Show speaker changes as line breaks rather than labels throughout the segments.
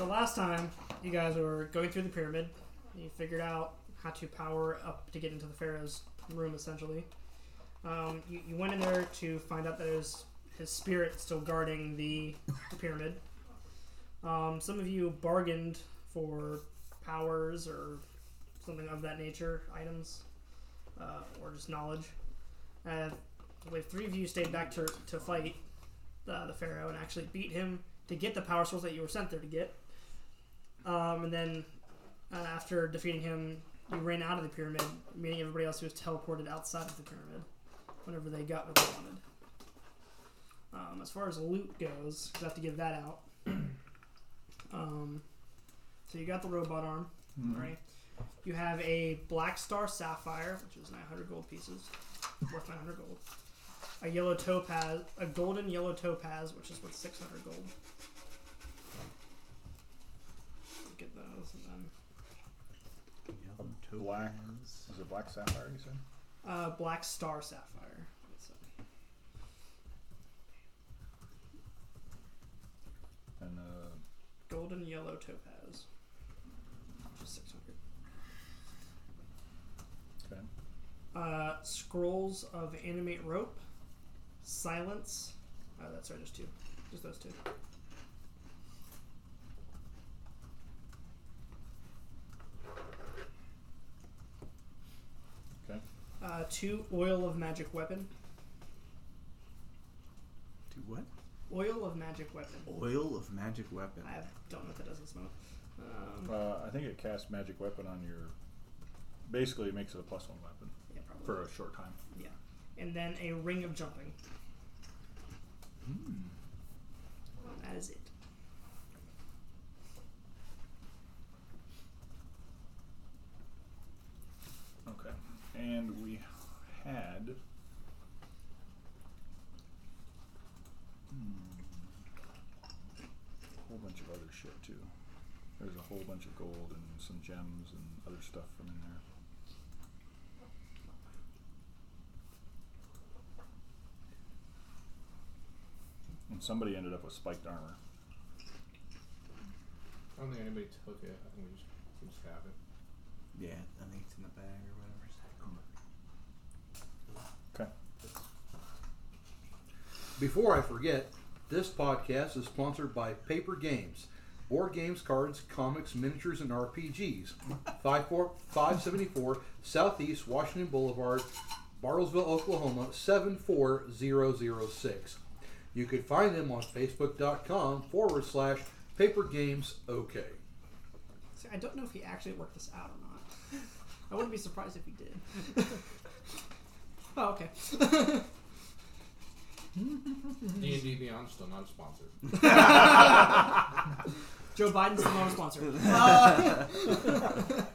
last time you guys were going through the pyramid, you figured out how to power up to get into the pharaoh's room. Essentially, um, you, you went in there to find out that there's his spirit still guarding the, the pyramid. Um, some of you bargained for powers or something of that nature, items, uh, or just knowledge. Uh, I believe three of you stayed back to, to fight uh, the Pharaoh and actually beat him to get the power source that you were sent there to get. Um, and then uh, after defeating him, you ran out of the pyramid, meaning everybody else who was teleported outside of the pyramid whenever they got what they wanted. Um, as far as loot goes, 'cause I have to give that out. um, so you got the robot arm,
Mm-hmm.
right? You have a Black Star Sapphire, which is 900 gold pieces, worth 900 gold. A yellow topaz, a golden yellow topaz, which is worth 600 gold. Get those and then.
Black. Is it black sapphire? You said.
Uh, Black Star Sapphire. That's it.
And uh,
Golden Yellow Topaz. Just 600.
okay.
Uh, Scrolls of Animate Rope. Silence. Oh, that's right, there's two. Just those two.
Okay.
Uh, two Oil of Magic Weapon.
Do what?
Oil of Magic Weapon.
Oil of magic weapon.
I don't know if that doesn't smoke. Um,
Uh, I think it casts magic weapon on your. Basically, it makes it a plus one weapon
yeah, probably.
for a short time.
Yeah. And then a Ring of Jumping. That is it.
Okay. And we had. Hmm, a whole bunch of other shit too. There's a whole bunch of gold and some gems and other stuff from in there. And somebody ended up with spiked armor.
I don't think anybody took it. I think we just, we just have it.
Yeah, I think it's in the bag or whatever.
Okay.
Before I forget, this podcast is sponsored by Paper Games. Board games, cards, comics, miniatures, and RPGs. 54 574 Southeast Washington Boulevard, Bartlesville, Oklahoma, 74006. You can find them on Facebook.com forward slash Paper Games OK.
See, I don't know if he actually worked this out or not. I wouldn't be surprised if he did. oh, okay.
D and D Beyond still not sponsored.
Joe Biden's the non sponsor.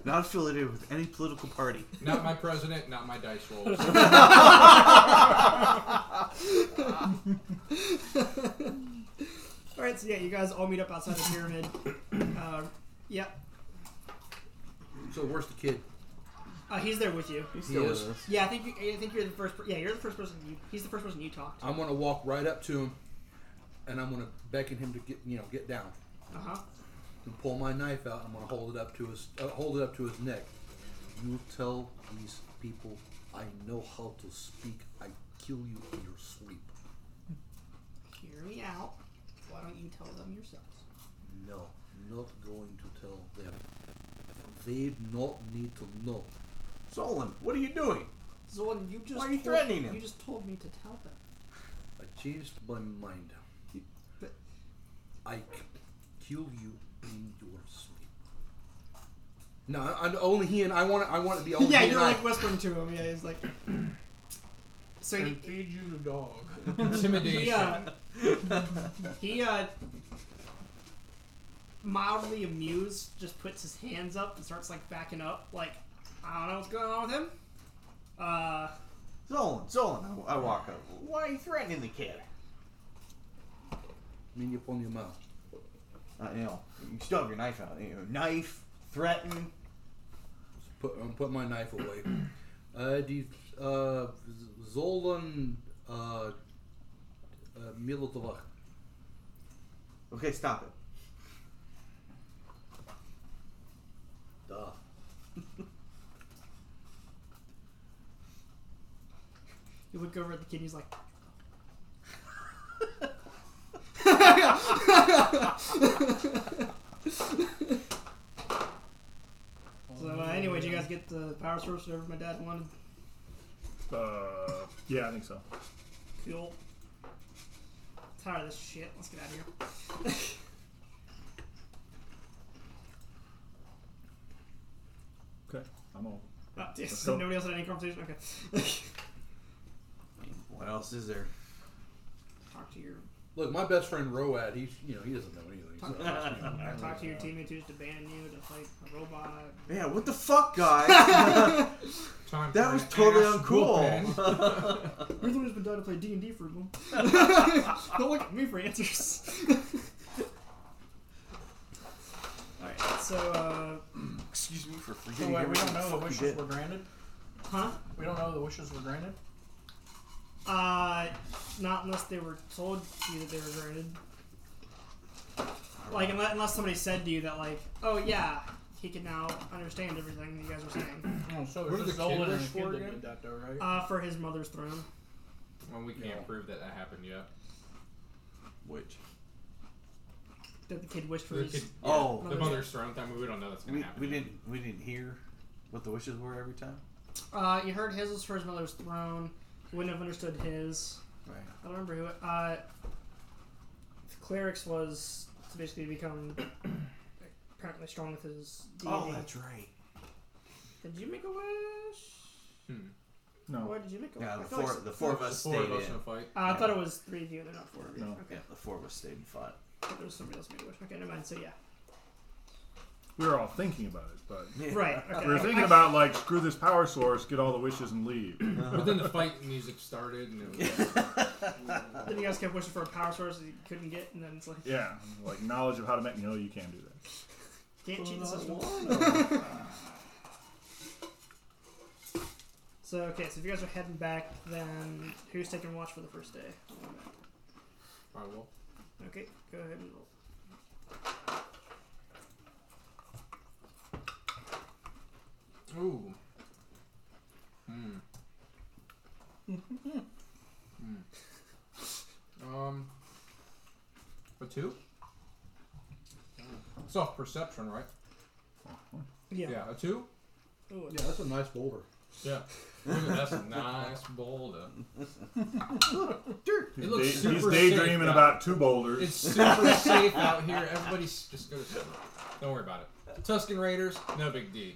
Not affiliated with any political party.
not my president. Not my dice rolls.
All right, so yeah, you guys all meet up outside the pyramid. Uh, yeah,
So, where's the kid?
uh, he's there with you.
He's
still
is.
with us.
Yeah, I think you, I think you're the first. Per- yeah, you're the first person. You, he's the first person you talked. to.
I'm going to walk right up to him and I'm going to beckon him to get, you know, get down.
Uh huh.
and pull my knife out. and I'm gonna hold it up to his uh, hold it up to his neck. You tell these people I know how to speak. I kill you in your sleep.
Hear me out. Why don't you tell them yourselves?
No, not going to tell them. They not need to know.
Solon, what are you doing?
Zolan, you just
Why are you
told-
threatening him?
You just told me to tell them.
I changed my mind.
But
I c- kill you in your sleep. No, I, I- only he and I want. I want it to
oh,
be only
yeah,
he and
you're
I.
like whispering to him. Yeah, he's like. So he,
feed you the dog. Intimidation.
he uh, he uh, mildly amused, just puts his hands up and starts like backing up, like I don't know what's going on with him. Uh,
Solon, Solon. I, I walk up. Why are you threatening the kid?
Mean you upon your mouth.
Uh, you know, you still have your knife out. You know, knife, threaten.
put um, put my knife away. Uh, do you, uh, Z- Zolan uh, uh, Milotovak.
Okay, stop it.
look over at the kid and he's like, so uh, anyway, did you guys get the power source whatever my dad wanted?
Uh, yeah, I think so.
Cool. Tired of this shit. Let's get out of here.
Okay, I'm all.
Oh, dude,
Let's go.
nobody else had any conversation. Okay,
What else is there?
talk to your
Look, my best friend Road, he's you know he doesn't know anything. So, you know, I
talk to your
really,
teammates who's to ban you to fight a robot.
Yeah, what the fuck, guys?
Time
That
for
was
an
totally
ass
uncool.
whooping.
Everyone has been down to play D and D for a while. Don't look at me for answers. All right, so uh,
Excuse me for
So,
forgetting.
uh, we
everything
don't know
the
the
fuck we
wishes
did.
were granted.
huh?
We don't know the wishes were granted.
Uh, not unless they were told to you that they were granted. Like unless, unless somebody said to you that like, oh yeah, he can now understand everything that you guys were saying.
Oh, so
What
there's
did
a
the kid
Zolan and a
wish
kid
for
that
again?
did that, though, right?
Uh, for his mother's throne.
Well, we can't
No.
prove that that happened yet.
Which?
That the kid wished for
The
his.
kid-
Oh.
the mother's throne time. We don't know that's gonna
We,
happen.
we
yet.
didn't we didn't hear what the wishes were every time.
Uh, you heard his was for his mother's throne. You wouldn't have understood his.
Right.
I don't remember who. it- Uh, the clerics was to basically become apparently strong with his deity.
Oh, that's right.
Did you make a wish?
Hmm.
No,
Why did you make a
Yeah, the
wish? I feel like
four
s-
the four of
There's
us
four
stayed
of us
in.
in a fight.
Uh, I thought it was three of you. They're not four of you.
No.
Okay,
Yeah, the four of us stayed and fought.
but there was somebody else made a wish. Okay, never mind. So yeah,
we were all thinking about it, but
Yeah.
right. Okay.
we were
I-
thinking
I-
about like screw this power source, get all the wishes and leave.
Uh-huh.
But then the fight music started, and it was
Then you guys kept wishing for a power source that you couldn't get, and then it's like,
yeah, like knowledge of how to make. No, you can't do that.
can't cheat the system. So okay, so if you guys are heading back, then who's taking watch for the first day?
I will.
Okay, go ahead and roll.
Ooh. Hmm. Hmm. Um. A two. It's off perception, right?
Yeah. Oh,
a two.
Ooh,
yeah, that's a nice boulder.
Yeah. Look at that's a nice boulder.
He's,
looks
day-
super
he's
safe
daydreaming
now.
about two boulders.
It's super safe out here. Everybody's just go to sleep. Don't worry about it. Tuscan Raiders, no big deal.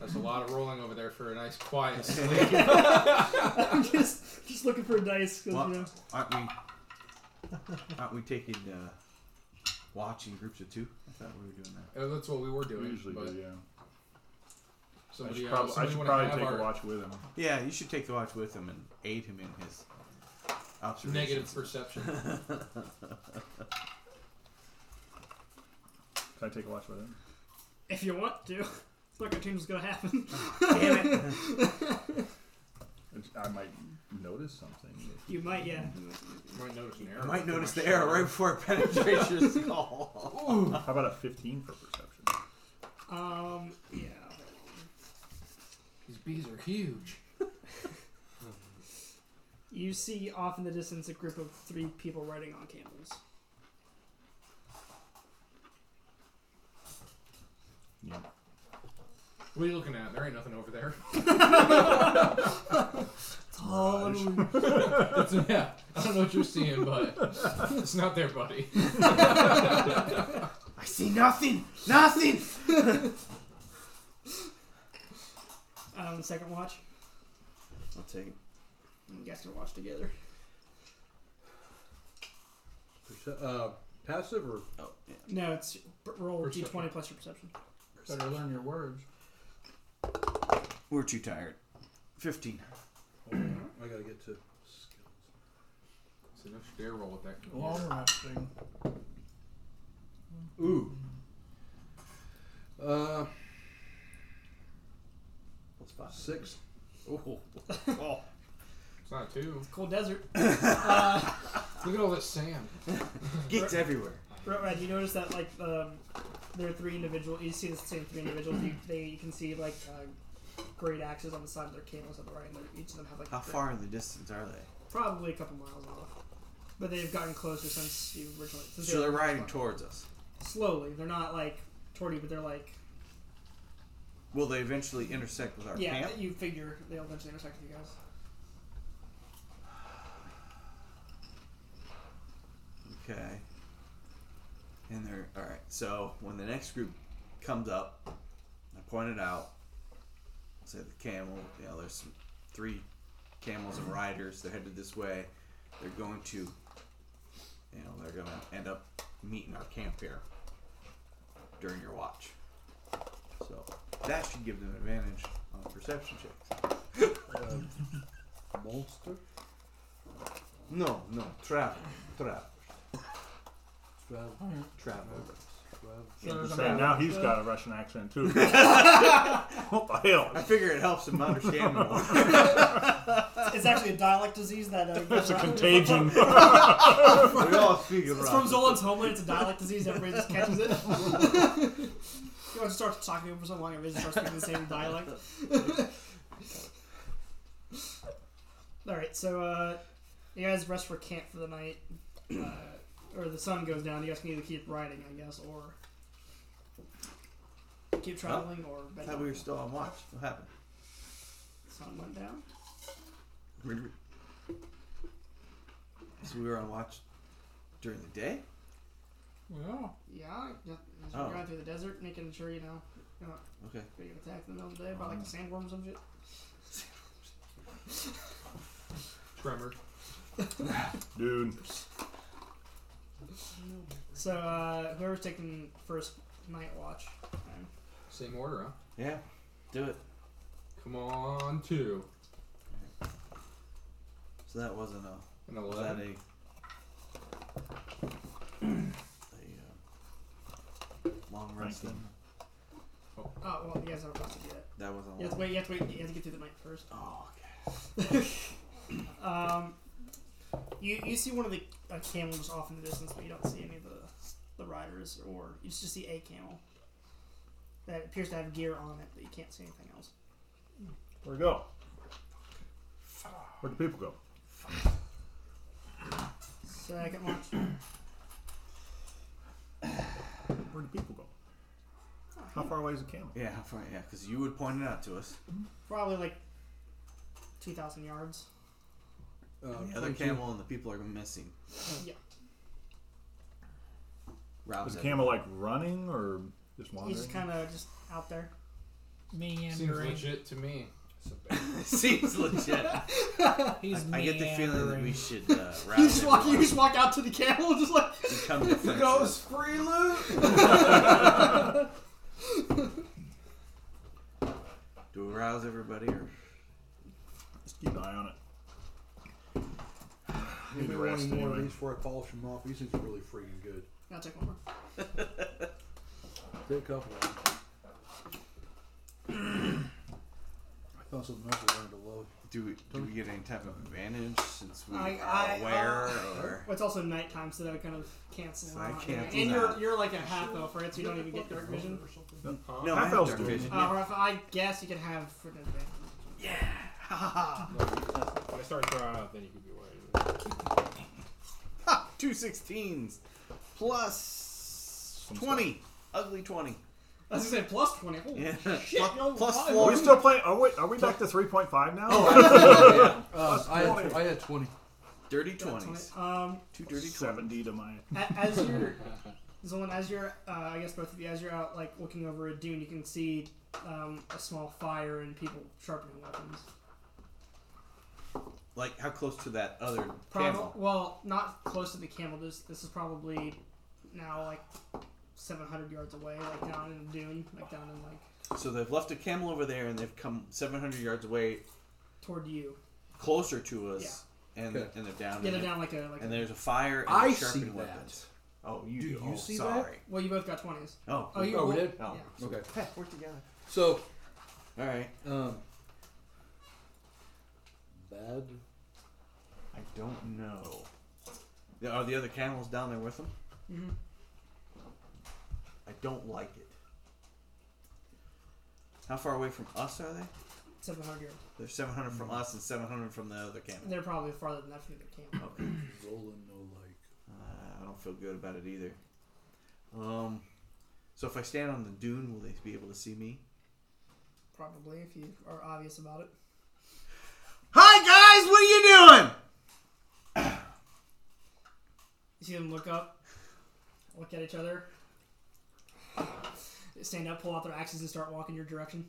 That's a lot of rolling over there for a nice quiet sleep.
I'm just just looking for a dice because
Well,
you know.
aren't we? Aren't we taking uh, watch in groups of two? I thought we were doing that.
Uh, that's what we were
We
doing.
usually
but
do, yeah. I
somebody
should,
else.
prob- I
somebody
should
wanna
probably
have
take
our
a watch with him.
Yeah, you should take the watch with him and aid him in his observations.
Negative perception.
Can I take a watch with him?
If you want to, it's not gonna change what's gonna happen.
Damn it.
It's- I might notice something.
You might, yeah.
You might notice an error.
I might
in
notice
my
the error
shot.
right before it penetrates your skull.
How about a 15 for perception?
Um, yeah.
These bees are huge.
You see off in the distance a group of three people riding on camels.
Yeah.
What are you looking at? There ain't nothing over there.
Totally.
It's- yeah, I don't know what you're seeing, but it's not there, buddy.
I see nothing! Nothing!
Um, second watch.
I'll take it.
You guys can watch together.
Perce- Uh, passive or
Oh, yeah.
No, it's roll d
Perception.
twenty plus your perception.
Better learn your words.
We're too tired. 15.
I gotta get to skills.
It's an extra dare roll with that.
Long resting.
Ooh. Uh,
Plus five.
six.
Oh.
It's not a two.
Cold desert.
Look at all that sand.
Gets everywhere.
Right, right. You notice that like um, there are three individual. You see the same three individuals. You, they you can see like uh, great axes on the side of their camels at the right, and they're- each of them have like a
How
great-
far in the distance are they?
Probably a couple miles off, but they've gotten closer since you originally. Since
So
they-
they're riding towards us.
slowly. They're not like toward you, but they're like
Will they eventually intersect with our
yeah.
camp?
You figure they'll eventually intersect with you guys.
Okay. And they're all right. So when the next group comes up, I point it out. Say the camel. You know, there's some, three camels and riders. They're headed this way. They're going to. You know, they're going to end up meeting our camp here during your watch. So that should give them advantage on perception checks.
uh, Monster?
No, no, travel, travel,
Travel.
travel.
Travel.
Just saying, now he's got a Russian accent too. what the hell?
I figure it helps them understand more.
It's actually a dialect disease that. Uh,
It's a contagion.
we all speak
It's from Zolan's homeland. It's a dialect disease. Everybody just catches it. you want to start talking over so long, everybody just starts speaking the same dialect. All right, so uh, you guys rest for camp for the night, uh, or the sun goes down. You guys can either keep riding, I guess, or keep traveling, or
I
bed
thought we were still on watch. What happened?
sun went down.
So we were on watch during the day.
Yeah.
Yeah, yeah, as
Oh.
we're going through the desert, making sure you know you're not
Okay.
being attacked in the middle of the day by like the
Oh.
sandworms and shit.
Tremor.
Dude.
So uh, whoever's taking first night watch,
Same order, huh?
Yeah. Do it.
Come on, two.
So that wasn't a.
And
Was that
eleven.
a? a uh, long rest.
Franklin.
Oh well, you guys haven't rested yet.
That was a long.
You have to
Oh.
wait. You have to wait. You have to get through the night first.
Oh, okay.
Um, you you see one of the uh, camels off in the distance, but you don't see any of the the riders, or you just see a camel that appears to have gear on it, but you can't see anything else.
Where'd it go? Where'd the people go?
Second watch.
Where'd the people go? How far away is the camel?
Yeah. How far? Yeah, because you would point it out to us.
Probably like two thousand yards.
Uh,
The other
22.
camel and the people are missing.
Yeah.
Rouse
Was the
it.
camel like running or just wandering?
He's just kind of just out there.
Seems
meandering.
legit to me.
Seems legit.
He's
I get the feeling that we
meandering.
should uh, rouse
You just walk. You
everyone
just walk out to the camel, just like
and come to
Look
terms
at all
with
this free loot!
Do we rouse everybody or
Just keep an eye on it. Need
Anybody
to
want
rest
any more of
anyway.
these before I polish them off? These things are really freaking good.
I'll take one more.
Take a couple of them. I found something else I wanted to load.
do we, do we get any type of advantage since we
I-
are
I-
aware
uh,
or
Well, it's also nighttime, so that kind of cancels
So I
out.
cancels
and you're
out.
you're like a half elf, right? So you don't even get dark vision.
Huh?
no?
Half
I have
elves
dark
do.
vision.
Uh, or if I guess you could have for the
No, when I start throwing out, then you could be worried.
Two sixteens plus twenty, ugly twenty.
I was gonna say plus twenty. Holy
Yeah,
shit!
Plus-
no,
plus
why?
Are
four.
we still playing? Are we, are we back to 3.5 now?
Oh.
Uh, I, had,
20.
I had 20.
Dirty
That's
twenties,
twenty. Um,
two dirty twenties.
70 to my.
a- as you're Zolan, as you're, uh, I guess both of you, as you're out like looking over a dune, you can see um, a small fire and people sharpening weapons.
Like how close to that other
Probably,
camel?
Well, not close to the camel. This this is probably now like seven hundred yards away, like down in the dune, like down in like
So they've left a camel over there and they've come seven hundred yards away,
toward you.
closer to us, and
Okay.
and they're down.
Yeah,
in
they're
it.
down like a like.
And
a,
there's a fire. And
I
they're
see
sharpening
that.
weapons. Oh, you
Do
do.
you
oh,
see that?
sorry.
well, you both got twenties.
Oh,
Oh, you.
Oh, we
rolled-
did?
Yeah.
Oh.
Okay.
hey, we're together.
So,
All right.
um, bad.
I don't know. Yeah, Are the other camels down there with them?
Mhm.
I don't like it. How far away from us are they?
Seven hundred yards.
They're 700 from us and 700 from the other camp.
They're probably farther than that from the camp.
Okay.
Rolling no like.
Uh, I don't feel good about it either. Um, so if I stand on the dune, will they be able to see me?
Probably if you are obvious about it.
Hi guys, what are you doing?
You see them look up, look at each other, stand up, pull out their axes, and start walking your direction.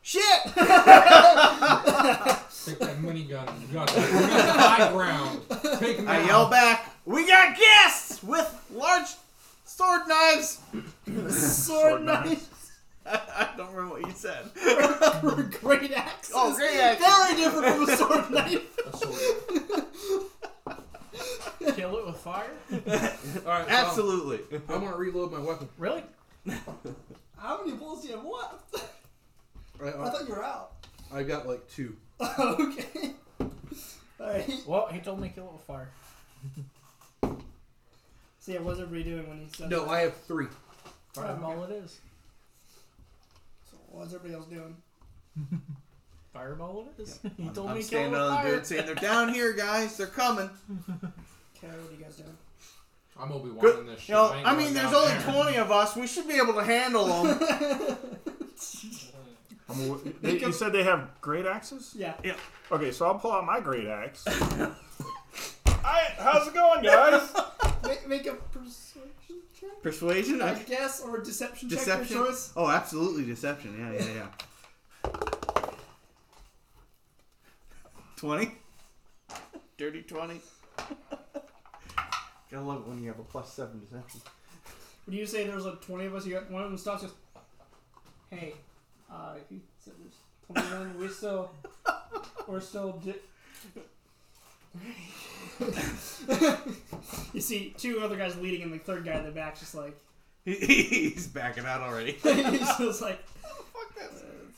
Shit!
Take that minigun. You got the, you got the high ground. Take them
I
down.
yell back, "We got guests with large sword knives."
Sword knife,
I don't remember what you said.
great axes.
Oh, great axes.
Very different from a sword knife.
A sword.
Kill it with fire?
All right. so
Absolutely.
I want to reload my weapon.
Really? How many bullets do you have left?
I, I,
you were out.
I got like two.
okay. All right.
Well, he told me kill it with fire.
So yeah, what's everybody doing when he says?
No, I have three.
Fireball it is.
So what's everybody else doing?
Fireball it is. He told
I'm
me kill it
standing
with
on the
fire.
dune, saying, "They're down here, guys. They're coming."
Okay, what are you guys doing?
I'm Obi Wan in
Good.
this shit.
You know,
ain't
I
going
mean, there's
down
only
there.
20 of us. We should be able to handle them.
I'm aw- they, you said they have great axes?
Yeah.
Yeah. Okay, so I'll pull out my great axe. I, how's it going, guys?
Make, make a persuasion check,
Persuasion,
I
I-
guess, or a deception, check.
deception.
Your choice.
Oh, absolutely, deception. Yeah, yeah, yeah. Twenty. Dirty twenty. Gotta love it when you have a plus seven deception.
When you say there's like 20 of us, you got one of them stops. Just, hey, uh, if you said there's 21, we still, we're still. Di- you see two other guys leading, and the third guy in the back's just like,
He's backing out already.
he's just like,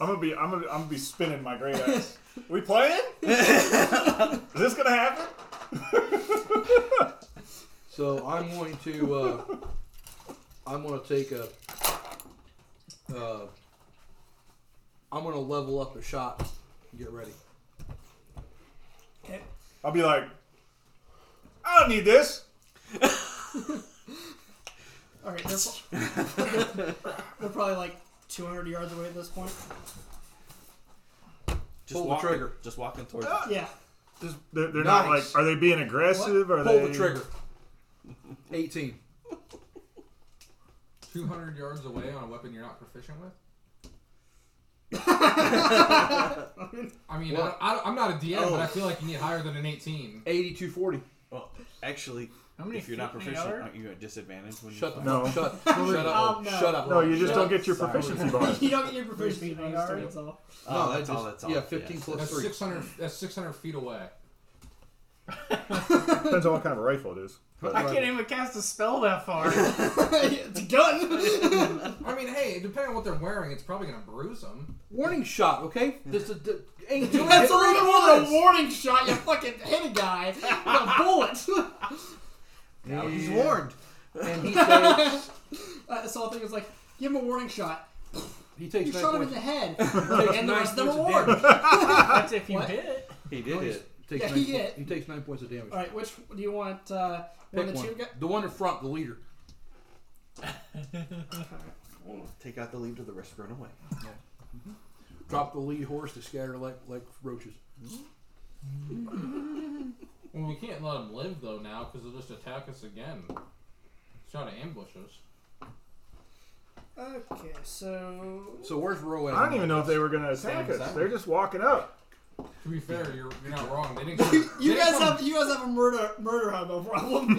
I'm gonna be I'm gonna I'm gonna be spinning my great axe. we playing? Is this gonna happen?
So I'm going to uh, I'm going to take a uh, I'm going to level up a shot. and Get ready.
okay.
I'll be like, I don't need this.
All right, they're, pro- they're probably like 200 yards away at this point.
Just
Pull the
walking, Ah!
trigger.
Just walking towards.
Yeah,
Just, they're they're not like.
Nice.
Are they being aggressive? Are
Pull
they?
the trigger. 18.
200 yards away on a weapon you're not proficient with? I mean, I
What?
don't, I don't, I'm not a DM,
Oh.
but I feel like you need higher than an 18.
8240.
Well, actually,
How many
if you're not
feet in the
proficient,
yard?
aren't you at disadvantage when
Shut the
you?
No.
fuck shut. Shut up.
Um, no.
Shut up.
No, you just don't get your
Sorry.
proficiency bonus.
you don't get your proficiency
Three feet in
bonus.
the
too,
yard.
That's all.
Oh,
No,
that's
I
all.
just-
That's all.
yeah, 15 plus-
That's
Three.
600. That's 600 feet away.
Depends on what kind of a rifle it is. But
I can't even cast a spell that far.
it's a gun.
I mean, hey, depending on what they're wearing, it's probably gonna bruise them.
Warning shot, okay? This is d- ain't doing
That's a
it.
little more than a warning shot. You fucking hit a guy with a bullet.
Now he's warned.
And he takes,
Uh, so I think it's like, give him a warning shot.
he
You
takes nine
shot him in
points.
the head,
takes
and the
nine
rest of them
points
are warned.
of damage.
All
That's if you
What?
hit.
He did
No, Oh, he's-
it.
takes
Yeah,
nine
he
points-
hit.
He takes nine points of damage.
right, which do you want? Uh, one of
Pick
the
one.
two guys.
The one in front, the leader.
Take out the lead to the rest. Run away.
Drop the lead horse to scatter like like roaches.
Well, we can't let them live though now, because they'll just attack us again. Try to ambush us.
Okay, so
So where's Roe at?
I don't even know if they were gonna attack us. They're just walking up.
To be fair, you're, you're not wrong. They didn't. Come,
you
they
guys
didn't come,
have you guys have a murder murder hobo problem.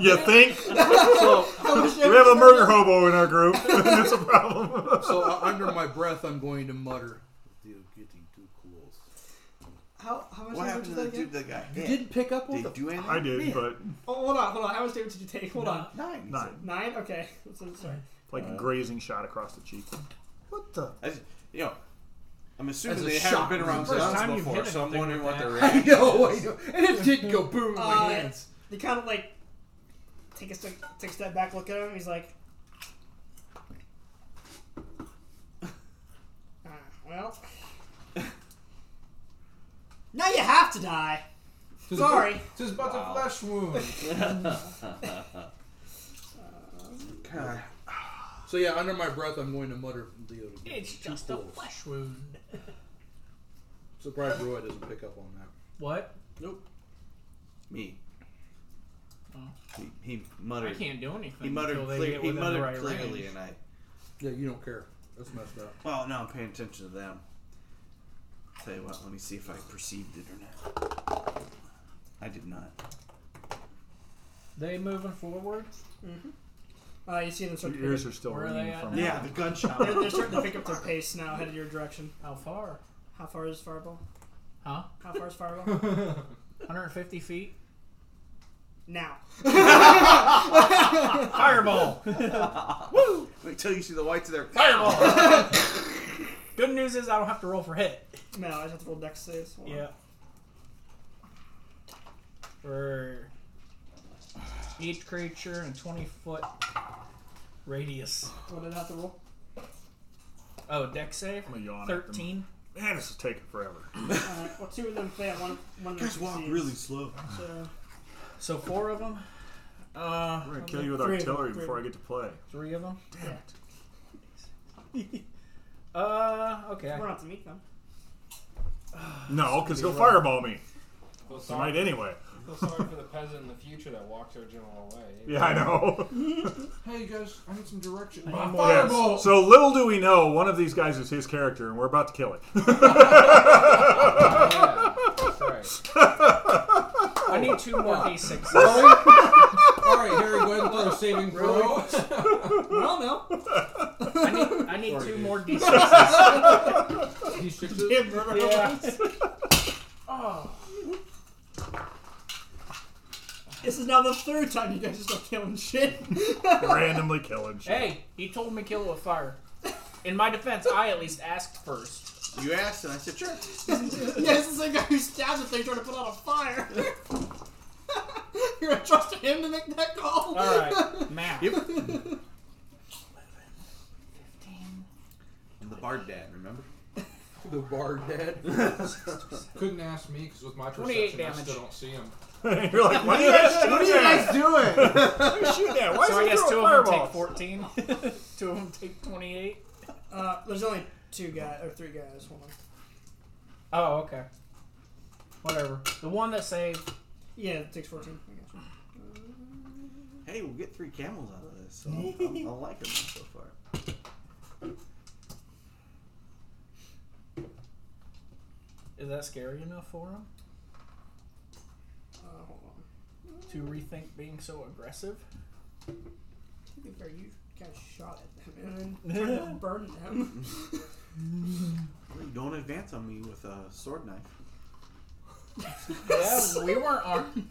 You think?
So,
How much
We have a murder hobo in our group. That's a problem.
so uh, under my breath, I'm going to mutter. You're getting too close.
How, how much
What
damage did
happened
that
to the
again?
dude? The guy.
You
Yeah.
didn't pick up on
Did
the.
he do anything?
I did, but
Oh, hold on, hold on. How much damage did you take? Hold on.
Nine.
not
Nine. Okay, so, sorry.
like
Uh,
a grazing shot across the cheek. What the?
I just, you know, I'm assuming
That's a
they
shock.
haven't been around
It's the first
guns
time you've
before,
hit
so I'm
anything
wondering
with
what
that.
their
I
reaction
know, I
is.
know. And it didn't go boom in my
Uh,
hands.
They kind of like take a step, take a step back, look at him. He's like, "Ah, Now you have to die.
Tis
Sorry.
But, tis but a flesh wound.
Okay.
So yeah, under my breath, I'm going to mutter Leo to get
It's
two
just a
pulls.
flesh wound.
Surprised Roy doesn't pick up on that.
What?
Nope. Me.
Oh.
He, he
I
muttered.
can't do anything.
He muttered.
until they
Clear,
get
he
within the
muttered
right
clearly,
range.
and I.
Yeah, you don't care. That's messed up.
Well, no, I'm paying attention to them. Tell you what, let me see if I perceived it or not. I did not.
They moving forward.
Uh, you see them start to
Your
pick
ears
up,
are still
Where are
ringing
they at
from.
now? Yeah,
the
they're,
gunshot.
they're starting to pick up their pace now, headed your direction.
How far?
How far is Fireball?
Huh?
How far is Fireball?
150 feet.
now.
Fireball.
Wait till you see the whites of their.
Fireball. Good news is I don't have to roll for hit.
No, I just have to roll dex saves. Hold on.
Yeah. For each creature in 20 foot radius.
What did I have to roll?
Oh, deck save?
I'm gonna yawn at them.
13.
Man, this is taking forever.
Alright, Uh, well, two of them fail. One, one of them
Guys walk
succeeds.
really slow.
So,
So four of them. Uh,
We're gonna kill you with
Three of them,
artillery
three of
before I
them.
get to play.
three of them.
yeah.
Uh, okay.
We're
I-
not to meet them.
No, because he'll fireball me
Feel sorry,
tonight anyway.
feel sorry for the peasant in the future that walks our general away.
Yeah, I know.
hey guys, I need some direction.
I need more-
Yes.
Fireball.
So little do we know, one of these guys is his character, and we're about to kill it.
Oh,
Yeah, that's right.
I need two more d6s.
All right, Harry, go ahead and throw a saving throw.
Well, no.
I need, I need two more d6s.
These sixes?
Yeah, bro.
Yeah.
This is now the third time you guys are still killing shit.
Randomly killing shit.
Hey, he told me kill it with fire. In my defense, I at least asked first.
You asked, and I said, sure.
yeah, this is the guy who stabbed the thing trying to put out a fire. You're gonna trust him to make that call?
All right, math.
Yep. And the bard dad, remember?
The bar dad.
Couldn't ask me because with my
28
perception, I still
damage.
don't see him.
You're like, what are you guys shooting
What are you guys doing?
at? Shooting at? Why
So I
is
guess
he
two
throwing
of
fireballs?
them take 14. two of them take 28.
Uh, there's only two guys or three guys. Hold on.
Oh, okay. Whatever. The one that saved.
Yeah, it takes fourteen. I guess.
Hey, we'll get three camels out of this. So I'm, I'm, I'm liking them so far.
Is that scary enough for him
Uh, hold on.
to rethink being so aggressive?
To be fair, you kind of shot at them and then tried to burn them.
Well, you Don't advance on me with a sword knife.
Yeah, we weren't armed.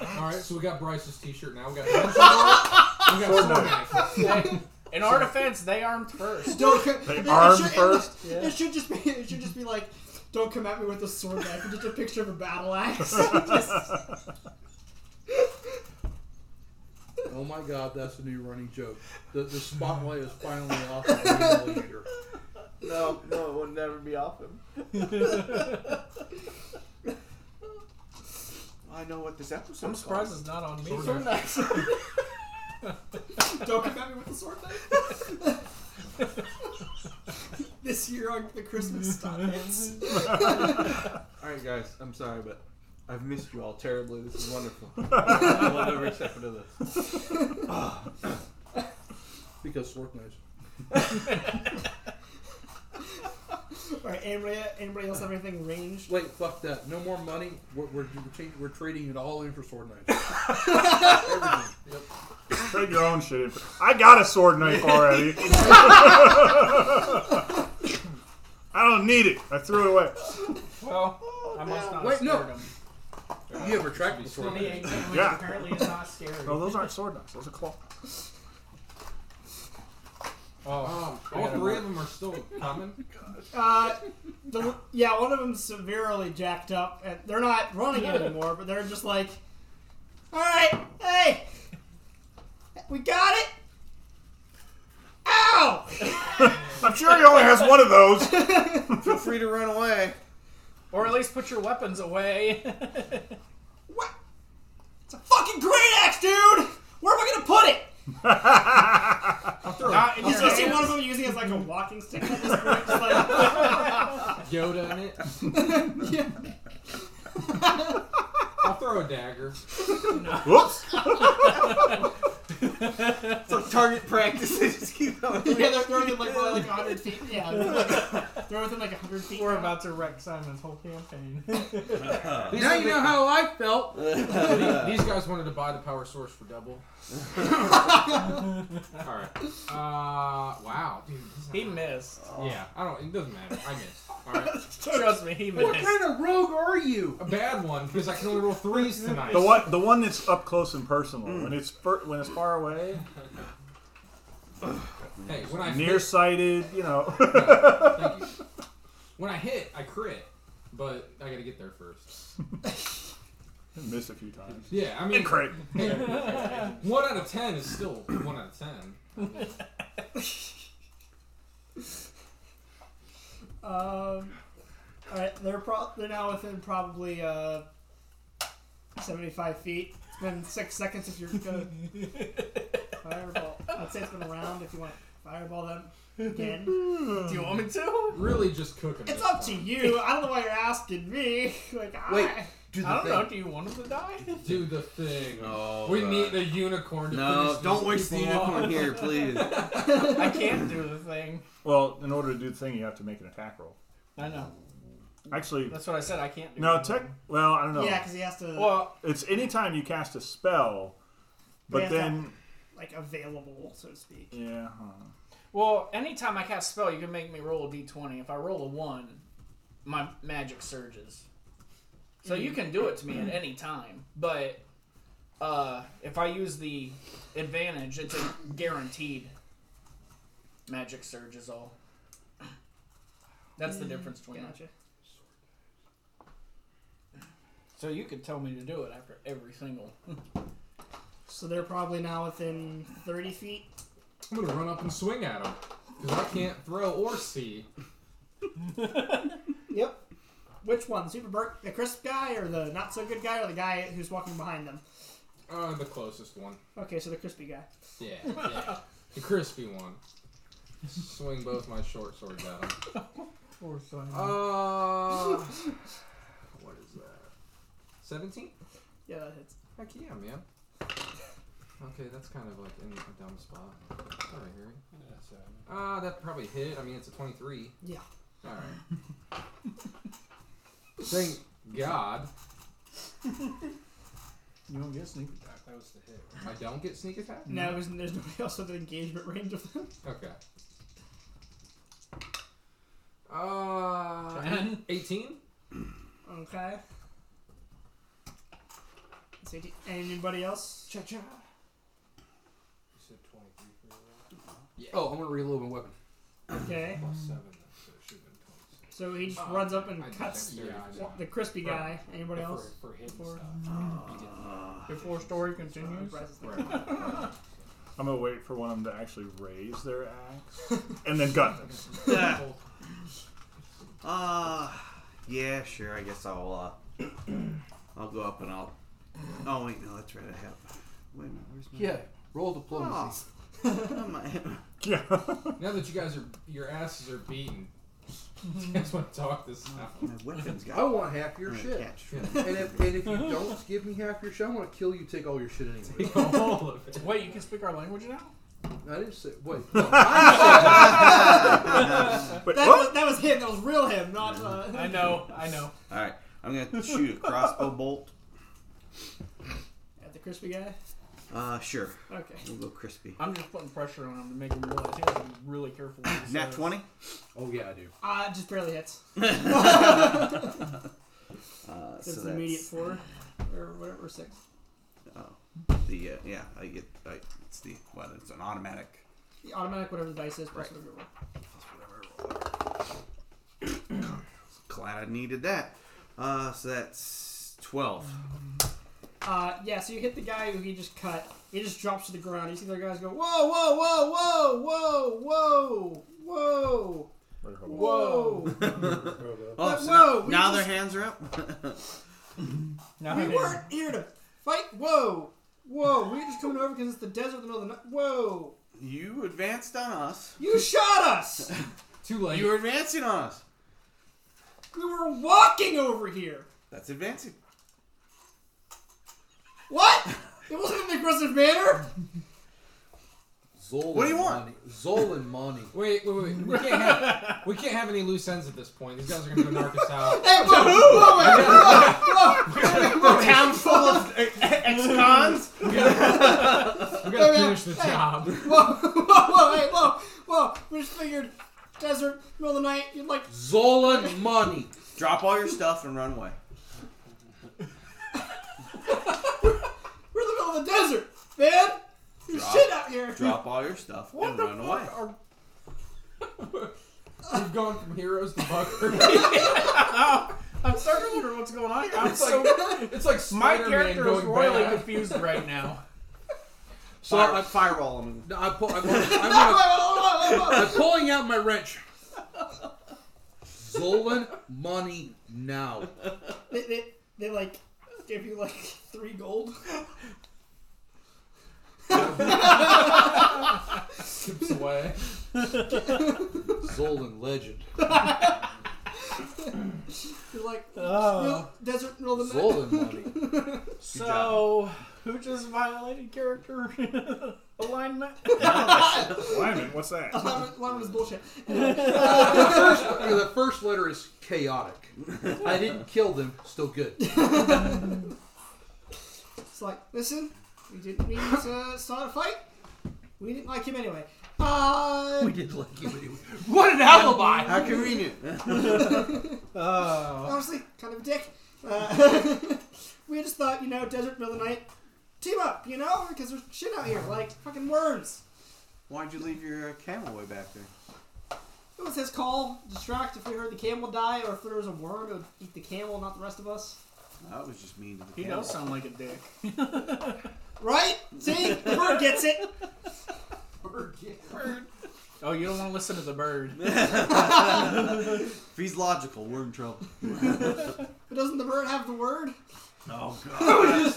All right, so we got Bryce's T-shirt now. We got Dungeon Lord, we got sword knife.
They- in our defense, they armed first.
Don't. co- it- it
armed
should- it-
first?
It,
Yeah.
should just be. It should just be like, don't come at me with a sword knife. Just a picture of a battle axe. Just-
Oh my god, that's a new running joke. The, the spotlight is finally off of the leader.
No, no, it would never be off him. I know what this episode.
I'm surprised it's not on me.
Sword
don't come at me with a sword knife. this year on the Christmas stop hits.
All right, guys, I'm sorry, but I've missed you all terribly. This is wonderful. I love every second of this.
Because Sork knows.
All right, anybody, anybody else have anything ranged?
Wait, fuck that. No more money. We're, we're, we're, chang- we're trading it all in for sword knives. Everything.
Take your own shit. in. I got a sword knife already. I don't need it. I threw it away.
Well, I must not
Wait,
have
no.
scared him.
You have retractable sword knives.
28 damage
Yeah.
apparently is not scary.
No, those aren't sword knives. Those are claw.
Oh,
Um, all three of them are still coming.
Uh, the, yeah, one of them's severely jacked up, and they're not running anymore, but they're just like, all right, hey, we got it. Ow!
I'm sure he only has one of those.
Feel free to run away.
Or at least put your weapons away.
What? It's a fucking great axe, dude! Where am I gonna put it?
Not in
You
your
just see
hands.
one of them using it as like a walking stick at this point. Just like,
Yoda in it. I'll throw a dagger.
Whoops.
So target practice. They just keep going.
yeah, they're throwing it like, well, like 100 feet. Yeah, they're like, throw it within like 100 feet.
We're about to wreck Simon's whole campaign.
Now you know how I felt.
These guys wanted to buy the power source for double. All right. Uh, wow, dude. this is-
he missed.
yeah, I don't. It doesn't matter. I missed. All right.
Trust me, he
What
missed.
kind of rogue are you?
A bad one because I can only roll threes tonight.
The one, the one that's up close and personal.
Hmm.
When it's fur, when it's far away,
Hey, when I hit,
nearsighted, you know.
thank you. when I hit, I crit, but I gotta get there first.
Missed a few times.
Yeah, I mean,
And crit.
hey, one out of ten is still one out of ten.
Um, all right, they're pro- they're now within probably uh, 75 feet. It's been six seconds if you're gonna fireball. I'd say it's been a round if you want to fireball them again.
Do you want me to?
Really, just cooking.
It's up to you. I don't know why you're asking me. Like,
Wait,
I,
do the
I don't
thing.
know. Do you want him to die?
Do the thing.
Oh,
we
God.
need the unicorn. To finish
No,
these
don't waste the
people
unicorn
off.
here, please.
I can't do the thing.
Well, in order to do the thing, you have to make an attack roll.
I know.
Actually,
That's what I said. I can't do.
no
it.
tech. Well, I don't know.
yeah, because he has to
Well,
It's anytime you cast a spell, but
Yeah,
then
like available, so to speak.
yeah, I don't know.
well. Anytime I cast a spell, you can make me roll a d20. If I roll a one, my magic surges. So you can do it to me at any time, but uh, if I use the advantage, it's a guaranteed magic surge is all. That's the difference between them.
Gotcha.
So you could tell me to do it after every single.
So they're probably now within 30 feet.
I'm gonna run up and swing at him because I can't throw or see.
Yep. Which one? Super Bert, the crisp guy, or the not so good guy, or the guy who's walking behind them?
Uh, the closest one.
Okay, so the crispy guy.
Yeah, yeah. the crispy one. Swing both my short swords at him.
Poor Simon.
Uh, what is that? Seventeen?
Yeah, that hits.
Heck yeah, man. Okay, that's kind of like in a dumb spot. All right, Harry. Ah, that probably hit. I mean, it's a twenty-three.
Yeah.
All right. Thank God
You don't get sneak attack.
that was the hit. I don't get sneak attack.
Mm-hmm.
No, there's, there's nobody else with the engagement range of them.
Okay. Uh,
Ten.
18?
Okay. So do- Anybody else?
Cha-cha.
Oh, I'm gonna reload my weapon.
Okay. So he just runs up and
I just
cuts
think they're-
wa- the crispy guy. Anybody else?
For, for hidden
Before-
stuff.
Before story continues.
Bryce's thing.
Right.
I'm gonna wait for one of them to actually raise their axe and then gut them.
Uh, yeah, sure. I guess I'll uh, I'll go up and I'll. Oh wait, no, that's right. I have. Wait a minute, where's my?
Yeah, roll diplomacy.
Oh, I'm not-
Yeah.
Now that you guys are, your asses are beaten, you guys want to talk this out.
my weapons got.
I want half your
I'm gonna
Oh, shit.
catch.
And if, and if you don't give me half your shit, I'm gonna kill you. Take all your shit anyway.
All of it.
Wait, you can speak our language now?
I didn't say. Wait, no, I
But
That
oh,
was, that was him. That was real him, not. Uh,
I know, I know.
All right, I'm gonna shoot a crossbow bolt.
At the crispy guy.
Uh, sure.
Okay.
We'll go crispy.
I'm just putting pressure on him to make him realize he has to be really careful. with his
Nat
says.
twenty.
oh yeah, I do.
Ah, it just barely hits.
Uh,
So
so
it's an immediate
that's
four, or whatever, or six.
the uh, yeah. I get. I, it's the well. It's an automatic.
The automatic, whatever the dice is, plus
Right.
whatever. it was.
Plus whatever. whatever. Glad I needed that. Uh, so that's twelve.
Uh, yeah, so you hit the guy who he just cut. He just drops to the ground. You see the other guys go, whoa, whoa, whoa, whoa, whoa, whoa, whoa,
Better hold on.
whoa.
Oh,
But
so
whoa,
now,
we
Oh, now
just-
their hands
we weren't here to fight. Whoa, whoa, we are just coming over because it's the desert in the middle of the night. Whoa,
You advanced on us.
you shot us.
Too late.
You were advancing on us.
We were walking over here.
That's advancing.
What? It wasn't an aggressive manner.
Zol
What do you
and
want?
Monty. Zol and Monty.
Wait, wait, wait. We can't have we can't have any loose ends at this point. These guys are gonna go narc us out.
Hey, whoa, whoa, wait,
A town full of e-, ex-cons.
We
Hey,
gotta
man.
finish the
Hey.
job.
whoa, whoa, whoa, hey, whoa, whoa. We just figured desert, middle of the night. You'd like
Zol and Monty.
Drop all your stuff and run away.
we're in the middle of the desert, man. There's
Drop.
shit out here.
Drop all your stuff
What
and
the
run away.
fuck are
We've gone from heroes to buggers.
I'm starting to wonder what's going on here. I'm so,
it's like Spider-Man going back.
confused right now.
So
uh,
I,
fireball him.
I, I pull, I'm, gonna- I'm, gonna- I'm pulling out my wrench. Zolan Monty now.
They, they, they like give you like three gold.
Skips away.
Zolan legend.
You're like
Oh.
middle- desert middle of the night.
Zolan Monty.
So who just violated character alignment?
Lyman, what's that?
alignment, alignment is bullshit.
Okay, the first letter is chaotic. I didn't kill them. Still good.
It's like, listen, we didn't mean to start a fight. We didn't like him anyway. Uh,
We did like you anyway.
What an alibi!
How convenient.
Oh.
honestly, kind of a dick. Uh, we just thought, you know, desert middle of the night, team up, you know, because there's shit out here, like fucking worms.
Why'd you leave your uh, camel way back there?
It was his call. Distract if we heard the camel die, or if there was a worm, it would eat the camel, not the rest of us.
That was just mean to the
He
camel.
does sound like a dick.
Right? See, the bird gets it.
Oh, you don't want to listen to the bird.
If he's logical, we're in trouble.
But doesn't the bird have the word?
Oh god.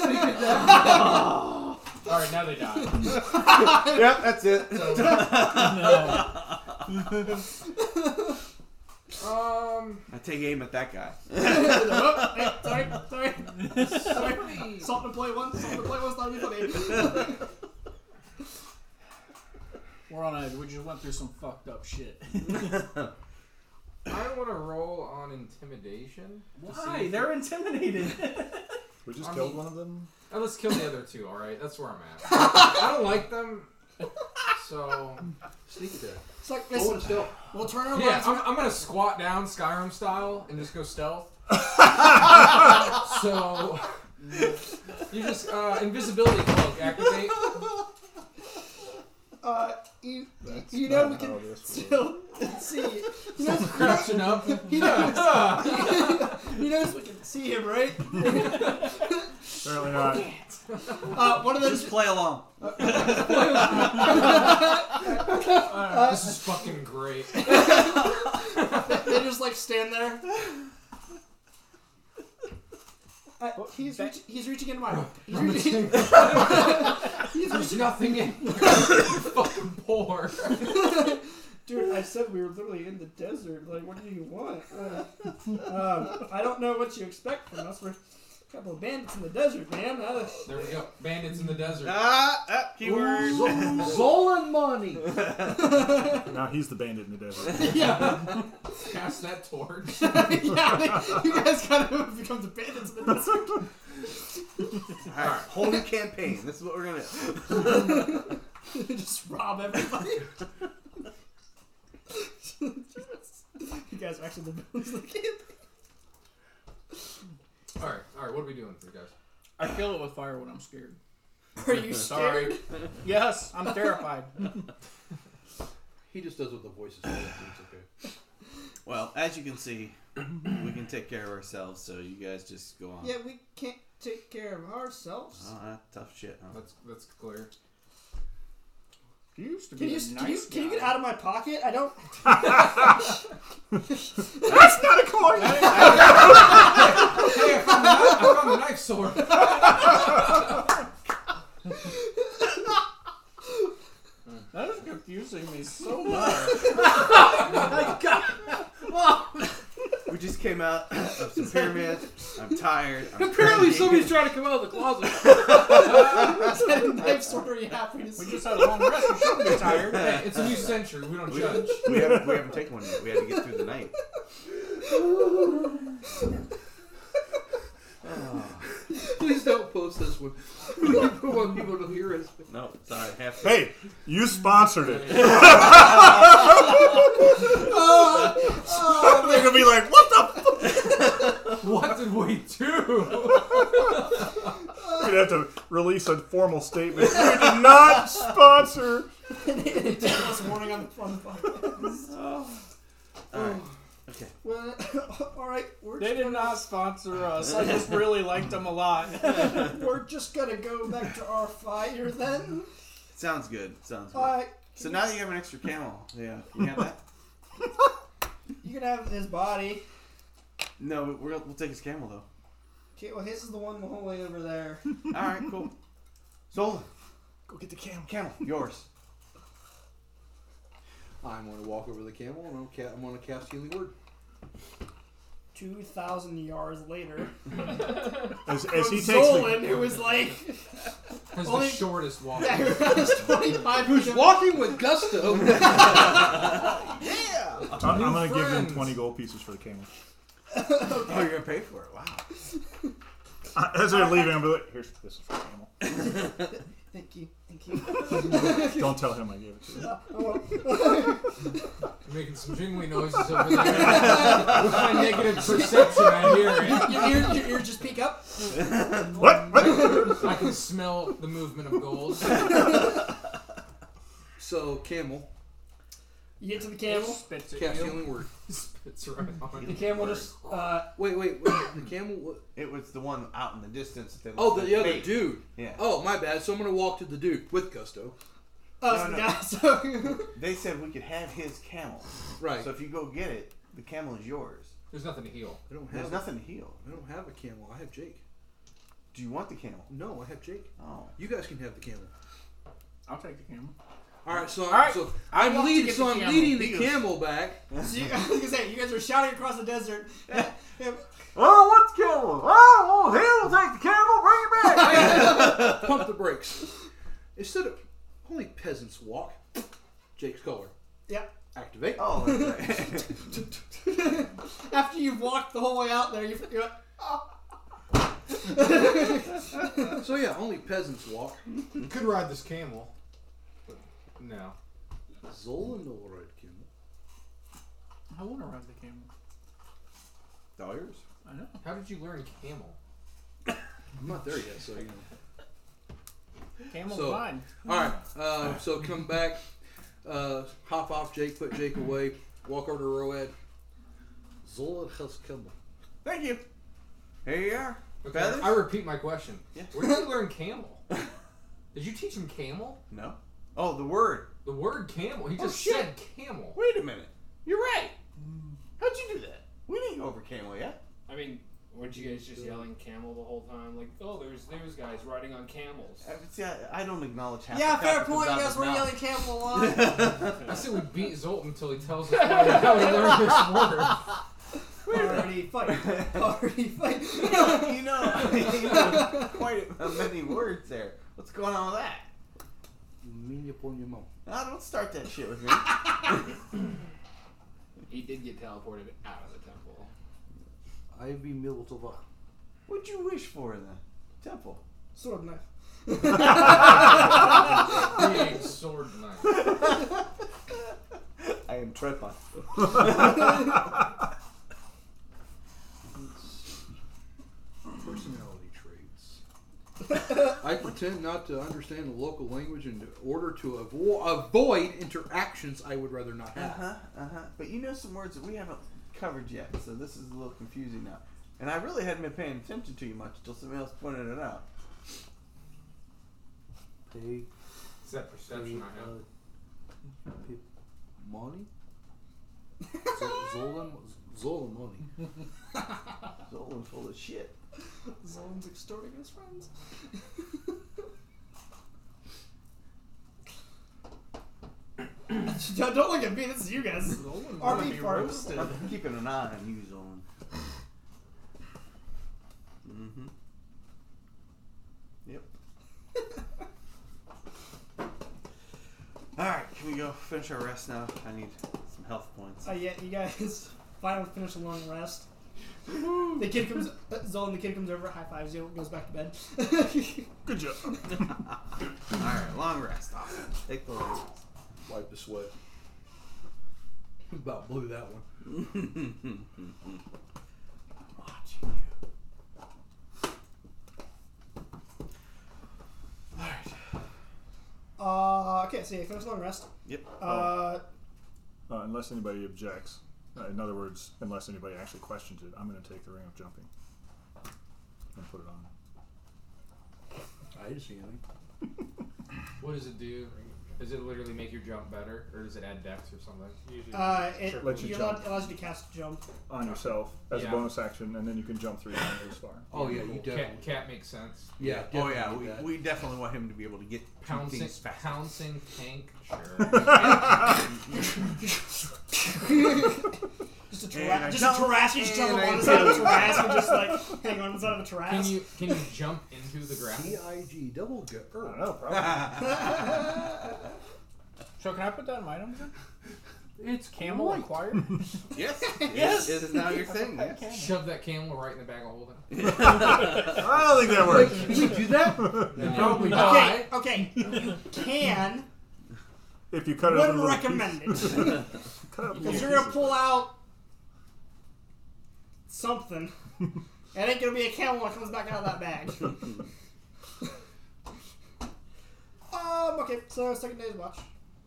All right, now they die.
yep, that's it.
Um,
I take aim at that guy.
oh, hey, sorry, sorry, sorry. Salt and play once. Salt and play once. Not even funny.
We're on edge. We just went through some fucked up shit.
I want to roll on intimidation. to see
Why?
if-
They're intimidated.
We just
I
killed
mean-
one of them.
Oh, let's kill the other two. All right, that's where I'm at. I don't like them, so
Sneak attack.
It's like,
Hold it
listen,
still.
we'll turn our
yeah,
lights.
I'm, I'm gonna squat down Skyrim style and just go stealth. so you just uh, invisibility cloak activate.
Uh, you, you know we can still see. You He knows,
Crouching up.
he knows, he knows we can see him, right?
Apparently not.
Uh, one of those.
Just play along.
this is fucking great.
They just like stand there. Uh, he's, reach, he's reaching into my. He's reaching, he's
There's
reaching,
nothing in here. You're fucking poor.
Dude, I said we were literally in the desert. Like, what do you want? Uh, um, I don't know what you expect from us. We're a couple of bandits in the desert, man. Uh,
There we go. Bandits in the desert.
Ah, ah keyword.
Zolan Monty.
Now he's the bandit in the desert.
yeah,
Pass that torch.
yeah. You guys kind of become the bandits in the desert.
All right, whole new campaign. This is what we're gonna.
just rob everybody. you guys are actually the villains of the game.
All right, all right. What are we doing, here, guys?
I kill it with fire when I'm scared.
Are you
Sorry.
scared?
Yes, I'm terrified.
He just does what the voices tell him to. It's okay.
Well, as you can see, we can take care of ourselves. So you guys just go on.
Yeah, we can't take care of ourselves.
Oh, that's tough shit. Huh?
That's that's clear.
You used to be
Can you,
a
can, you,
nice
can you
guy.
get out of my pocket? I don't.
That's not a coin.
Hey, if I'm I found the knife sword.
That is confusing me so much.
We just came out of some pyramids. I'm tired. I'm
Apparently,
cranky.
somebody's trying to come out of the closet.
Is that a knife sword or are you happy to
We
see?
just had a long rest. We shouldn't be tired.
Hey, it's a new century. We don't
We
judge.
haven't, we haven't we haven't taken one yet. We had to get through the night.
Please don't post this one. We don't want people to hear us.
No, sorry, half.
Hey, you sponsored it. They're gonna be like, what the
What did we do?
We'd have to release a formal statement. We did not sponsor.
That's warning on the, on the
All right.
Well,
All right, we're
They
just,
did not sponsor us. I just really liked them a lot.
we're just gonna go back to our fire then.
Sounds good. Sounds good.
Uh,
so now that you have an extra camel. Yeah. You have that?
you can have his body.
No, we- we're, we'll take his camel though.
Okay, well, his is the one the whole way over there.
All right, cool. Zola,
Go get the camel.
camel, yours.
I'm going to walk over the camel and I'm, ca- I'm going to cast Healing Word.
Two thousand yards later,
As, as he takes me,
Zolan, who was like
Has
Only-
the shortest walk.
twenty-five.
Who's walking with gusto?
I'm, I'm gonna give him
friends.
20 gold pieces for the camel.
Oh, you're gonna pay for it. Wow.
Uh, As they're leaving, I'm like, here's this is for the
Thank you, thank you.
camel. Don't tell him I gave it to you.
You're making some jingly noises over there. With my negative perception, I hear
Your ear, your ear just peek up.
What? What?
it. I can smell the movement of gold.
So, camel,
You get to the camel.
Spits at
cast
you.
Healing Word.
Spits right on.
The camel just uh,
Wait, wait, wait. the camel. wa-
It was the one out in the distance. That they
Oh, the,
looked
the
like
other
bait.
dude.
Yeah.
Oh, my bad. So I'm going to walk to the dude with gusto.
us
No, no.
down. So
They said we could have his camel.
Right.
So if you go get it, the camel is yours.
There's nothing to heal.
I don't
There's
have.
nothing to heal.
I don't have a camel. I have Jake.
Do you want the camel?
No, I have Jake.
Oh.
You guys can have the camel.
I'll take the camera.
All right, so,
right,
so
I
I'm
want to
leading.
get
So
the
I'm
camel.
leading the
Lead us.
camel back.
So you, I was gonna say, you guys were shouting across the desert.
Oh, what's camel?
Ah,
Oh, he'll take the camel. Bring it back.
Pump the brakes. Instead of only peasants walk. Jake's color.
yeah.
Activate.
Oh, that's right.
After you've walked the whole way out there, you, you're like,
So yeah, only peasants walk.
You could ride this camel. But no.
Zolan will ride camel.
I want to ride the camera.
all yours.
I know.
How did you learn camel?
I'm not there yet, so you know.
Oh,
Camel's
So-
mine.
All right. Uh, so come back. Uh, hop off Jake. Put Jake away. Walk over to Roed. Zolan has camel.
Thank you. Here you are.
Okay,
Feathers?
I repeat my question.
Yeah.
Where did you learn camel? Did you teach him camel?
No. Oh, the word.
The word camel. He just
shit.
said camel.
Wait a minute.
You're right.
How'd you do that? We didn't go over camel yet.
I mean, weren't you guys just yelling camel the whole time? Like, oh, there's there's guys riding on camels.
I, see, I, I don't acknowledge half
yeah,
the
fair
crap that
point. You guys
comes out
were
of
yelling
his
camel a lot.
I said we beat Zoltan until he tells us why- how he learned this word.
Party fight. Party fight.
mouth. you know, you know quite a, many words there. What's going on with that?
Mean upon your mouth.
Ah, don't start that shit with me.
He did get teleported out of the temple.
Ivy Miltova.
What'd you wish for in the temple?
Sword knife.
Create sword knife.
I am Trepon.
Personality traits. I pretend not to understand the local language in order to avo- avoid interactions I would rather not
Uh
have.
huh. Uh huh. But you know some words that we haven't covered yet, so this is a little confusing now. And I really hadn't been paying attention to you much until somebody else pointed it out.
Pay,
Is that perception I have?
uh, money? Zolan, Zolomoni.
Zolan's full of shit.
Zolan's extorting his friends. don't, don't look at me. This is you guys. RP farms.
I'm keeping an eye on you, Zolan. Mm-hmm. Yep. All right, can we go finish our rest now? I need some health points.
Uh, yeah, you guys finally finish a long rest. the kid comes, uh, Zolan. The kid comes over, high fives you, goes back to bed.
Good job.
All right, long rest. Awesome. Take the long rest.
Wipe the sweat.
About blew that one.
Watching you. All right.
uh, okay, so you finish a long rest.
Yep.
Uh,
Uh, unless anybody objects. Uh, in other words, unless anybody actually questions it, I'm going to take the ring of jumping and put it on.
I didn't see anything.
What does it do? Does it literally make your jump better, or does it add dex or something?
uh, it,
Let you
you
jump.
allow- allows you to cast jump.
On yourself as
Yeah.
a bonus action, and then you can jump three times as far.
Oh yeah, you
Cat,
definitely.
cat makes sense.
Yeah.
Oh
definitely
yeah,
did
we,
that.
we definitely want him to be able to get two
Pouncing,
things fast.
pouncing tank. Sure.
Just a
And
giraffe,
I
just
jump,
a giraffe, you just jump up
and
on
I
the side of a
jump.
giraffe and just like hang on the side of a giraffe.
can you can you jump into the grass?
T-I-G double er. go.
I don't know, probably.
So can I put that in my items? then?
It's
Camel
white.
acquired.
yes, yes, it is now your thing. yes.
Shove that camel right in the bag of holding.
I don't think that
Wait,
works.
you can do that?
okay,
Probably not.
okay, you can.
If you cut it up
Wouldn't
in little
recommend
pieces-
it
cut it up in
because
little
you're gonna
pieces.
pull out something. It ain't gonna be a camel when it comes back out of that bag. um. Okay. So second day's watch.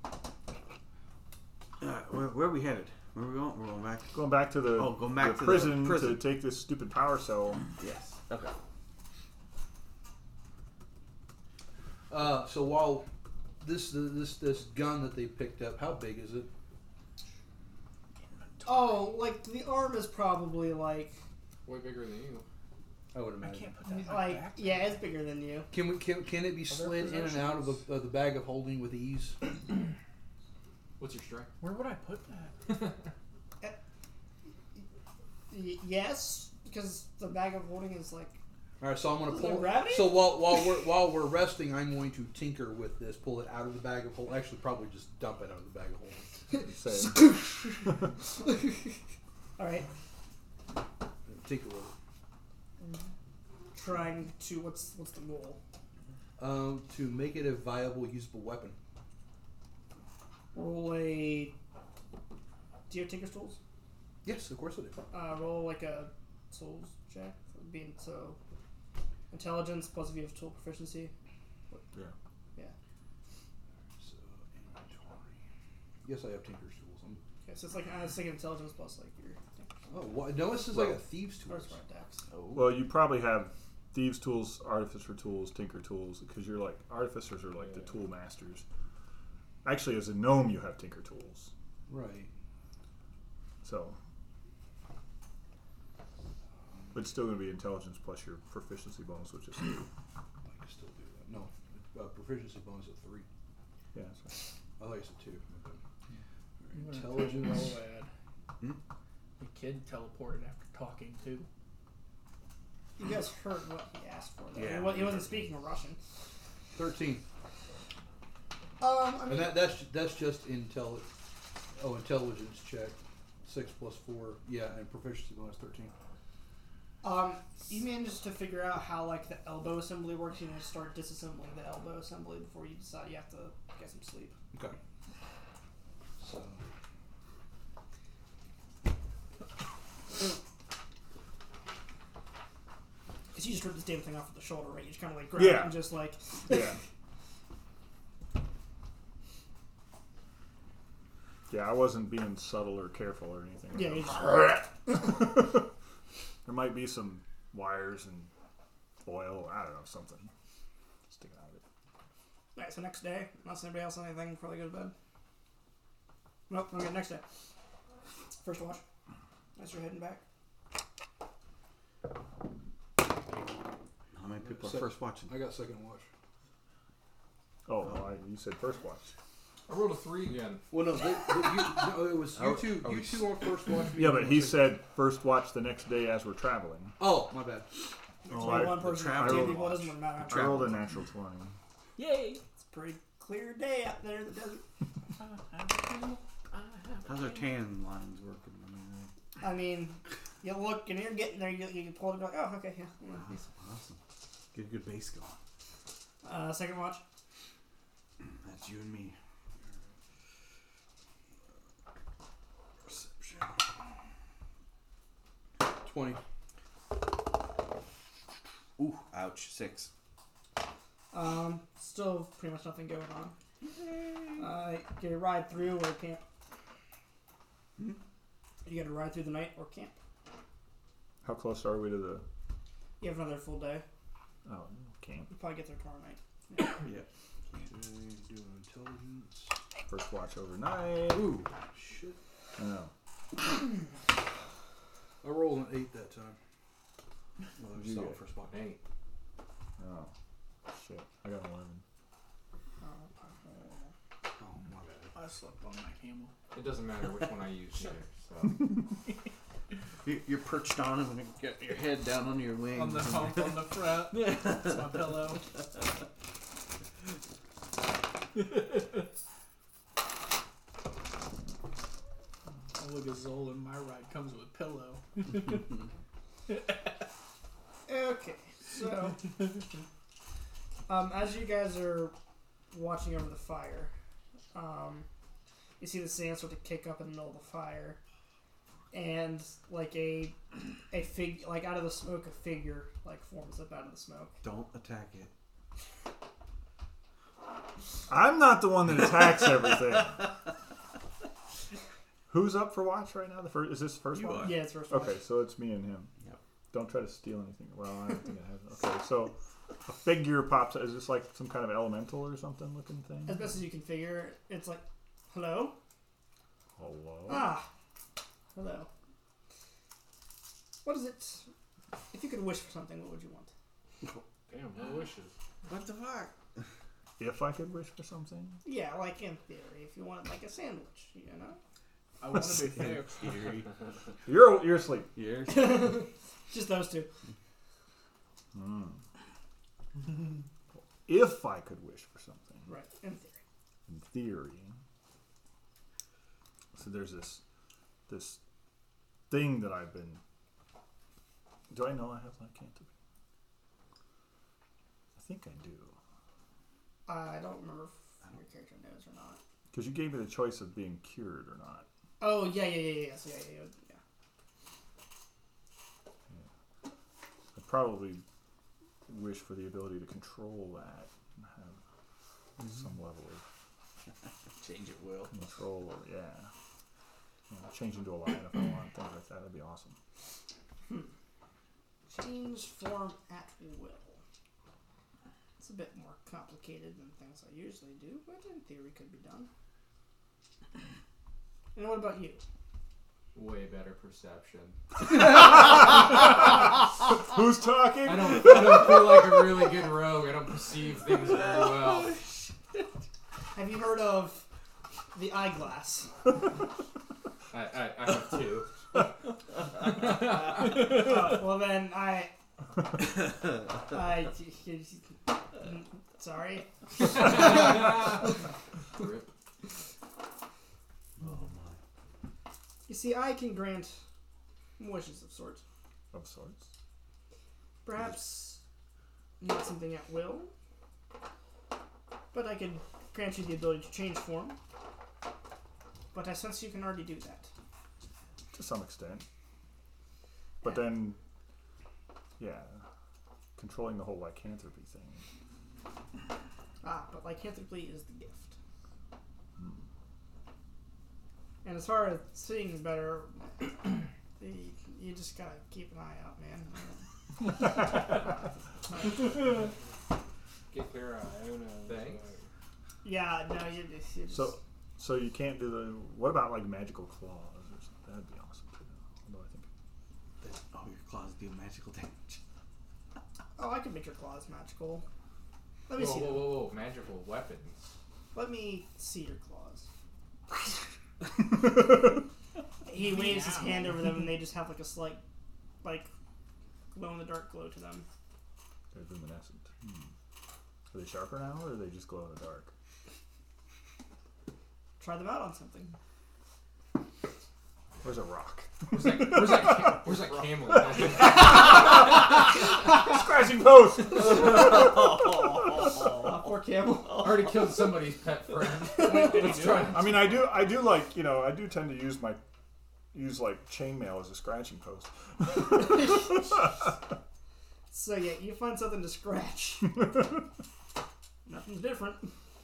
All right, where, where are we headed? Where are we going? We're going back.
Going back to the,
Oh, go back
the
to the
prison,
prison.
to take this stupid power cell.
Yes. Okay.
Uh, so while this this this gun that they picked up, how big is it?
Oh, like the arm is probably like
Way bigger than you.
I would imagine.
like yeah, it's bigger than you.
Can we can, can it be slid in and out of the, of the bag of holding with ease?
What's your strength?
Where would I put that?
Y- yes, because the bag of holding is like
All right, so I'm going
Is
to
there
pull.
gravity?
So while while we're while we're resting, I'm going to tinker with this, pull it out of the bag of holding. Actually, probably just dump it out of the bag of holding.
Saying,
all right.
Tinker with it
Trying to what's what's the goal?
um, to make it a viable, usable weapon.
Roll a. Do you have tinker's tools?
Yes, of course it is.
Uh, roll like a souls check. for Being so intelligence plus if you have tool proficiency.
So inventory. Yes, I have tinker's tools. I'm,
Okay, so it's like I was thinking intelligence plus like your
oh, what? no, this is like a thieves'
or
tools.
smart dex.
well, you probably have thieves' tools, artificer tools, tinker tools, because you're like artificers are like the tool masters. Actually, as a gnome, you have tinker tools.
Right.
So, but it's still going to be intelligence plus your proficiency bonus, which is
I can still do that. No, uh, proficiency bonus at three.
yeah. that's
I thought you said two. Okay.
Roll
Intelligence.
ad.
Hmm?
The kid teleported after talking too.
You guys heard what he asked for. Though.
Yeah.
He, wa- he wasn't speaking Russian.
Thirteen.
Um, I
And
mean,
that, that's that's just intel. Oh, intelligence check. Six plus four. Yeah, and proficiency bonus thirteen.
Um, you managed to figure out how like the elbow assembly works. You just start disassembling the elbow assembly before you decide you have to get some sleep.
Okay. So.
Cause you just rip this damn thing off with the shoulder, right? You just kind of like grab it
Yeah.
and just like
right. Yeah. Yeah, I wasn't being subtle or careful or anything.
yeah, you just,
there might be some wires and oil. I don't know something sticking out of it.
Alright, so next day, unless anybody else has anything before they go to bed. Nope, okay, next day. First watch. As you're heading back,
How many people
So-
are first watching?
I got second watch.
Oh, no, I, you said first watch.
I rolled a three again.
Well, no, they, they, you, no, it was you
Are-
two.
are
You
we
two on first watch. me
Yeah,
on
but he
second-
said first watch the next day as we're traveling.
"Oh, my bad."
It's
Oh,
only
I-
one
the
person,
travel
two
watch.
people. It doesn't really matter.
I rolled a natural 20.
Yay!
It's a pretty clear day out there in the desert.
How's our tan lines working? I mean, like,
I mean, you look and you're getting there. You, you pull it. and go, Oh, okay, yeah. yeah.
that's awesome. Get a good base going.
Uh, second watch.
That's you and me. Perception.
Twenty.
Ooh, ouch. Six.
Um, still pretty much nothing going on. Uh, get a ride through or camp. You got to ride through the night or camp.
How close are we to the.
You have another full day.
Oh, camp.
You probably get there tomorrow night.
Do an intelligence.
First watch overnight. Oh,
Ooh, shit!
I know.
I rolled an eight that time.
Well,
You
still
get-
first watch.
Eight.
Oh, shit. I got 11.
Oh,
I slept on my camel.
It doesn't matter which one I use either. So
You- You're perched on him and you got your head down on your wings.
On the hump, on the front. That's my pillow. I look at Zol and my ride comes with pillow.
Okay, so um, as you guys are watching over the fire, um, you see the sand start to kick up in the middle of the fire, and like a a fig like out of the smoke, a figure like forms up out of the smoke.
Don't attack it.
I'm not the one that attacks everything. Who's up for watch right now? The first is this first
You
one?
are.
Yeah, it's first.
Okay, so it's me and him.
Yep.
Don't try to steal anything. Well, I don't think I have. Okay, so a figure pops. Is this like some kind of elemental or something looking
As
thing?
best as you can figure, it's like, hello,
Hello.
ah, hello. What is it? If you could wish for something, what would you want?
Damn, no wishes.
What the fuck?
If I could wish for something,
Yeah, like in theory, if you wanted like a sandwich, you know.
I want to be fair.
Eerie.
you're you're asleep.
Eerie.
Just those two.
If I could wish for something,
Right, in theory.
in theory. So there's this this thing that I've been. Do I know I have lycanthropy? I think I do.
I don't remember if your character knows or not.
Because you gave me the choice of being cured or not.
Oh, yeah, yeah, yeah, yeah. So, yeah, yeah, yeah.
I probably wish for the ability to control that and have
Mm-hmm.
some level of
Change it, Will.
control. Or, yeah. You know, change into a lion if I want, things like that. That'd be awesome.
yeah. Change form at will. It's a bit more complicated than things I usually do, but in theory could be done. And what about you?
way better perception.
Who's talking?
I don't, I don't feel like a really good rogue. I don't perceive things very well.
Have you heard of the eyeglass?
I, I, I have two.
oh, well, then I. I. Sorry.
Rip.
Oh my.
You see, I can grant wishes of sorts.
Of sorts.
Perhaps not something at will, but I could grant you the ability to change form. But I sense you can already do that.
to some extent. But then, yeah, controlling the whole lycanthropy thing.
Ah, but lycanthropy is the gift. And as far as seeing is better, you, you just gotta keep an eye out, man.
Get clear eye. Who knows?
uh, Thanks.
Yeah, no, you, you just.
So, so you can't do the. What about like magical claws? Or something? That'd be awesome. Too. Although I
That
think
all your claws do magical damage.
Oh, I can make your claws magical. Let me
Whoa,
see.
whoa,
them.
whoa, whoa! Magical weapons.
Let me see your claws. he waves his hand over them, and they just have like a slight, like, glow in the dark glow to them.
they're luminescent. Hmm. Are they sharper now, or are they just glow in the dark?
Try them out on something.
Where's a rock?
Where's that? Where's that? Ca- where's that camel? That's
Crashing post.
Oh.
Uh, poor camel.
Already killed somebody's pet friend. Let's try.
I mean, I do, I do like, you know, I do tend to use my, use like chainmail as a scratching post.
So yeah, you find something to scratch. Nothing's different.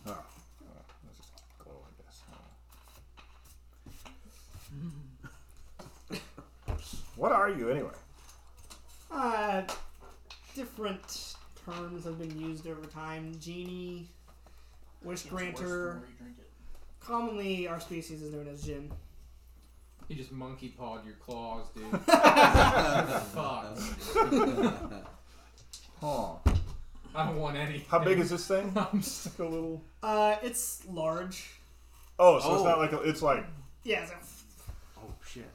Oh, oh, that's just glow, I guess. Oh. what are you anyway?
Uh, different terms have been used over time. Genie, wish granter. Commonly, our species is known as Jin.
You just monkey pawed your claws, dude. Fuck.
Huh?
I don't want any.
How big is this thing?
I'm so-
Like a little.
Uh, it's large.
Oh, so it's
Oh.
not like a, it's like
Yeah, it's a,
Oh shit!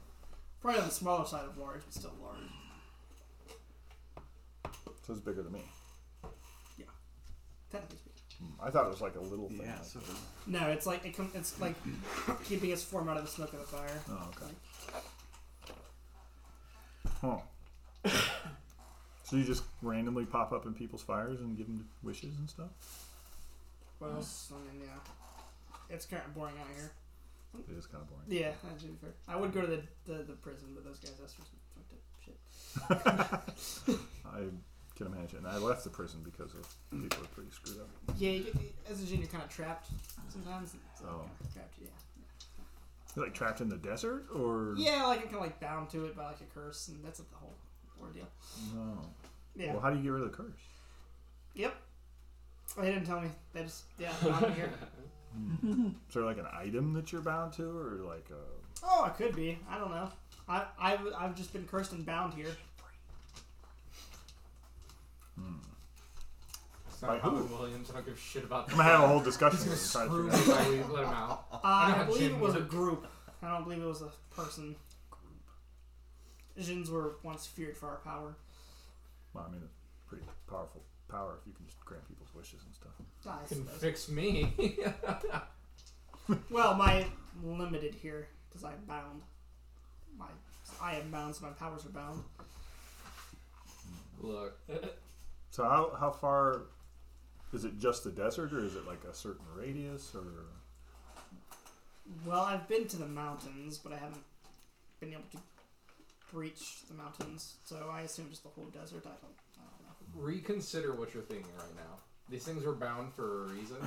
probably on the smaller side of large, but still large.
so it's bigger than me.
Technically speaking.
I thought it was like a little thing.
Yeah.
like-
So
No, it's like it com- it's like keeping its form out of the smoke of the fire.
Oh, okay. Huh. so you just randomly pop up in people's fires and give them wishes and stuff?
What else? I mean, yeah, it's kind of boring out here.
It is kind of boring.
Yeah, that should be fair. I would go to the, the, the prison, but those guys that's just fucked up shit.
I can imagine. I left the prison because of people are pretty screwed up.
Yeah, you get, as a genie, you're kind of trapped sometimes. It's like,
Oh.
kinda trapped, yeah.
You're like trapped in the desert, or
Yeah, like I'm kind of like bound to it by like a curse, and that's the whole ordeal.
No.
Yeah.
Well, how do you get rid of the curse?
Yep. They didn't tell me. They just yeah, bound me here.
Is there like an item that you're bound to, or like uh, a
Oh, it could be. I don't know. I I've, I've just been cursed and bound here.
It's
By
not
who?
Robin Williams. I don't give a shit about
I'm
that.
gonna have a whole discussion.
He's gonna
with him,
screw
trying
me
to figure out-
if we let him out.
Uh,
Oh, know
I
how
believe
Jin
it was a
works.
group. I don't believe it was a person. Jins were once feared for our power.
Well, I mean, it's pretty powerful power if you can just grant people's wishes and stuff.
Ah, I
Can
suppose.
fix me.
Well, my limited here because I'm bound. My I am bound, so my powers are bound.
Look,
So how how far is it just the desert or is it like a certain radius or
Well, I've been to the mountains, but I haven't been able to breach the mountains, so I assume just the whole desert. I don't, I don't know.
reconsider what you're thinking right now. These things were bound for a reason.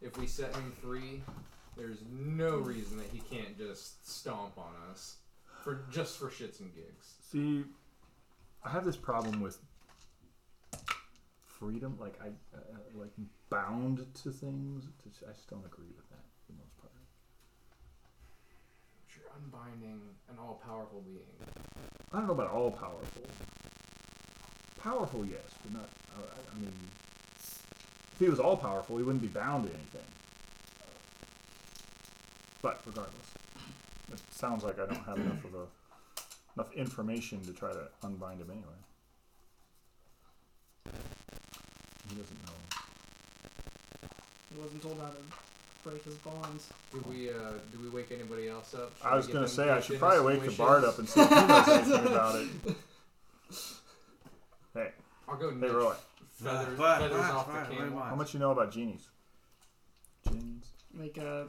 If we set him free, there's no reason that he can't just stomp on us for just for shits and gigs.
see I have this problem with freedom like I uh, like bound to things I just don't agree with that for the most part.
You're unbinding an all-powerful being.
I don't know about all powerful. Powerful, yes, but not. I, I- I mean, if he was all powerful, he wouldn't be bound to anything. But regardless, it sounds like I don't have enough of a enough information to try to unbind him anyway. He doesn't know.
He wasn't told how to break his bonds.
Do we uh, do we wake anybody else up? Should
I
we
was
give
gonna
them-
say I
give
should
them
probably
some
wake the
wishes?
bard up and see if he knows anything about it. Hey,
I'll go
hey,
next.
Roy,
Feathers,
But-
feathers
but-
off
but-
the
but-
camel.
how much you know about genies? Gins.
Make a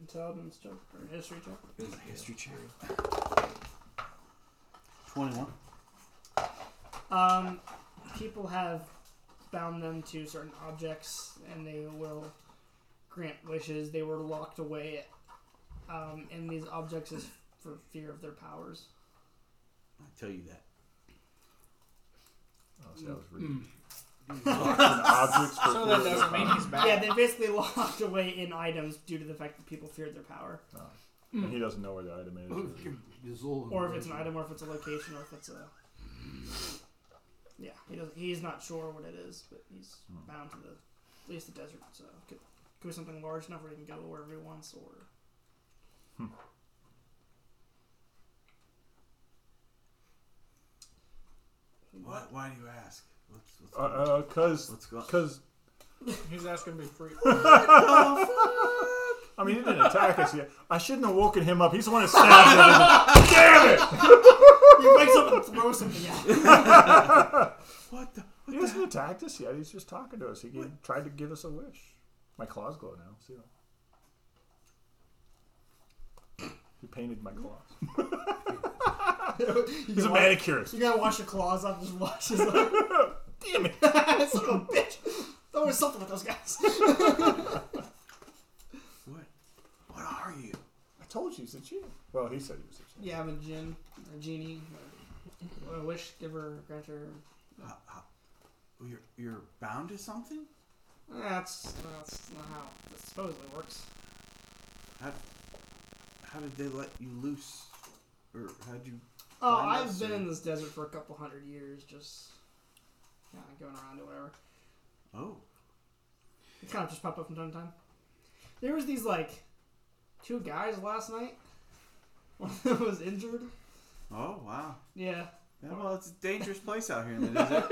intelligence check or history check.
There's a history cherry. Twenty-one.
Um, people have bound them to certain objects, and they will grant wishes. They were locked away um, in these objects is for fear of their powers.
I tell you that.
Oh, see, I was reading. objects for
So that
fear of
doesn't mean
their
he's back.
Yeah, they're basically locked away in items due to the fact that people feared their power.
power. and he doesn't know where the item
Oh,
is. or-
His little-
or if it's an item, or if it's a location, or if it's a. Yeah, he doesn't. He's not sure what it is, but he's bound to the at least the desert. So it could could be something large enough where he can go wherever he wants, or
What? Why do you ask? What's, what's,
Uh, uh, cause,
what's going
cause
He's asking to be free.
I mean, he didn't attack us yet. I shouldn't have woken him up. He's the one that stabbed him. Damn it!
he wakes up and throws something at. him.
What the?
He hasn't attacked us yet. He's just talking to us. He gave, tried to give us a wish. My claws glow now. See that? He painted my claws. He's a manicurist.
You gotta wash your claws off. Just wash his. Like,
Damn it!
Son of a bitch. There's always something with those guys.
What? What are you?
I told you he's a genie. Well, he said he was a genie.
Yeah, I'm a djinn, a genie, a wish giver, granter.
Uh, uh, you're you're bound to something?
That's that's not how it supposedly works.
How, how did they let you loose? Or how'd you?
Oh,
Blind
I've
us,
been
or-
in this desert for a couple hundred years, just yeah, going around to whatever.
Oh,
It kind of just popped up from time to time. There was these like two guys last night. One of them was injured.
oh wow.
Yeah,
Yeah, well, it's a dangerous place out here in the desert.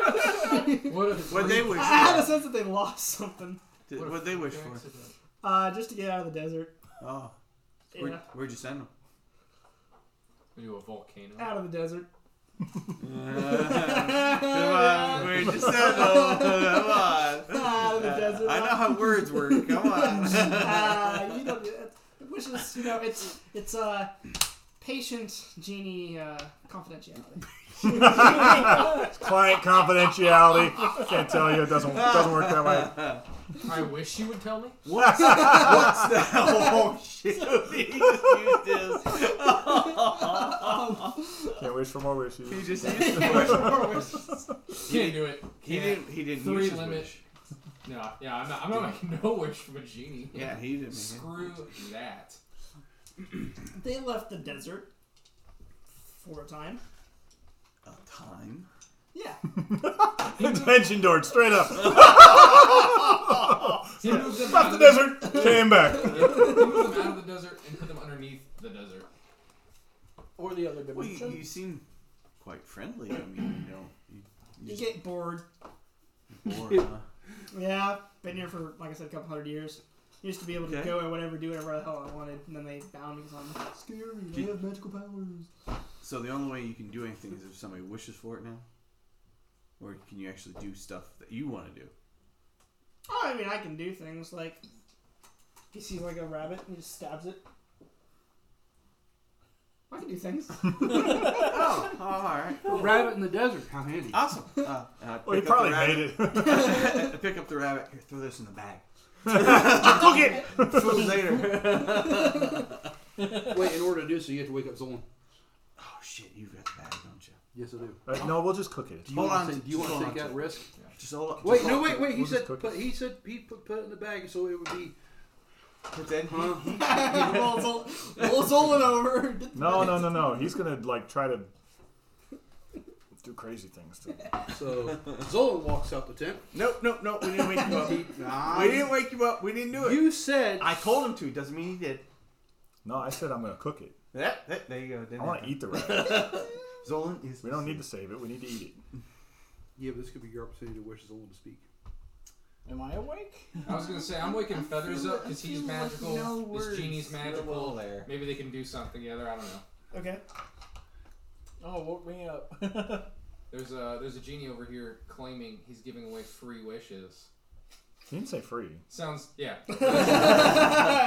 What if
What they wish
I had a
for?
sense that they lost something.
Did- What they wish for?
accident?
Uh, just to get out of the desert.
Oh,
Yeah,
where, where'd you send them?
We do a volcano.
out of the desert.
Come on, where'd you send them? Come on.
Out of the desert.
I know how words work. Come on.
uh, you don't do that. Which is, you know, it's it's uh, patient genie uh, confidentiality.
Client confidentiality. Can't tell you. It doesn't doesn't work that way.
I wish you would tell me.
What's, what's the oh shit? He just used this.
Can't wish for more wishes.
He just used the wish.
Can't do it.
He
Can't.
didn't. He didn't
Three
use his
limit.
wish.
No, yeah, I'm not, I'm not making no wish from a genie.
Yeah, he didn't. Make it.
Screw that.
They left the desert for a time.
A time.
Yeah.
Attention door, straight up.
He moved them
Left the
out of the
desert, came back.
He moved them out of the desert and put them underneath the desert.
Or the other
Well, you,
dimension.
you seem quite friendly. I mean, you know, you,
You get bored.
bored, huh?
Yeah. Been here for, like I said, a couple hundred years. Used to be able to
Okay.
go and whatever, do whatever the hell I wanted, and then they bound me because I'm scary. They
Gee.
have magical powers.
So the only way you can do anything is if somebody wishes for it now, or can you actually do stuff that you want to do?
Oh, I mean, I can do things like he sees like a rabbit and he just stabs it. I can do things.
Oh, oh, all right,
Rabbit in the desert. How handy.
awesome. Uh, uh,
Well, he
pick up the
probably
rabbit-
made it. Cook
I pick up the rabbit. Here, throw this in the bag.
it.
Throw it later.
Wait, in order to do so, you have to wake up Zolan.
Oh shit, you've got the bag, don't you?
Yes, I do.
Uh, no, we'll just cook it.
Do you
Hold
want
on,
to take, do you
just
want to
hold
take
on
that
to
risk?
Just hold up.
Wait, no, wait, wait. He
We'll just
said
cook
put, he said he put, put it in the bag, so it would be.
But then he,
Huh?
Roll Zol- roll Zolan over. Get the
No,
rabbit.
no, no, no. He's gonna like try to do crazy things to him.
So Zolan walks out the tent.
Nope, nope, nope. We didn't wake you up. we didn't wake you up. We didn't do it.
You said
I told him to. Doesn't mean he did.
No, I said I'm gonna cook it.
That, that, there you go. Didn't
I want to
happen.
eat the rabbit.
Zolan is.
We don't need to save it. We need to eat it.
Yeah, but this could be your opportunity to wish Zolan to speak.
Am I awake?
I was gonna say I'm waking feathers up because he's magical. this genie's magical.
there.
Maybe they can do something together. I don't know.
Okay.
Oh, woke me up.
There's a there's a genie over here claiming he's giving away free wishes.
He didn't say free.
Sounds yeah.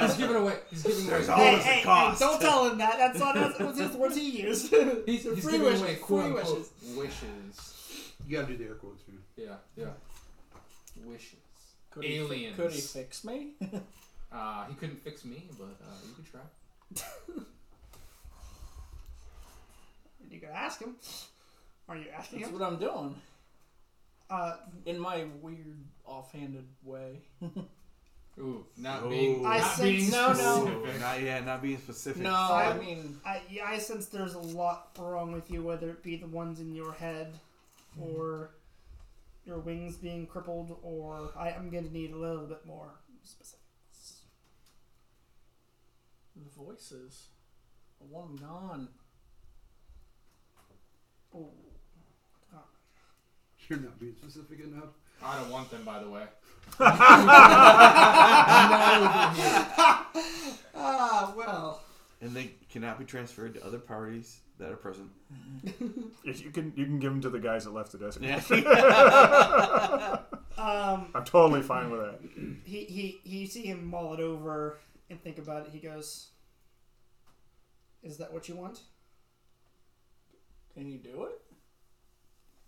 he's giving away he's giving
There's
away
always
Hey,
a
hey, hey,
cost.
don't tell him that. That's not that's, that's just the words he used.
he's,
They're
he's
free
giving
wishes,
away
free
quote unquote
wishes.
wishes.
You gotta do the air quotes, man.
Yeah, yeah. Wishes.
Could He,
Aliens.
could he fix me?
Uh, he couldn't fix me, but uh, you could try.
you could ask him. Are you asking
That's
him?
what I'm doing.
Uh,
In my weird, offhanded way.
Ooh, not
Ooh.
being.
I
not
sense-
being
no, no.
specific.
Not yeah, not being specific.
No, I mean,
I, yeah, I sense there's a lot wrong with you, whether it be the ones in your head, or your wings being crippled, or I, I'm going to need a little bit more specifics.
the voices. I want them gone.
Ooh.
You're not being specific enough.
I don't want them, by the way.
Ah, well.
And they cannot be transferred to other parties that are present.
If you can, you can give them to the guys that left the desert.
Um,
I'm totally fine with that.
he, he, he, you see him mull it over and think about it. He goes, Is that what you want?
Can you do it?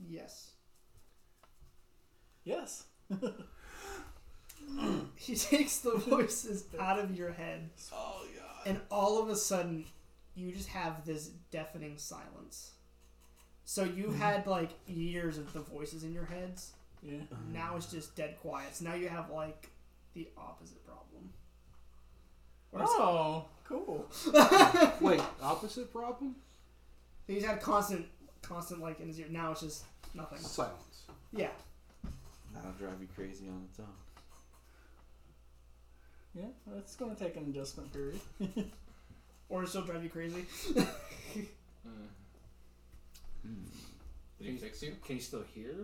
Yes.
Yes.
He takes the voices out of your head.
oh yeah.
and all of a sudden you just have this deafening silence so you had like years of the voices in your heads
Yeah.
now it's just dead quiet so now you have like the opposite problem
Oh, cool.
Wait, opposite problem?
he's had constant constant like in his ear now it's just nothing
Silence.
yeah
That'll drive you crazy on its own.
Yeah, that's going to take an adjustment period.
or it'll still drive you crazy
Did he fix you?
Can you still hear?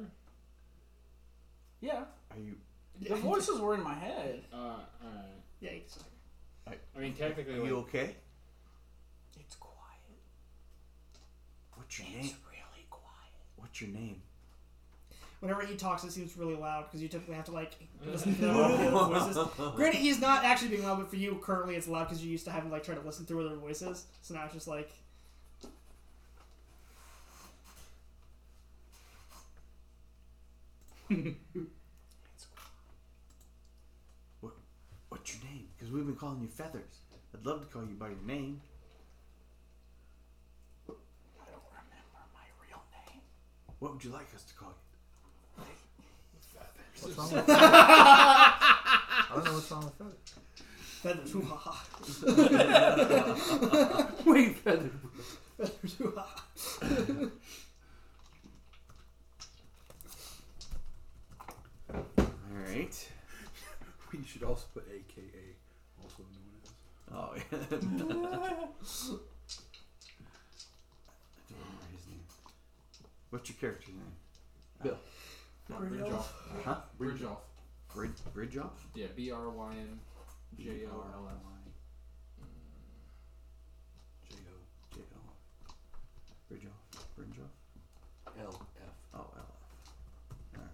Yeah.
Are you?
The voices were in my head.
Uh, alright.
yeah you can still-
I mean, technically,
Are you
like,
okay?
It's quiet.
What's your name?
really quiet.
What's your name?
Whenever he talks, it seems really loud because you typically have to like listen to the voices. Granted, he's not actually being loud, but for you currently it's loud because you're used to having to like try to listen through other voices. So now it's just like
What's your name? Because we've been calling you feathers. I'd love to call you by your name.
I don't remember my real name.
What would you like us to call you?
What's wrong with that? I don't know what's wrong with that.
feathers, hoo ha ha,
Wait, feather.
feathers, hoo ha. ha."
All right.
We should also put AKA, also known as.
Oh yeah. I don't remember his name. What's your character's name?
Bill.
No, Bridgeoff.
Huh?
Bridgeoff.
Brid Bridgeoff?
Yeah, B R Y N J O L F.
J O
J O. Bridgeoff. Bridgeoff.
L F.
Oh, L. Alright.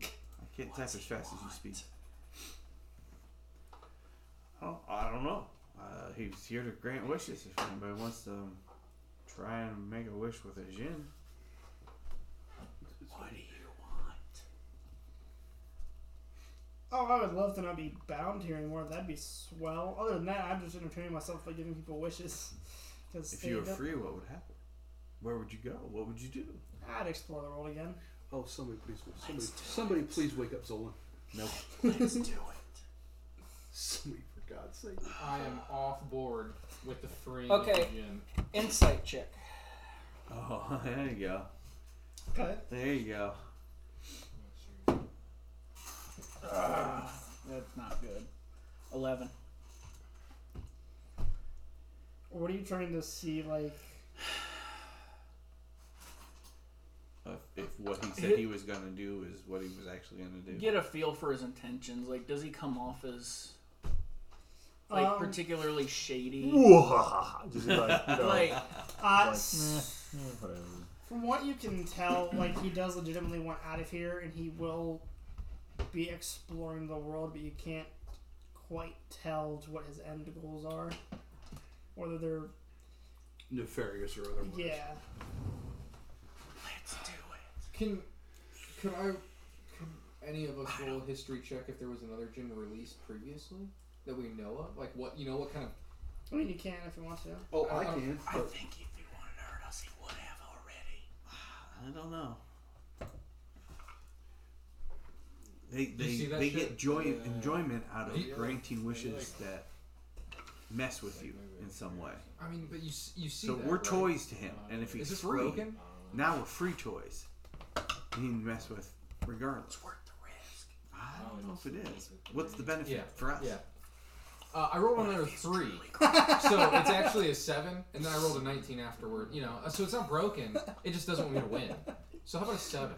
I can't type as fast as you speak. Oh, I don't know. Uh, he was here to grant wishes if anybody wants to um, try and make a wish with a gin.
What do you want?
Oh, I would love to not be bound here anymore. That'd be swell. Other than that, I'm just entertaining myself by giving people wishes. Because
If you were free, what would happen? Where would you go? What would you do?
I'd explore the world again.
Oh, somebody please, somebody, somebody please wake up Zolan.
Nope.
Let's do it.
Somebody, for God's sake.
I am off board with the free
Okay.
gym.
Insight check.
Oh, there you go.
Okay.
There you go.
That's not good. 11.
What are you trying to see? Like,
If, if what he said he was gonna do is what he was actually gonna do.
Get a feel for his intentions. Like, does he come off as. Like,
Um,
particularly shady?
Whoa! Just like, you know,
Like,
uh,
Like,
s-
whatever.
From what you can tell, like he does legitimately want out of here, and he will be exploring the world, but you can't quite tell to what his end goals are, whether they're
Nefarious or otherwise.
yeah.
let's do it.
Can can I? Can any of us roll a history check if there was another gin released previously that we know of? Like what you know? What kind of?
I mean, you can if you want to.
Oh, I
Uh,
can.
I
But
think if he wanted to hurt us, he would have
I
already.
don't know. They they,
see that
they
shit?
get joy
Yeah.
enjoyment out of
Yeah.
granting wishes
Yeah.
that mess with you in some way.
I mean, but you s- you see
So
that,
we're
right?
toys to him, and if
Is
he's
this
free,
broken?
now we're free toys. He can mess with regardless. It's worth the risk. I
Oh,
don't know if it is. What's the benefit
Yeah.
for us?
Yeah. Uh, I rolled another three, so it's actually a seven, and then I rolled a nineteen afterward. You know, Uh, so it's not broken. It just doesn't want me to win. So how about a seven?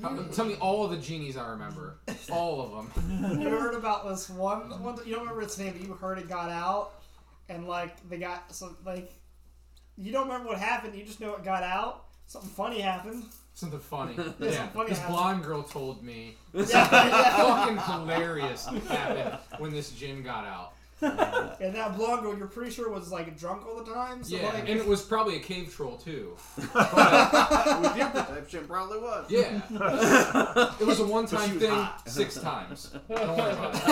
How, tell me all of the genies I remember, all of them.
You heard about this one, one? You don't remember its name, but you heard it got out, and like the guy, so like, you don't remember what happened. You just know it got out. Something funny happened.
Something funny.
Yeah,
Yeah,
something funny
this
happened.
blonde girl told me
Yeah, yeah.
fucking hilarious happened when this gin got out.
And that blonde girl, you're pretty sure was like drunk all the time. So
Yeah,
like,
and it was probably a cave troll too.
With your perception, probably was.
Yeah, it was a
But she
one-time
was
thing,
hot.
six times. Don't worry about it.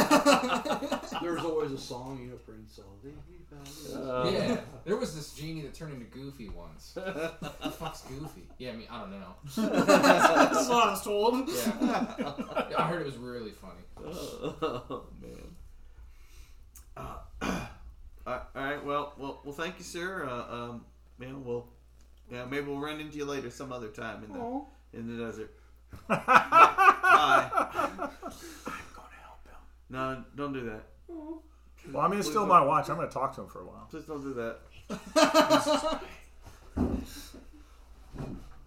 There's always a song, you know, Prince. all day we found it.
Uh.
Yeah, there was this genie that turned into Goofy once. Who the fuck's Goofy? Yeah, I mean, I don't know.
that's what I was told.
Yeah, I heard it was really funny.
Oh man. Uh, all right. Well, well, well. Thank you, sir. Uh, um, yeah, we'll, yeah, maybe we'll run into you later some other time in the in the desert. Bye. I'm gonna help him. No, don't do that.
Well, I mean, it's still my watch. I'm going to talk to him for a while.
Please don't do that.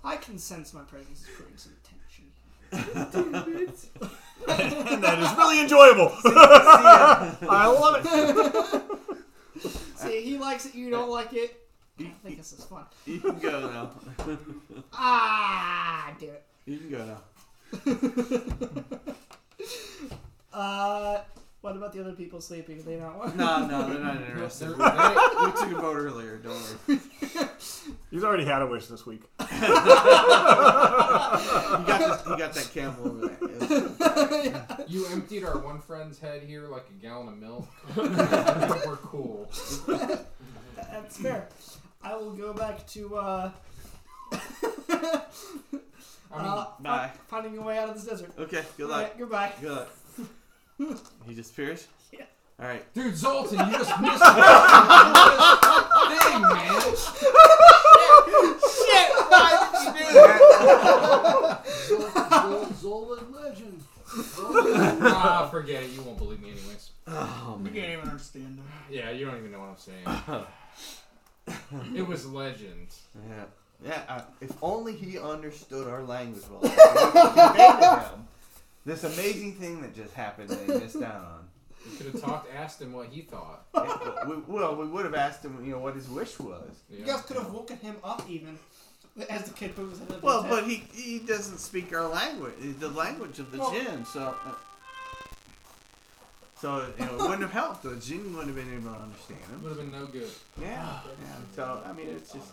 I can sense my presence is creating some tension.
And that is really enjoyable. I love it.
See, he likes it. You don't like it. I
You,
think this is fun.
you can go now.
Ah, damn it.
You can go now.
Uh, what about the other people sleeping? Are they not want?
No, no, they're not interested.
They're-
we took a vote earlier. Don't worry.
He's already had a wish this week.
You got this, you got that camel over there.
You emptied our one friend's head here like a gallon of milk. We're cool.
That's fair. I will go back to uh,
I mean,
uh,
Bye.
finding a way out of this desert.
Okay. Good
All
luck.
right, goodbye.
Good luck. He disappears.
Yeah.
All right.
dude, Zoltan, you just missed this thing, man.
Zolan legend. Zolan-
Ah, forget it. You won't believe me, anyways.
You can't even understand it.
Yeah, you don't even know what I'm saying. it was legend.
Yeah. Yeah. Uh, if only he understood our language well. If we could convey to him this amazing thing that just happened that he missed out on.
You could have talked, asked him what he thought.
Yeah, we, well, we would have asked him, you know, what his wish was.
You
Yeah.
guys could have woken him up even as the kid moves. into the
Well,
bed.
but he he doesn't speak our language, the language of the
Well-
jinn. So, uh, so you know, it wouldn't have helped. The jinn wouldn't have been able to understand him.
Would have been no good.
Yeah. yeah. So I mean, it's just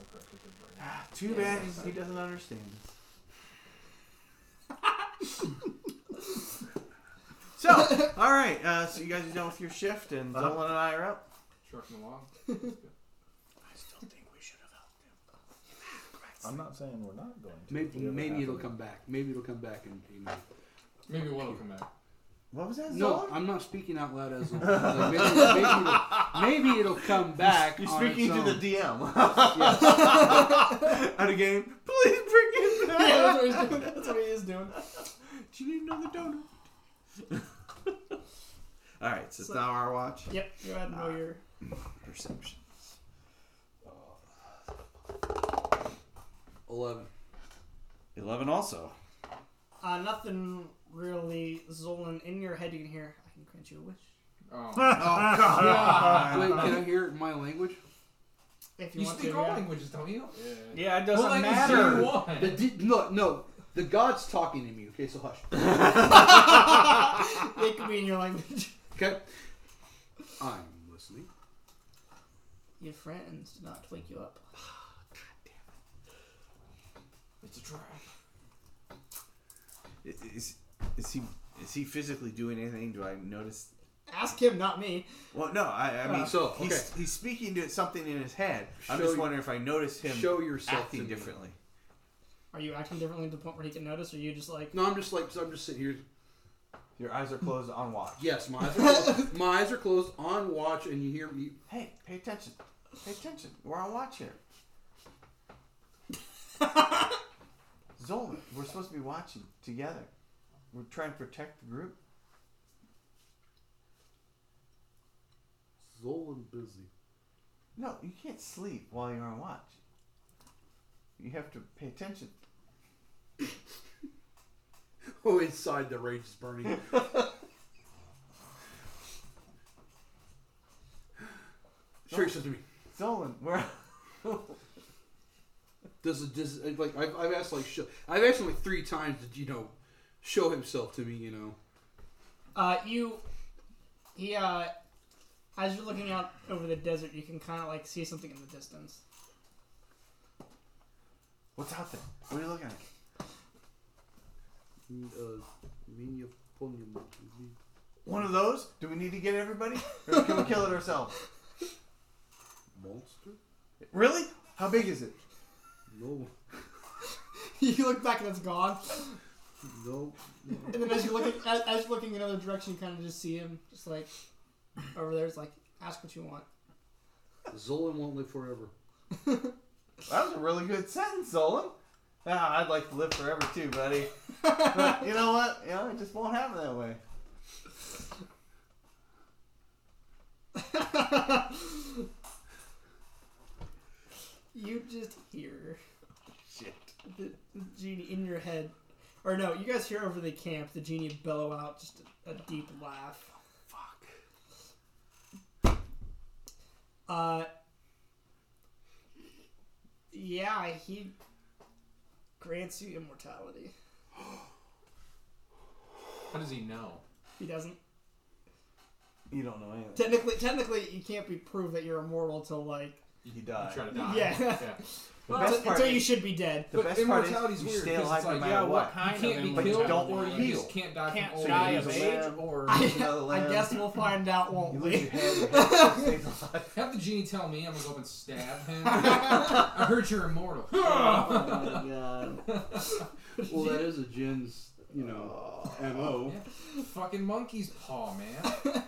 ah, too bad he- he doesn't understand. us. so, all right. Uh, so you guys are done with your shift, and
Uh-huh.
Dolan and I are up.
Trucking along.
I'm not saying we're not going to.
maybe,
We haven't
maybe
happened.
it'll come back. Maybe it'll come back and you know.
Maybe one will come back.
What was that?
No,
Zolan?
I'm not speaking out loud as a. Like maybe, maybe, it'll, maybe it'll come back.
You're
on
speaking
its
to
own.
the DM. Out of game. Please bring him back.
yeah, that's what he's doing. That's what he is doing.
Do you need another donut? all right. So it's now our watch.
Yep, go ahead and
Ah.
roll your.
Perception.
Eleven.
Eleven also.
Uh, nothing really, Zolan. In your head, you can hear. I can grant you a wish
Oh.
Oh God.
Wait, can I hear it in my language?
if you,
You
want
speak
to.
all
yeah.
languages, don't you?
Yeah, it doesn't
What language do you
matter.
want?
The di- no, no. The god's talking to me. Okay, so hush.
It could be in your language.
Okay. I'm listening.
Your friends did not wake you up.
It's a trap.
Is, is he is he physically doing anything? Do I notice?
Ask him, not me.
Well, no. I, I mean,
Uh, so,
he's he's speaking to something in his head. I'm
Show
just
you-
wondering if I notice him
Show yourself to
acting
me.
differently.
Are you acting differently to the point where he can notice, or are you just like
No, I'm just like so I'm just sitting here.
Your eyes are closed on watch.
Yes, my eyes are closed, my eyes are closed on watch, and you hear me.
Hey, pay attention. Pay attention. We're on watch here. Zola, we're supposed to be watching together. We're trying to protect the group.
Zolan busy.
No, you can't sleep while you're on watch. You have to pay attention.
Oh, inside the rage is burning. Sherry says to me,
Zolan, we're
"Does it does it- like I've, I've asked like show, I've asked him like three times to you know show himself to me you know
Uh, you, he, uh, as you're looking out over the desert, you can kind of like see something in the distance.
what's out there? What are you looking at?
Mm, uh,
One of those? Do we need to get everybody? Or can we kill it ourselves?
monster
Really? How big is it?
no
you look back and it's gone.
no
And then as you look at, as, as you're looking in another direction, you kind of just see him, just like over there. It's like, ask what you want.
Zolan won't live forever."
That was a really good sentence, Zolan. Ah, I'd like to live forever too, buddy. but you know what? You know, it just won't happen that way.
You just hear
Shit.
the, the genie in your head, or no, you guys hear over the camp the genie bellow out just a, a deep laugh.
Fuck.
Uh, yeah, he grants you immortality.
How does he know?
He doesn't.
You don't know anything.
Technically, technically, you can't be proved that you're immortal till like
You
You
die.
try to die.
Yeah.
The
until,
best part
until you
is,
should be dead.
the
But
best part is
immortality's
you
weird,
stay
'cause
alive
it's
no
like,
matter
yeah,
what.
What kind
You
of
can't be
But you
killed.
immortality?
don't
or
work
you just
heal.
can't die
Can't
from old
die
age.
of age or
another
I,
lamb.
guess we'll find out,
You
won't
lose your
we?
head. Your head still stays alive.
Have the genie tell me I'm gonna go up and stab him. I heard you're immortal.
Oh my god. well, that is a Jin's you know mo.
Fucking monkey's paw, man.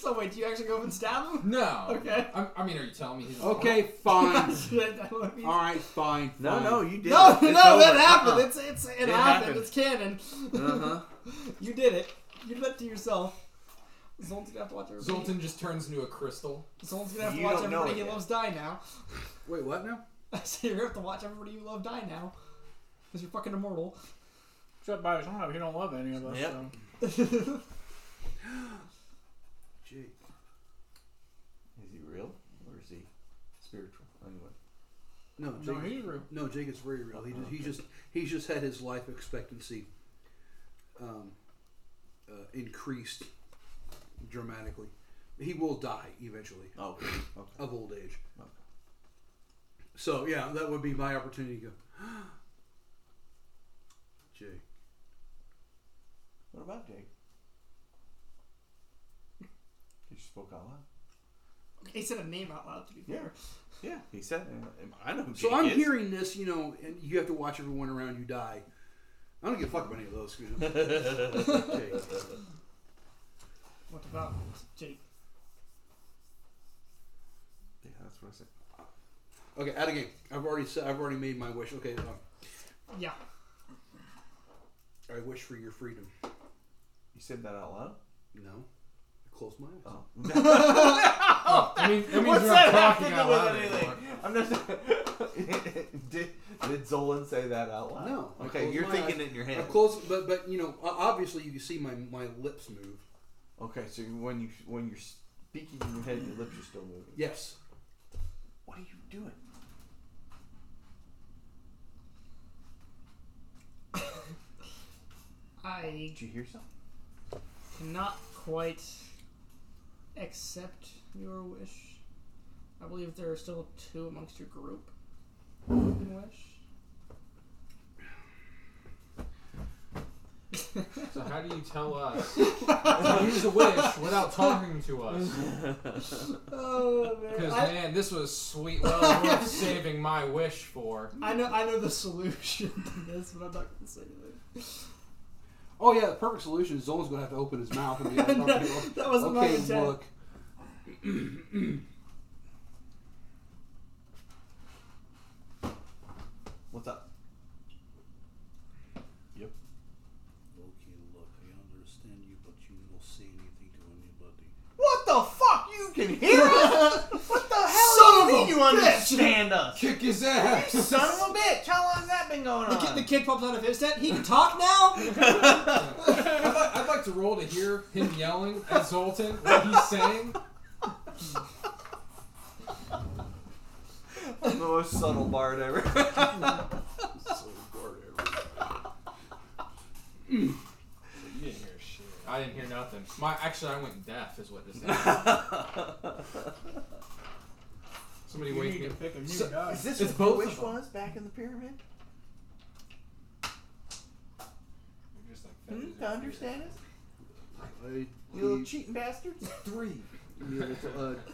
So wait, do you actually go up and stab him?
No.
Okay.
I'm, I mean, are you telling me he's immortal?
Okay, fine.
That would be-
All right, fine.
No,
fine.
no, you did.
No,
it.
no,
It's
that
over. Uh-uh.
happened. It's it's it, happened.
happened.
It's canon.
Uh huh.
You did it. You did it to yourself. Zoltan's gonna have to watch everybody.
Zoltan just turns into a crystal.
Zoltan's gonna have to
You
watch
don't know
everybody
it
he
yet.
loves die now.
Wait, what now?
so you're gonna have to watch everybody you love die now. Because you're fucking immortal.
Except by yourself, you don't love any of us.
Yep.
So.
Gee.
Uh-uh. Is he real or is he spiritual? Anyway.
No, Jake.
No, he's real.
No, Jake is very real. He just, he just he's just had his life expectancy um, uh, increased dramatically. He will die eventually
Oh. Okay.
of old age.
Okay.
So yeah, that would be my opportunity to go. Jake.
What about Jake? He just spoke out loud.
He said a name out loud to be fair.
Yeah, he said. I know who
So
Jake
I'm
is.
hearing this, you know, and you have to watch everyone around you die. I don't give a fuck about any of those. You know. Jake.
What about Jake?
Yeah, that's what I said.
Okay, out of game. I've already said, I've already made my wish. Okay, um,
Yeah.
I wish for your freedom.
You said that out loud.
No, I closed my eyes.
Oh.
I mean, that means
What's
you're not
that have to
talking
do
out
with
loud
anything?
anymore.
I'm just. did, did Zolan say that out loud?
No, I
Okay,
closed
you're
my
thinking
eyes.
it in your
I
head.
closed, but but you know, o- obviously you can see my my lips move.
okay, so when you when you're speaking in your head, your lips are still moving.
Yes.
What are you doing?
I
Did you hear something?
cannot quite accept your wish. I believe there are still two amongst your group who can wish.
So how do you tell us to use a wish without talking to us?
Oh man,
Because
I,
man, this was sweet. Well worth saving my wish for.
I know I know the solution to this, but I'm not gonna say anything.
oh yeah, the perfect solution is Zolan's gonna have to open his mouth and be like,
No,
"Okay,
that wasn't my
okay,
intent.
look.
What's up?
Yep. Okay, look, I understand you, but you will say anything to anybody.
What the fuck? You can hear us? what the hell?
Son of
do you mean
a
you
bitch!
understand us?
Kick his ass.
Son of a bitch! How long has that been going
The
on?
kid, the kid pops out of his tent. He can talk now.
I'd, like, I'd like to roll to hear him yelling at Zoltan what he's saying.
the most subtle bard ever.
You didn't hear shit.
I didn't hear nothing. My actually, I went deaf, is what this happened. Somebody
You
wake
need
me.
to
up.
pick a new
So-
guy.
Is this
It's
what
both
the wish
of 'em.
was back in the pyramid?
You're just like
Hmm?
feathers in
To
your
understand us?
I,
You little cheating bastards.
Three.
uh,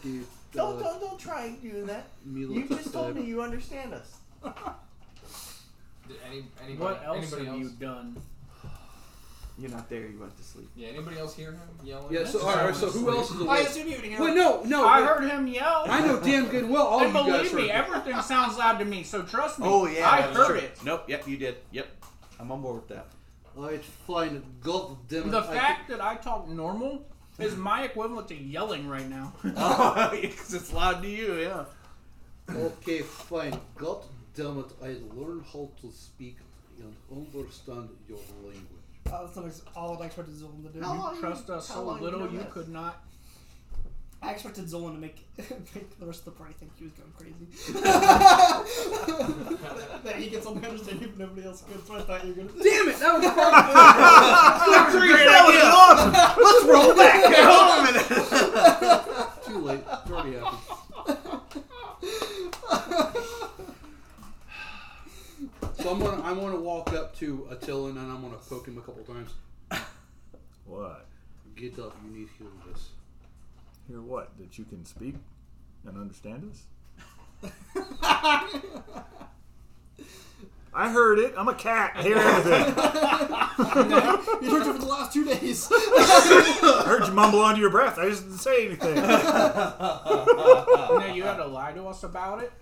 the,
Don't, don't, don't try doing that. You just told me you understand us.
Did any, anybody,
What else have
anybody else?
you done?
You're not there. You went to sleep.
Yeah, anybody else hear him yelling?
Yeah, so alright, so who else is
I
awake?
assume you can hear.
Wait,
him.
no,
Oh,
no.
I
wait.
heard him yell.
I know damn good and well all
and
you guys
believe
heard.
me, everything sounds loud to me. So trust me.
Oh yeah,
I
that's
heard
true.
it.
Nope. Yep, you did. Yep, I'm on board with that.
I'd find it god damn it.
The
I could-
fact that I talk normal is my equivalent to yelling right now.
Oh, because it's loud to you. Yeah.
Okay, fine. God damn it, I learned how to speak and understand your language.
Uh, that's not ex- all I expected Zolan to do.
How long-
Trust us
how
so
long you
little
known
you
this?
could not.
I expected Zolan to make, make the rest of the party think he was going crazy. that, that he gets on the understanding if nobody else could. That's what I thought you were gonna do.
Damn it, that was
Let's roll
fucking
back. Hold on a minute.
Too late. It's already happened. so I'm gonna I'm gonna walk up to Attilan and I'm gonna poke him a couple times.
What?
Get up, you need healing this.
Hear what? That you can speak and understand us? I heard it. I'm a cat. I hear everything.
You talked over the last two days.
I heard you mumble under your breath. I just didn't say anything.
Uh,
No, you had to lie to us about it.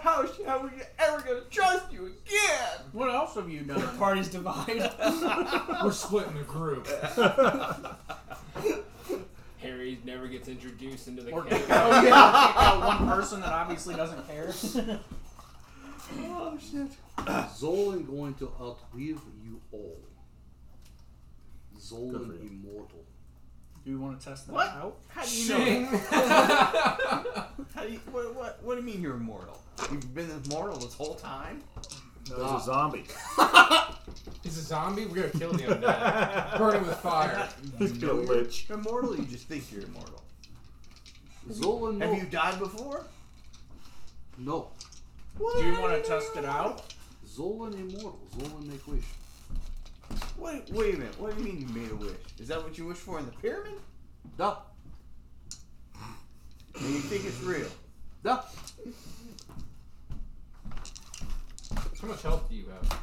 How is she, how are we ever gonna trust you again?
What else have you done?
Parties divide.
We're splitting a group.
Harry never gets introduced into the
Or
camp.
kick out, oh, yeah, kick out one person that obviously doesn't care.
Oh shit.
Zolan going to outlive you all.
Good for
Zolan
you.
immortal.
Do you want to test that
What?
out?
How do you know?
Shing.
How do you, what, what, what do you mean you're immortal? You've been immortal this whole time?
That was a zombie.
He's a zombie. We're gonna kill the undead. Burn him with fire.
He's a lich.
You're immortal, you just think you're immortal.
Zolan no.
Have you died before?
no.
What?
Do you want to test it out?
Zolan immortal. Zolan make wish.
Wait, wait a minute. What do you mean you made a wish? Is that what you wish for in the pyramid?
Da.
And you think it's real?
Da.
How much health do you have?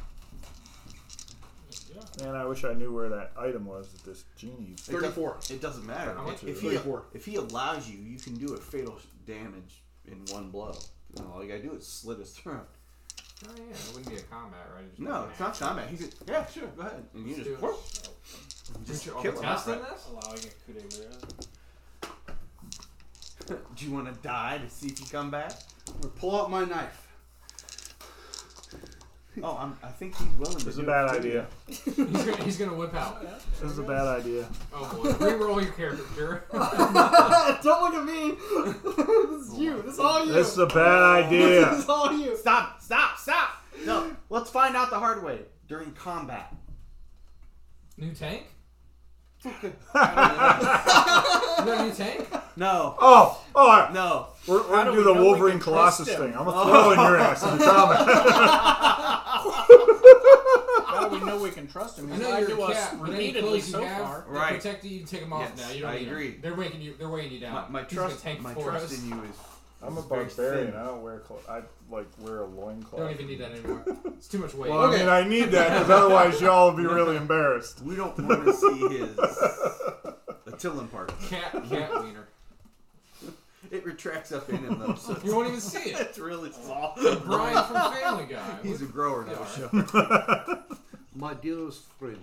Man, I wish I knew where that item was that this genie.
It doesn't-
34.
It doesn't matter.
How much?
If he,
34.
if he allows you, you can do a fatal damage in one blow. You know, all you gotta do is slit his throat.
Oh yeah, it wouldn't be a combat, right? It'd just
No,
be
it's not combat. He's like, yeah, sure, go ahead. And you
Let's
just,
do it.
just
Aren't you
kill him.
testing
outright.
this?
Allowing a coup de grace.
Do you want to die to see if you come back?
Or pull out my knife.
Oh, I'm, I think he's willing to
This is a
do it
bad
too.
idea.
He's gonna, he's gonna whip out.
This is a bad idea.
Oh boy, reroll your character.
Don't look at me. this is you. This is all you.
This is a
Oh.
bad
This
idea.
is all you.
Stop, stop, stop! No, let's find out the hard way during combat.
New tank? no new tank?
No,
Oh, oh, all right.
no.
We're, we're gonna
do
do
we
the
know we
Wolverine
can
Colossus
trust him? Oh.
thing. I'm gonna throw in your ass in the comment.
How do we know we can trust him?
I
He's
know
lied
you're
to
a cat.
us
With any
repeatedly
clothes you
so
have,
far.
they're
Right.
protected. You can take them off
Yes,
now. You don't
I
need 'em.
agree.
They're weighing you. They're weighing you down.
My, my
He's
trust,
gonna tank
my
for
trust
us.
in you is
I'm a
It's very
barbarian.
thin.
I don't wear clothes. I like wear a loincloth.
Don't even need that anymore. It's too much weight.
Well, I mean, I need that because otherwise y'all would be really embarrassed.
We don't want to see his Attilan part.
cat, cat wiener.
It retracts up in him though, so
You won't even see it.
it's really small.
Brian from Family Guy.
He's a grower now.
Yeah.
sure.
My dearest friend,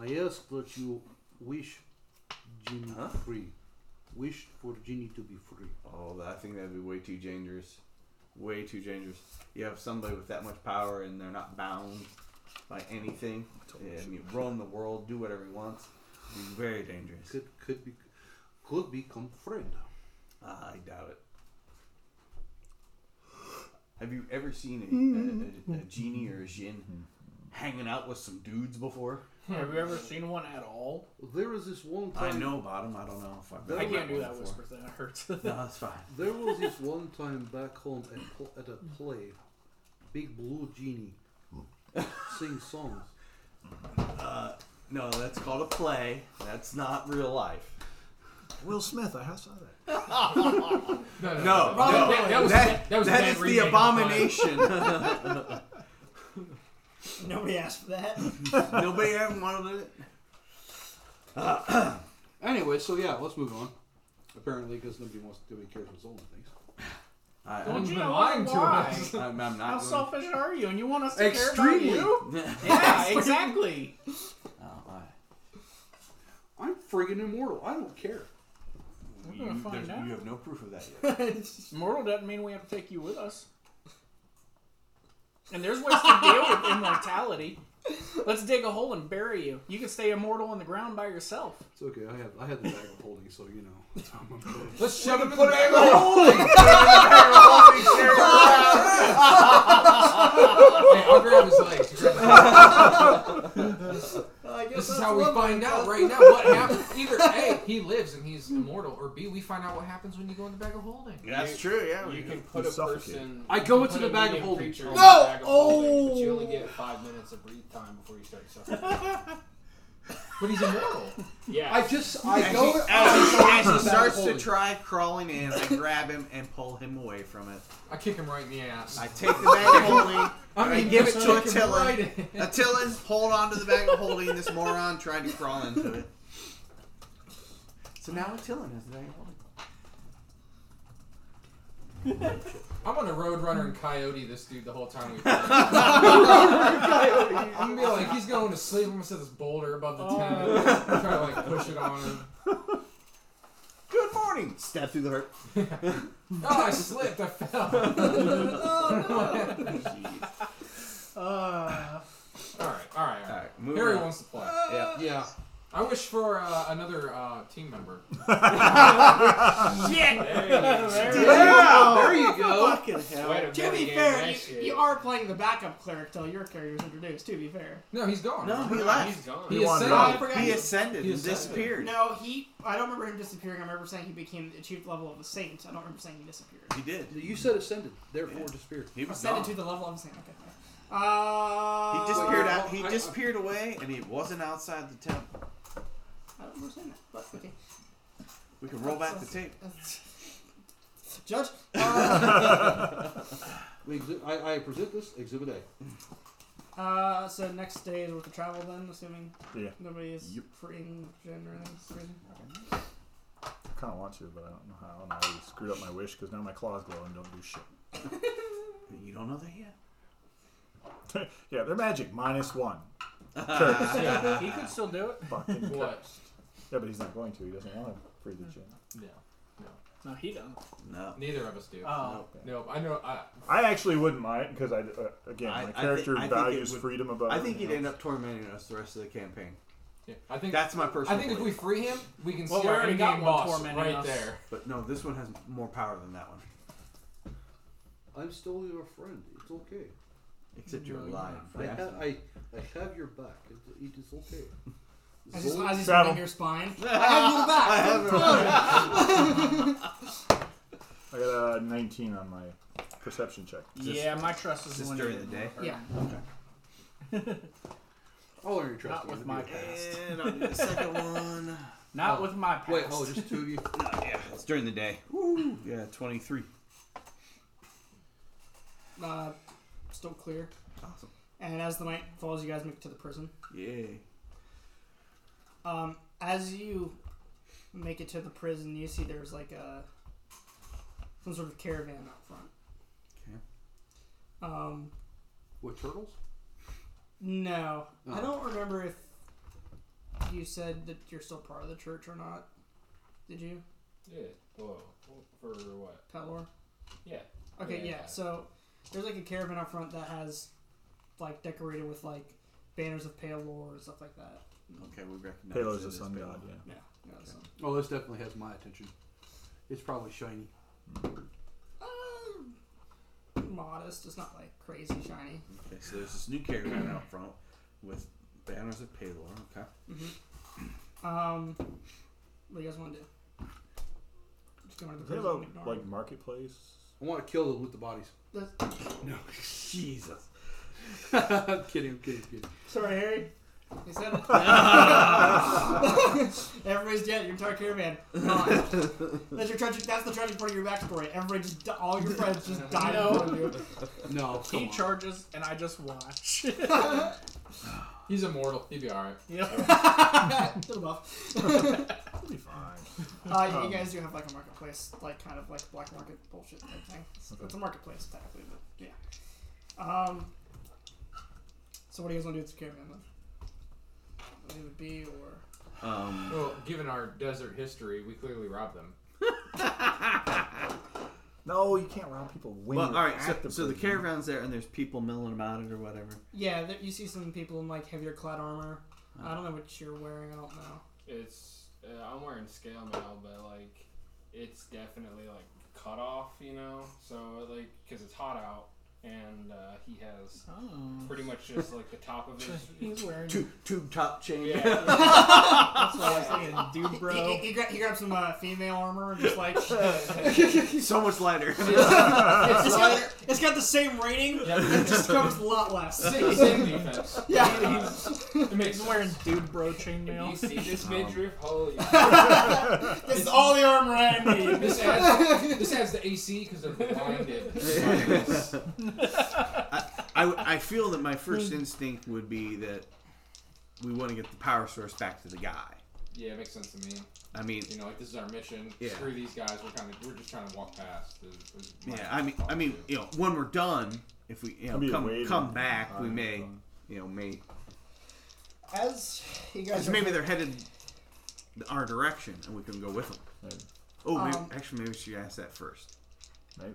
I ask that you wish Ginny
Huh?
free. Wish for Ginny to be free.
Oh, I think that'd be way too dangerous. Way too dangerous. You have somebody with that much power and they're not bound by anything, and you roam the world, do whatever he wants. It'd be very dangerous.
Could could be could become friend.
I doubt it. Have you ever seen a, a, a, a genie or a jinn hanging out with some dudes before?
Have you ever seen one at all?
There was this one
I
time.
know about them. I don't know if I've been
I
around
can't do
one
that
before.
whisper thing. It hurts.
No, that's fine.
There was this one time back home at, pl- at a play. Big blue genie sing songs.
No, that's called a play. That's not real life.
Will Smith, I saw that.
No, no,
No,
no.
no,
That, that was a
that,
bad- that was a
that
bad
is the
remake of
abomination.
Nobody asked for that.
Nobody ever wanted it.
Anyway, so yeah, let's move on. Apparently, because nobody wants nobody cares what's on things.
I,
Don't
I'm,
you
You
been
know
lying to
why?
us.
I'm, I'm not.
How
Oh, going-
selfish are you? And you want us to care about you?
Yeah.
Yeah, exactly.
Oh, I-
I'm friggin' immortal. I don't care.
We're
you,
gonna find
there's- you
out.
have no proof of that yet.
Mortal doesn't mean we have to take you with us. And there's ways to deal with immortality. Let's dig a hole and bury you. You can stay immortal on the ground by yourself.
It's okay. I have I have the bag of holding, so you know. I'm okay.
Let's shove him in the bag of holding. Hey, I'll grab his legs. You grab his legs. This is how we find out right now what happens. Either A, he lives and he's immortal, or B, we find out what happens when you go in the bag of holding.
That's true. Yeah.
You
we-
can put
You
a
suffocate.
person.
I
you
go
can
into
put
the
a
bag of
medium
holding.
creature in
No!
the bag of holding, But you only get five minutes of breathe time before you start suffering.
But he's immortal.
yeah.
I just I
As
go.
he,
Oh,
as he- as he
Bag of
starts to
holding.
try crawling in, I grab him and pull him away from it.
I kick him right in the ass.
I take the bag of holding.
I
and I
mean,
give it to
just kick him
Attila.
right in.
Attilan's pulled onto the bag of holding. This moron tried to crawl into it. So now Attilan has the bag of holding.
I'm on a Roadrunner and Coyote this dude the whole time we played. I'm gonna be like, he's going to sleep. I'm gonna set this boulder above the tent. Try to like push it on him.
Good morning. Step through the hurt.
Oh, I slipped. I fell. Oh,
Uh,
All right, all right, all
All
right.
right, move
Harry
on.
wants to play.
Yeah.
Yeah.
I wish for uh, another uh, team member.
Yeah. There you go.
Fucking hell.
Wait a
To be
minute,
fair,
that
you,
shit.
you are playing the backup cleric till your character is introduced. To be fair, Oh,
No, he's gone.
No, he
No,
left.
He's gone.
he
He wanted
ascended.
out.
I forgot.
He
he-
ascended
He
and
ascended.
disappeared.
no, he. I don't remember him disappearing. I remember saying he became the achieved level of a saint. I don't remember saying he disappeared.
He did.
You said ascended, therefore
Yeah.
disappeared.
He was
Ascended
gone.
to the level of a saint. Okay. Uh,
he disappeared
I
out. He
I- I-
disappeared away, and he wasn't outside the temple.
don't remember saying that, but okay.
We can roll back the tape.
Judge. Uh,
We exhi- I, I present this exhibit A.
uh, so next day is worth of travel then, assuming
Yeah,
nobody is
Yep.
freeing Jen or anything.
I kind of want to, but I don't know how. And I already screwed up my wish because now my claws glow and don't do shit.
You don't know that yet.
yeah, they're magic minus one. Curse.
he could still do it.
Fucking curse.
What?
Yeah, but he's not going to. He doesn't want to free the gym.
No,
No, he doesn't.
No.
neither of us do.
Oh,
no, I know. I,
I actually wouldn't mind because I uh, again
I- I
my
thi-
character
I think it
values
would-
freedom above.
I think he'd
everything
end
else.
up tormenting us the rest of the campaign.
yeah, I think.
That's my personal.
I think if we
belief.
free him, we can
Well,
see
we
our
already
endgame
got one
boss
tormenting
right
us.
there.
But no, this one has more power than that one.
I'm still your friend. It's okay.
Except you're
No, Oh, you're
lying.
I,
Yeah.
ha- I, I have your back. It, it is okay.
I just, I just
Travel.
rubbing your spine. I have you back. I have
I got a 19 on my perception check.
Just-
yeah, my trust is
just
going
during
in.
the day?
Or-
Yeah.
All are interested.
Not with my past.
And I'll do the second one.
Not with my past.
oh, Wait, oh, just two of you.
Yeah, it's during the day. Yeah, 23.
uh, still clear.
Awesome.
And as the night falls, you guys make it to the prison.
Yay.
Um, as you make it to the prison, you see there's like a some sort of caravan out front.
Okay.
Um,
With turtles?
no, I
Oh.
don't remember if you said that you're still part of the church or not. Did you,
Yeah. Whoa. For what?
Pelor?
Yeah.
Okay,
Yeah,
yeah.
yeah.
So there's like a caravan out front that has like decorated with like banners of Pelor and stuff like that.
Okay, we recognize
Palo's
it
the
as
sun
Palo.
god. Yeah.
Yeah, yeah. So.
Oh, this definitely has my attention. It's probably shiny.
Um, modest. It's not like crazy shiny.
Okay, so there's this new caravan out front with banners of Palor. Okay.
Um, what do you guys want to do? Just go into the
Is that
prison.
about
and ignore
like
it?
marketplace?
I want to kill them with the bodies.
That's-
No, Jesus. I'm kidding, I'm kidding, I'm kidding.
sorry, Harry. You said it. Everybody's dead. Your entire caravan. Gone. That's your tragic. That's the tragic part of your backstory. Everybody just, di- all your friends just died. in front of you.
No, come
He
on.
charges and I just watch.
He's immortal. He'd be alright.
Little buff.
It'll be fine.
Uh, you guys do have like a marketplace, like kind of like black market bullshit type thing. It's, it's a marketplace technically, but yeah. Um. So what do you guys want to do with the caravan then? What it would be, or
Um,
Well, given our desert history, we clearly robbed them.
No, you can't rob people. When
well,
you're
all right. So,
at the
so the
prison.
caravan's there, and there's people milling about it or whatever.
yeah, there, you see some people in like heavier clad armor. I don't know what you're wearing. I don't know.
It's. Uh, I'm wearing scale mail, but like, it's definitely like cut off, you know. So like, because it's hot out, and uh, he has
Oh.
pretty much just like the top of his.
He's wearing
Tube, tube top chain.
yeah.
that's what I was thinking, dude,
He,
bro.
he, he, gra- he grabbed some uh, female armor and just like
so much lighter.
it's, got, it's got the same rating, and it just covers a lot less.
Same, same defense.
Yeah.
It makes
He's
sense.
wearing dude, bro chainmail.
You see this midriff? Holy.
this is all the armor I need.
This adds, this adds the AC because they're blinded.
I, I feel that my first
Hmm.
instinct would be that we want to get the power source back to the guy.
yeah, it makes sense to me.
I mean,
You know, like this is our mission.
Yeah.
Screw these guys. We're kind of we're just trying to walk past. is- is my
yeah. I mean, I mean,
thought, too.
you know, when we're done, if we you know
I mean,
come
waiting.
come back, we
I-
may you know may
As you guys
because
are
maybe they're headed th- our direction and we can go with them.
Maybe.
Oh, maybe,
Um,
actually, maybe we should ask that first.
Maybe.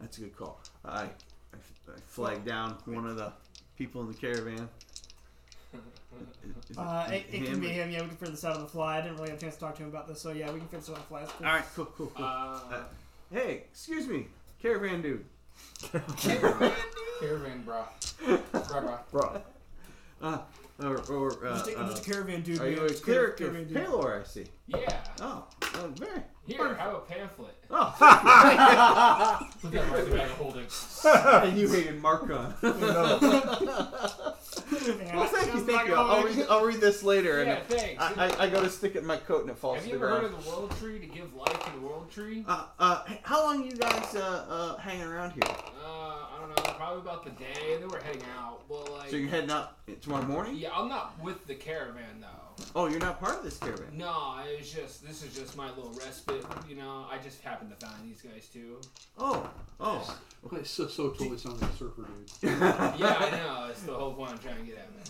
That's a good call. I I, I flagged down one of the people in the caravan. Is it
Uh, it, it can
him
be
or-
him. Yeah, we can figure this out on the fly. I didn't really have a chance to talk to him about this, so yeah, we can figure this out on the fly. That's cool.
All right, cool, cool, cool.
Uh,
hey, excuse me, caravan dude.
caravan, caravan, bro. Bro, bro.
Bro,
Uh, or, or uh,
I'm just, a- I'm
uh,
just a caravan dude.
are
man.
you a
Just a
cleric of
caravan dude.
Palor? I see.
Yeah.
Oh, uh, very.
Here, have a pamphlet.
Oh,
Put that right in the bag of holding.
and you hated Marcon.
Yeah.
well, thank you,
Sounds
thank
like
you.
all
I'll
right.
read, I'll read this later.
Yeah,
and
thanks.
I, I, I go to stick it in my coat and it falls
Have
to
you
the
ever heard
ground.
of the world tree to give life to the world tree?
uh, uh, how long you guys uh, uh, hanging around here?
Uh, I don't know. Probably about the day they were heading out. But like,
So you're heading up tomorrow morning?
yeah, I'm not with the caravan though.
Oh, you're not part of this caravan.
No, it's just this is just my little respite. You know, I just happened to find these guys too.
Oh, oh.
It so, so totally sounds like a surfer dude.
Yeah, I know. It's the whole point I'm trying to get at, man.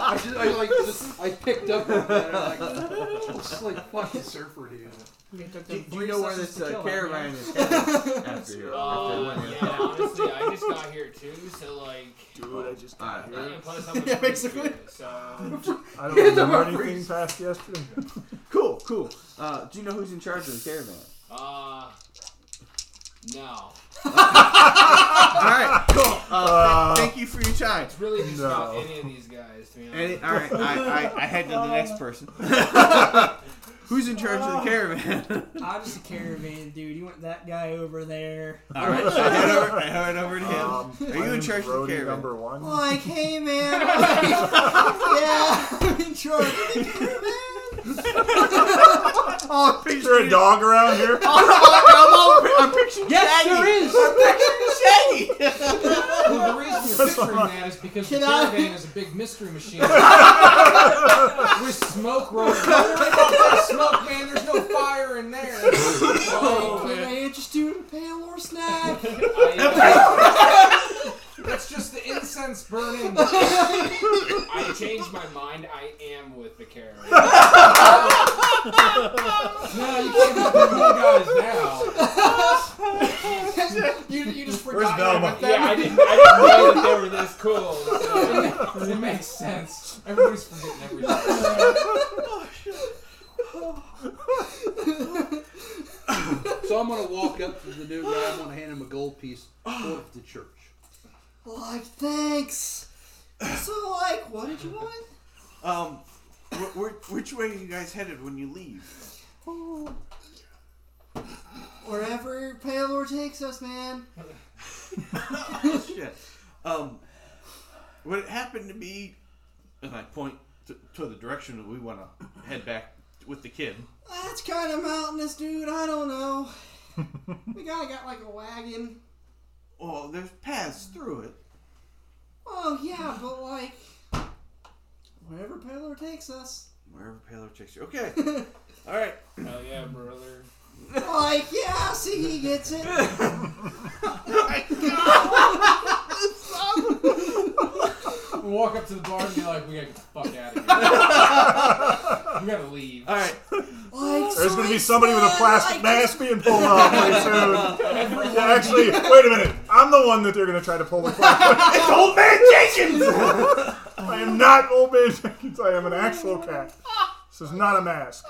I just, I like, just, I picked up on that. and I'm like, it's like fucking surfer dude.
It took
Do,
them
do you
three
know where
sessions
this
to kill
uh,
him,
caravan
man.
is headed after you?
Oh
after you went
yeah, honestly, I just got here too, so like,
dude, I just
All right.
got here.
and plus I'm a
Yeah,
freak
basically.
too, so
I don't
He's a
remember
freak.
anything past yesterday.
in. Cool, cool. Uh, do you know who's in charge of the caravan?
uh, no,
All right, cool. Uh,
Uh,
thank you for your time.
it's really just
No.
not any of these guys. To be honest,
And it- all right, I, I, I head to the next person. Who's in charge of the caravan?
I'm just a caravan dude. You want that guy over there?
all right, I head over, I head over to him.
Um,
Are
my
you in
name's
charge of the
Brody
caravan?
number one.
Like, hey man, like, yeah, I'm in charge. of the caravan.
all
Oh,
Is
I'm
there a
picturing.
dog around here?
I'm, all, I'm picturing
Yes,
Shaggy.
there is.
I'm picturing Shaggy.
Well, the reason you're picturing that is because the
Can I-
caravan is a big mystery machine. With smoke rolling. smoke, man. There's no fire in there.
Oh,
Like,
man.
interest you in pale or snack?
I,
That's just the incense burning.
I changed my mind. I am with the caravan.
No, you can't be the new guys now.
You, you just
Where's
forgot.
Velma?
Yeah, I didn't, I didn't know that they were this cool. So.
It makes sense. Everybody's forgetting everything.
So I'm gonna walk up to the new guy. I'm gonna hand him a gold piece for the church.
Like, thanks. So, like, what did you want?
Um, wh- wh- which way are you guys headed when you leave?
Wherever Paylor takes us, man.
Oh, shit. Um, would it happen to be? And I point to, to the direction that we want to head back with the kid.
That's kind of mountainous, dude. I don't know. we gotta got like a wagon.
Oh, there's paths through it.
Oh yeah, but like wherever Paylor takes us.
Wherever Paler takes you. Okay. All right.
Hell yeah, brother.
Like yeah, see he gets it.
Walk up to the bar and be like, we gotta get the fuck out of here. We gotta leave.
All right.
Like
There's going to be somebody with a plastic mask being pulled off pretty soon. Yeah, actually, wait a minute. I'm the one that they're going to try to pull the plastic. it's old man Jenkins. I am not old man Jenkins. I am an actual cat. This is not a mask.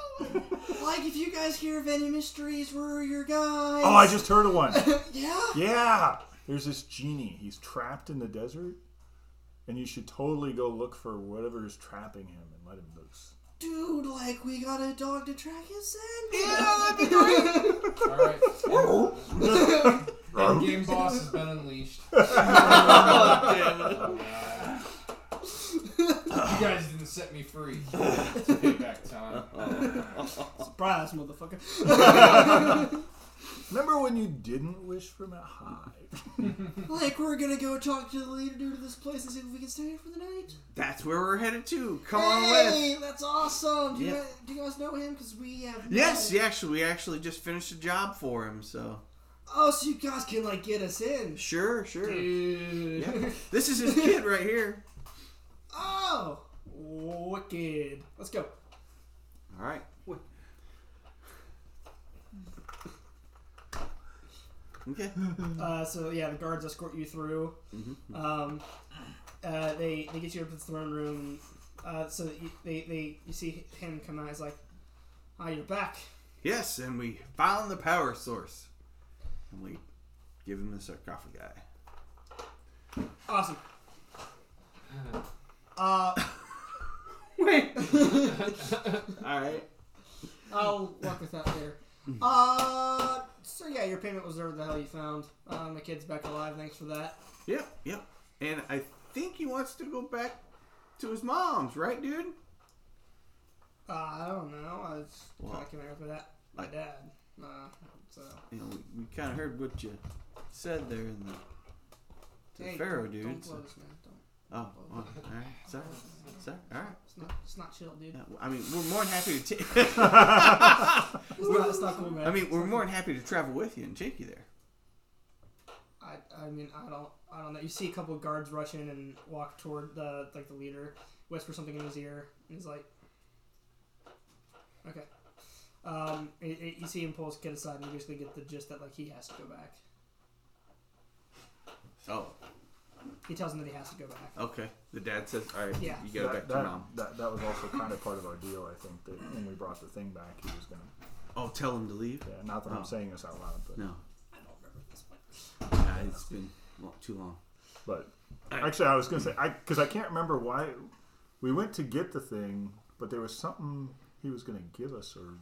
like if you guys hear of any mysteries, we're your guys.
Oh, I just heard of one.
yeah.
Yeah. There's this genie. He's trapped in the desert, and you should totally go look for whatever is trapping him and let him loose.
Dude, like we got a dog to track his scent.
Alright. And Game Boss has been unleashed. You guys didn't set me free. It's payback time.
Surprise, motherfucker.
Remember when you didn't wish from a hive?
Like we're gonna go talk to the leader dude of this place and see if we can stay here for the night.
That's where we're headed to. Come on with.
hey, that's awesome. Do, you
Yeah.
guys, do you guys know him? Cause we have.
Yes,
no-
yeah, actually, we actually just finished a job for him, so.
Oh, so you guys can like get us in.
Sure, sure. Yeah. This is his kid right here.
Oh.
Wicked. Let's go.
All right. Okay.
Uh, so yeah, the guards escort you through.
Mm-hmm.
Um, uh, they they get you up to the throne room. Uh, so that you, they they you see him come out. He's like, "Ah, you're back."
Yes, and we found the power source. And we give him the sarcophagi.
Awesome. Uh,
All right.
I'll work with that later.
Mm-hmm.
Uh, so yeah, your payment was whatever the hell you found. Um, the kid's back alive. Thanks for that.
Yep, yep. And I think he wants to go back to his mom's, right, dude?
Uh, I don't know. I was kind
Wow.
of coming up with that. My
Like-
dad. Uh, so
You know, we, we kind of heard what you said there in the, to
Hey,
the Pharaoh,
don't-
dude.
Don't
so-
blow this man. Don't.
Oh, oh, all right. Sorry. Sorry. All right.
It's not. It's not chill, dude.
Yeah, well, I mean, we're more than happy to take.
It's not, it's not cool, man.
I mean, we're more than happy to travel with you and take you there.
I, I mean I don't I don't know. You see a couple of guards rush in and walk toward the like the leader, whisper something in his ear, and he's like, okay. Um, and- and you see him pull his kid aside, and you basically get the gist that like he has to go back.
Oh,
He tells him that he has to go back.
okay. The dad says, "All right,
Yeah.
you go back
that,
to
that,
mom."
that, that was also kind of part of our deal, I think, that when we brought the thing back, he was going to.
Oh, tell him to leave.
Yeah, not that
Oh.
I'm saying this out loud, but,
No,
I don't remember this one.
Ah, it's been lo- too long.
but actually, I was going to say, because I, can't remember why we went to get the thing, but there was something he was going to give us, or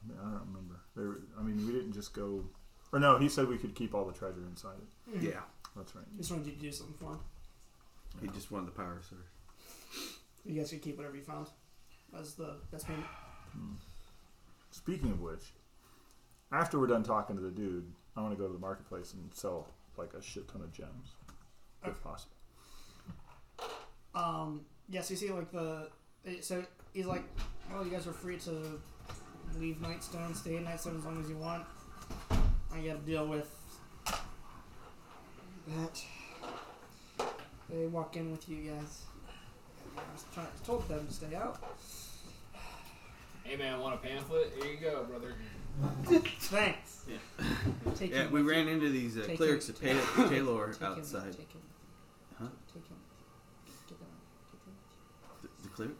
I, mean, I don't remember. There, I mean, we didn't just go, or no, he said we could keep all the treasure inside it.
Yeah,
That's right.
He just wanted you to do something for him.
he just wanted the power source.
You guys could keep whatever you found. That's the that's payment.
Speaking of which, after we're done talking to the dude, I want to go to the marketplace and sell like a shit ton of gems, if possible.
Um, yeah, so you see, like, the. it- So he's like, oh, you guys are free to leave Nightstone, stay in Nightstone as long as you want. I gotta deal with that. They walk in with you guys. I was trying, told them to stay out.
Hey man, want a pamphlet? Here you go, brother.
Thanks.
Yeah.
Take
Yeah,
him
we
with
ran
you.
into these uh,
Take
clerics
him.
of Tay- Taylor
Take him,
outside.
Take him.
Huh?
Take him. Get them out. Get them out.
The, the cleric.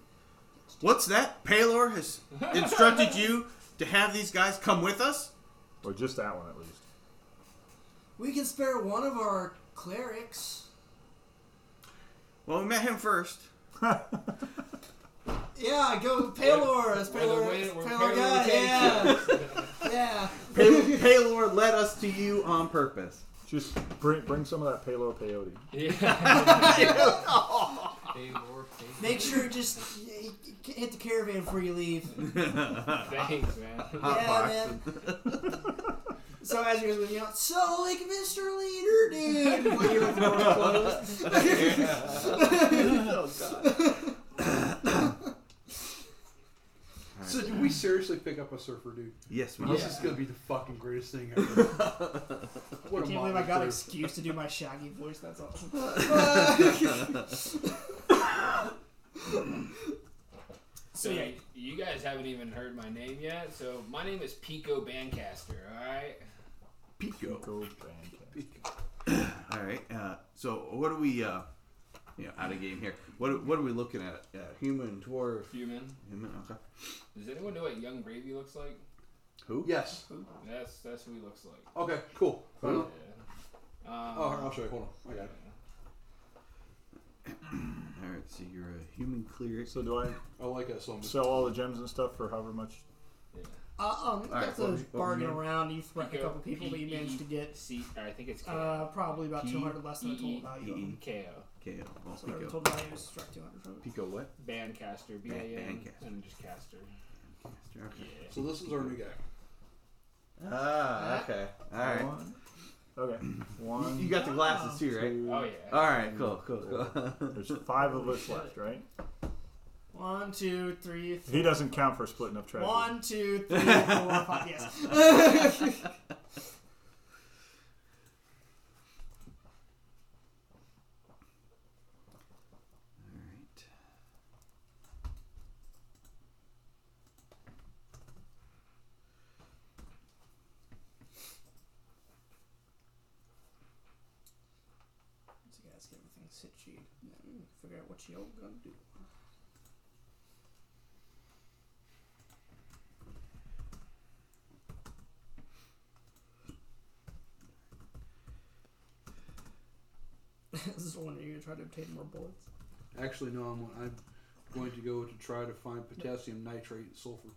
What's that? Paylor has instructed you to have these guys come with us.
Or just that one at least.
We can spare one of our clerics.
Well, we met him first.
Yeah, go Palor. That's
We're the
Palor.
way-
that's
we're
Palor
Palor
guy.
Tank.
Yeah, yeah.
Pay- Paylor led us to you on purpose.
Just bring bring some of that palo peyote.
Yeah.
Pay more, pay
Make sure just y- y- hit the caravan before you leave.
Thanks, man.
Hot
Yeah,
boxing.
So as you guys leave, you know, so like Mr. Leader, dude. Like, you're like, the door closed.
oh god.
So did we seriously pick up a surfer dude?
Yes, we
This
did.
is gonna be the fucking greatest thing ever.
I
what
can't
a
believe I got an
motley crew.
excuse to do my shaggy voice. That's awesome.
So
so yeah,
you guys haven't even heard my name yet. So my name is Pico Bancaster. All right.
Pico.
Go bank.
All right. Uh, so what are we? Uh, you know, out of game here. What are- What are we looking at? Uh, human, dwarf,
Human.
human. Okay.
Does anyone know what Young Gravy looks like?
Who?
Yes.
That's that's who he looks like.
Okay. Cool. Right on.
Yeah. Um,
Oh, I'll show you. Hold on. I got it.
All right. So you're a human cleric.
So do I
I like that song.
sell all the gems and stuff for however much?
yeah.
uh, um, you
Alright,
have
what
to
was- what was
bargain
your name?
around. You threaten a
Pico, E
couple people, but you managed to get
See, I think it's K.
uh, probably about
P-
200 less than the total
E- E
value. of them.
K.O.
Okay. Well,
So
Pico.
total value is struck 200 from it.
Pico what?
Bancaster. B A N.
Bancaster.
And just caster.
Caster,
Yeah.
Okay.
So this is our new guy.
Ah, okay.
All right.
One. Okay. One.
You, you got the glasses too, right?
two.
Oh yeah.
Uh,
All right, cool, cool, cool.
There's five of us left, right?
One, two, three,
He doesn't count for splitting up treasure.
One, two, three, four, five. Yes.
All right.
So you guys get everything situated, and then figure out what you're gonna do. this is one where you try to obtain more bullets.
Actually, no. I'm, I'm going to go to try to find potassium nitrate and sulfur.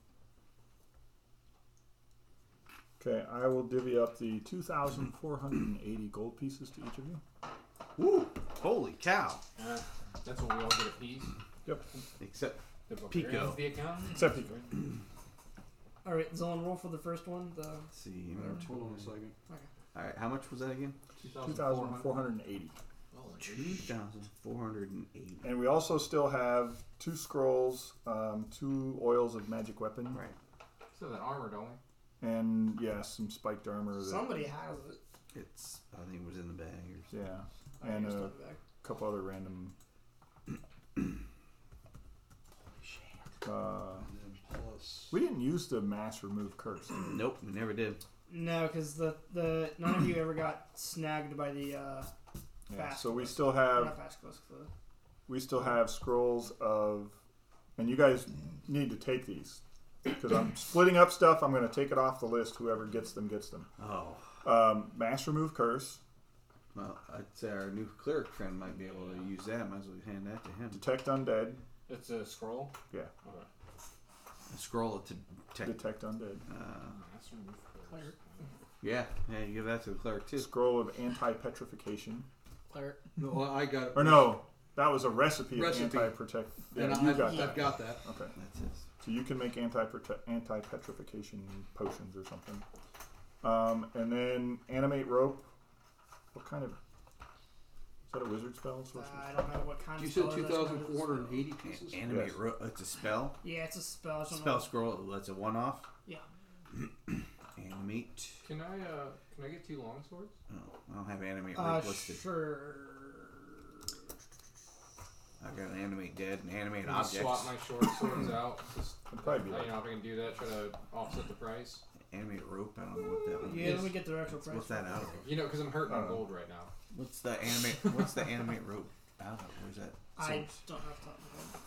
Okay, I will divvy up the 2,480 gold pieces to each of you.
Woo! Holy cow!
Uh, that's when we all get a piece.
Except
The
Pico.
barbarian's The account.
Except you.
All right, Zolan, roll for the first one. The
let's see.
Hold
Mm-hmm.
on a second.
All right. How much was that again?
2,480.
Two thousand four hundred and eighty.
And we also still have two scrolls, um, two oils of magic weapon,
Right.
So that armor, don't we?
and yeah, some spiked armor. That,
somebody has it.
It's. I think it was in the bag or something.
yeah,
I
and
just
a
put it back.
couple other random. Uh,
Plus.
we didn't use the mass remove curse. did we?
Nope. We never did.
No, because the the none of you ever got snagged by the uh,
Yeah,
Fast
so we
close.
still have
not fast close the
we still have scrolls of, and you guys need to take these because I'm splitting up stuff. I'm going to take it off the list. Whoever gets them gets them.
Oh.
Um, mass remove curse,
Well, I'd say our new cleric friend might be able to use that. Might as well hand that to him.
detect undead,
It's a scroll.
Yeah.
Okay.
Scroll it to detect.
detect undead,
Uh,
Oh,
That's removed first.
Cleric.
yeah. Yeah. You give that to the cleric too.
scroll of anti petrification,
Cleric.
No, I got it.
or no, That was a recipe,
Recipe.
of anti-protect. Yeah,
and
you
I've,
got
I've
that.
got that.
Okay,
That's his.
so you can make anti-prote- anti-petrification potions or something, um, and then animate rope. What kind of? Is that a wizard spell? Sorcerer?
Uh, I don't know what kind
You
of
said
spell it is, but it's-
2,480 pieces?
A- Animate
Yes.
ro- it's a spell.
Yeah, it's a spell. I don't know.
Spell scroll. That's a one off.
Yeah.
Animate.
Can I uh can I get two longswords?
Oh, I don't have animate rope
Uh,
listed.
sure.
I've got an animate dead and animate
Can I
objects.
swap my short swords out? Just,
It'd probably
you
be
know,
like
if I can do that, try to offset the price.
Animate rope. I don't know what that one
Yeah,
is.
let me get the actual price.
What's that out of?
You know, because I'm hurting on
Uh,
gold right now.
What's the animate? What's the animate rope out of? Where's that?
I don't have top of my head.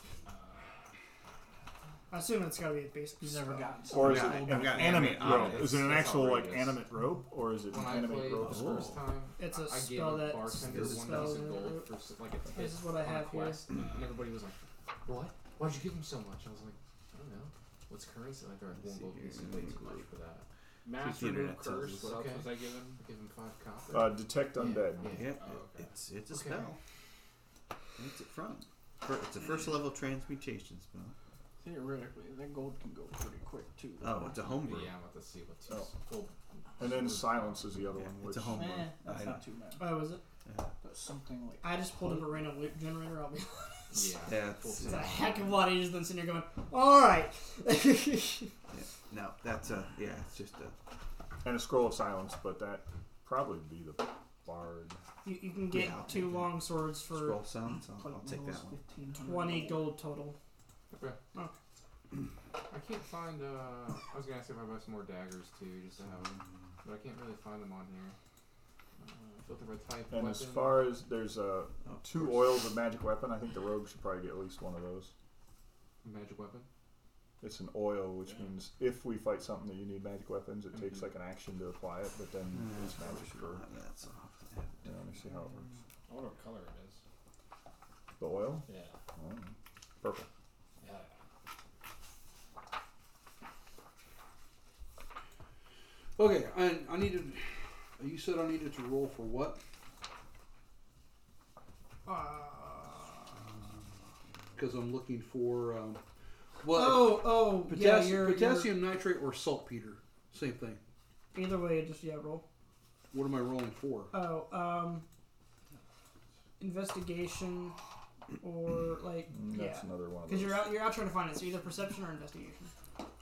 I assume it's got to be a basic.
He's never
spell.
gotten.
Or is
Yeah,
it
I've
an
got
animate
animate
rope?
objects.
Is it an
That's
actual
how
like
it is.
animate rope, or is it
When
an
I
animate
played
rope?
the
Oh.
first time,
It's
I
a
I gave
spell
a
that-
bartender
it's a
one
spell
piece of
that-
gold for s- like a tip
This is what I
on
have here.
a quest, and everybody was like, "What? Why'd you give him so much?" I was like, "I don't know. What's currency?" Like, they're like, "One
Let's see
gold
here,
piece is way
animate
too much
group.
for that."
Mass
the
remove
internet tells
curse.
us.
What
Okay.
else was I given?
Give him five copper.
Uh, detect
Yeah.
undead.
Yeah, it,
Oh, okay.
it's it's a
Okay.
spell. What's it from? Fir- It's a first level transmutation spell.
Theoretically, that gold can go pretty quick too.
Oh, it's a homebrew.
yeah, I'm about to see what's
Oh.
gold.
And then silence is the other
Yeah,
one. Which,
it's a homebrew.
Eh, that's
I
not too bad.
Oh, is it?
But something like
I just pulled up a random loop generator. I'll be.
Yeah.
That's uh,
It's a heck of a lot easier than sitting here going, all right.
no. That's a yeah. It's just a
and a scroll of silence, but that probably be the bard.
you, you can get
Yeah, I'll
two
take that.
long swords for
scroll sound. So I'll take that one.
20 gold total.
Okay. I can't find. Uh, I was gonna ask if I buy some more daggers too, just to have them, but I can't really find them on here. Uh, filter by type.
And
weapon.
as far as there's uh,
Oh, of
two
course.
oils of magic weapon, I think the rogue should probably get at least one of those.
magic weapon.
It's an oil, which means if we fight something that you need magic weapons, it takes
Mm-hmm.
Mhm.
like an action to apply it, but then
Mm,
it's magic
sure.
for.
Yeah, that's off.
You know, let me see how it works.
I wonder what color it is.
The oil?
Yeah.
Oh, purple.
Yeah.
Okay, I, I needed. You said I needed to roll for what?
Uh,
Because I'm looking for. Um, well,
oh, oh, yeah,
potassium,
you're,
potassium nitrate or saltpeter. Same thing.
you're- either way, just, yeah, roll.
What am I rolling for?
Oh, um, investigation or, like,
Mm,
yeah.
That's another one of
Because
those
you're out, you're out trying to find it, so either perception or investigation.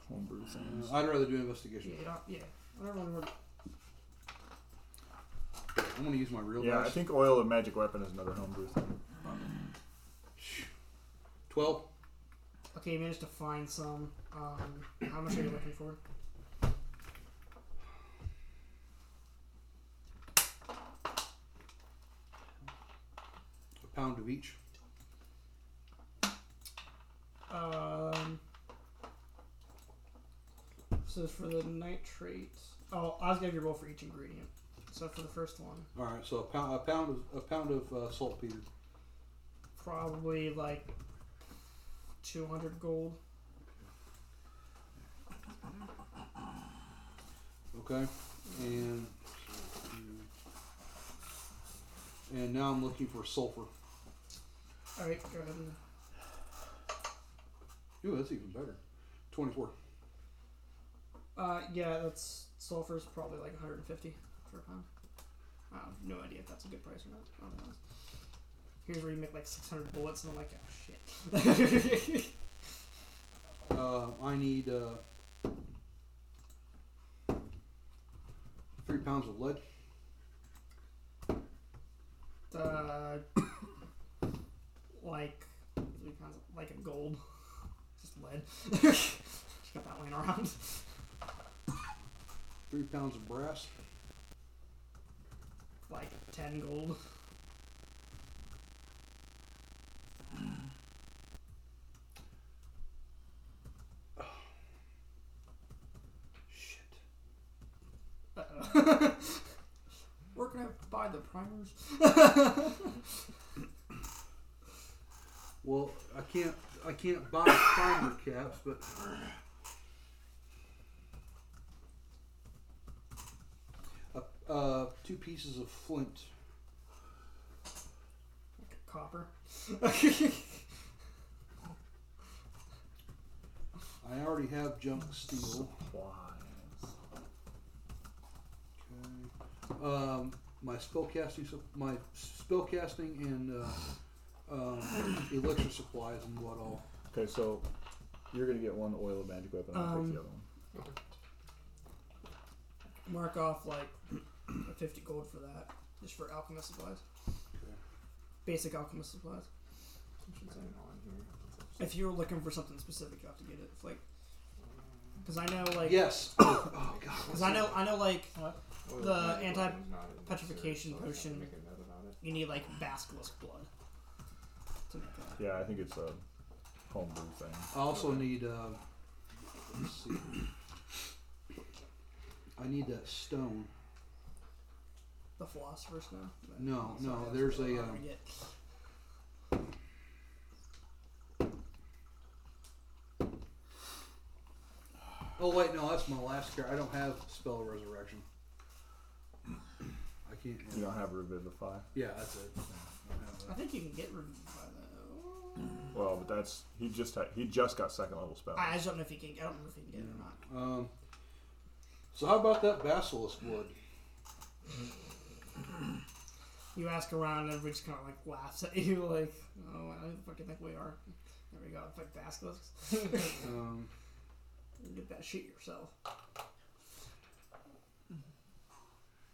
homebrew things.
I'd rather do
Yeah,
investigation.
you don't- yeah. whatever one works.
I'm going to use my real
Yeah, I
dice.
think oil of magic weapon is another homebrew thing.
12.
Okay, you managed to find some. Um, how much are you looking for?
A pound of each.
Um, so for the nitrate, oh, I was gonna give you a roll for each ingredient. So for the first one,
All right, so a pound, a pound of a pound of uh, saltpeter.
probably like two hundred gold.
Okay, and and now I'm looking for sulfur.
All right, go ahead and
Ooh, that's even better. Twenty-four.
uh, yeah, that's sulfur's probably like one hundred and fifty for a pound. I have no idea if that's a good price or not. I don't know. Here's where you make like six hundred bullets, and I'm like, oh shit.
Uh, I need uh, three pounds of lead.
uh, like three pounds of- like a gold, just lead. just got that laying around.
Three pounds of brass.
Like ten gold.
Shit.
Uh-oh. We're gonna buy the primers.
Well, I can't I can't buy primer caps, but uh, uh, two pieces of flint.
Like a copper.
I already have junk steel.
Supplies.
Okay. Um, my spellcasting, sup- my spellcasting and uh, um, elixir supplies and what all.
Okay, so you're gonna get one oil of magic weapon. I'll
Um,
take the other one.
Mark off like fifty gold for that, just for alchemist supplies. Basic alchemist supplies. I should say. If you're looking for something specific, you have to get it. Like, because I know, like,
Yes. oh God.
Because I know, I know, like
Well,
The
Oh, magic
anti-
weapon's not in the
petrification
series, so I have to
potion.
make a note about it.
you need like basilisk blood to make that.
Yeah, I think it's a homebrew thing.
I also need. Uh, let's see. I need that stone.
The philosopher's stone.
No,
Sorry,
no.
that's
There's
what
a.
I
Um,
forget.
oh wait, no. That's my last card. I don't have spell of resurrection. I can't.
You don't have revivify.
Yeah, that's it. I don't have
I
that.
think you can get rid of by though.
Well, but that's he just had, he just got second level spell.
I just don't know if you can. I don't know if you can get it or not.
Um, so how about that basilisk wood?
You ask around, and everybody just kind of like laughs at you, like, "Oh, I don't fucking think we are." There we go. Like basilisks.
Um,
get that shit yourself.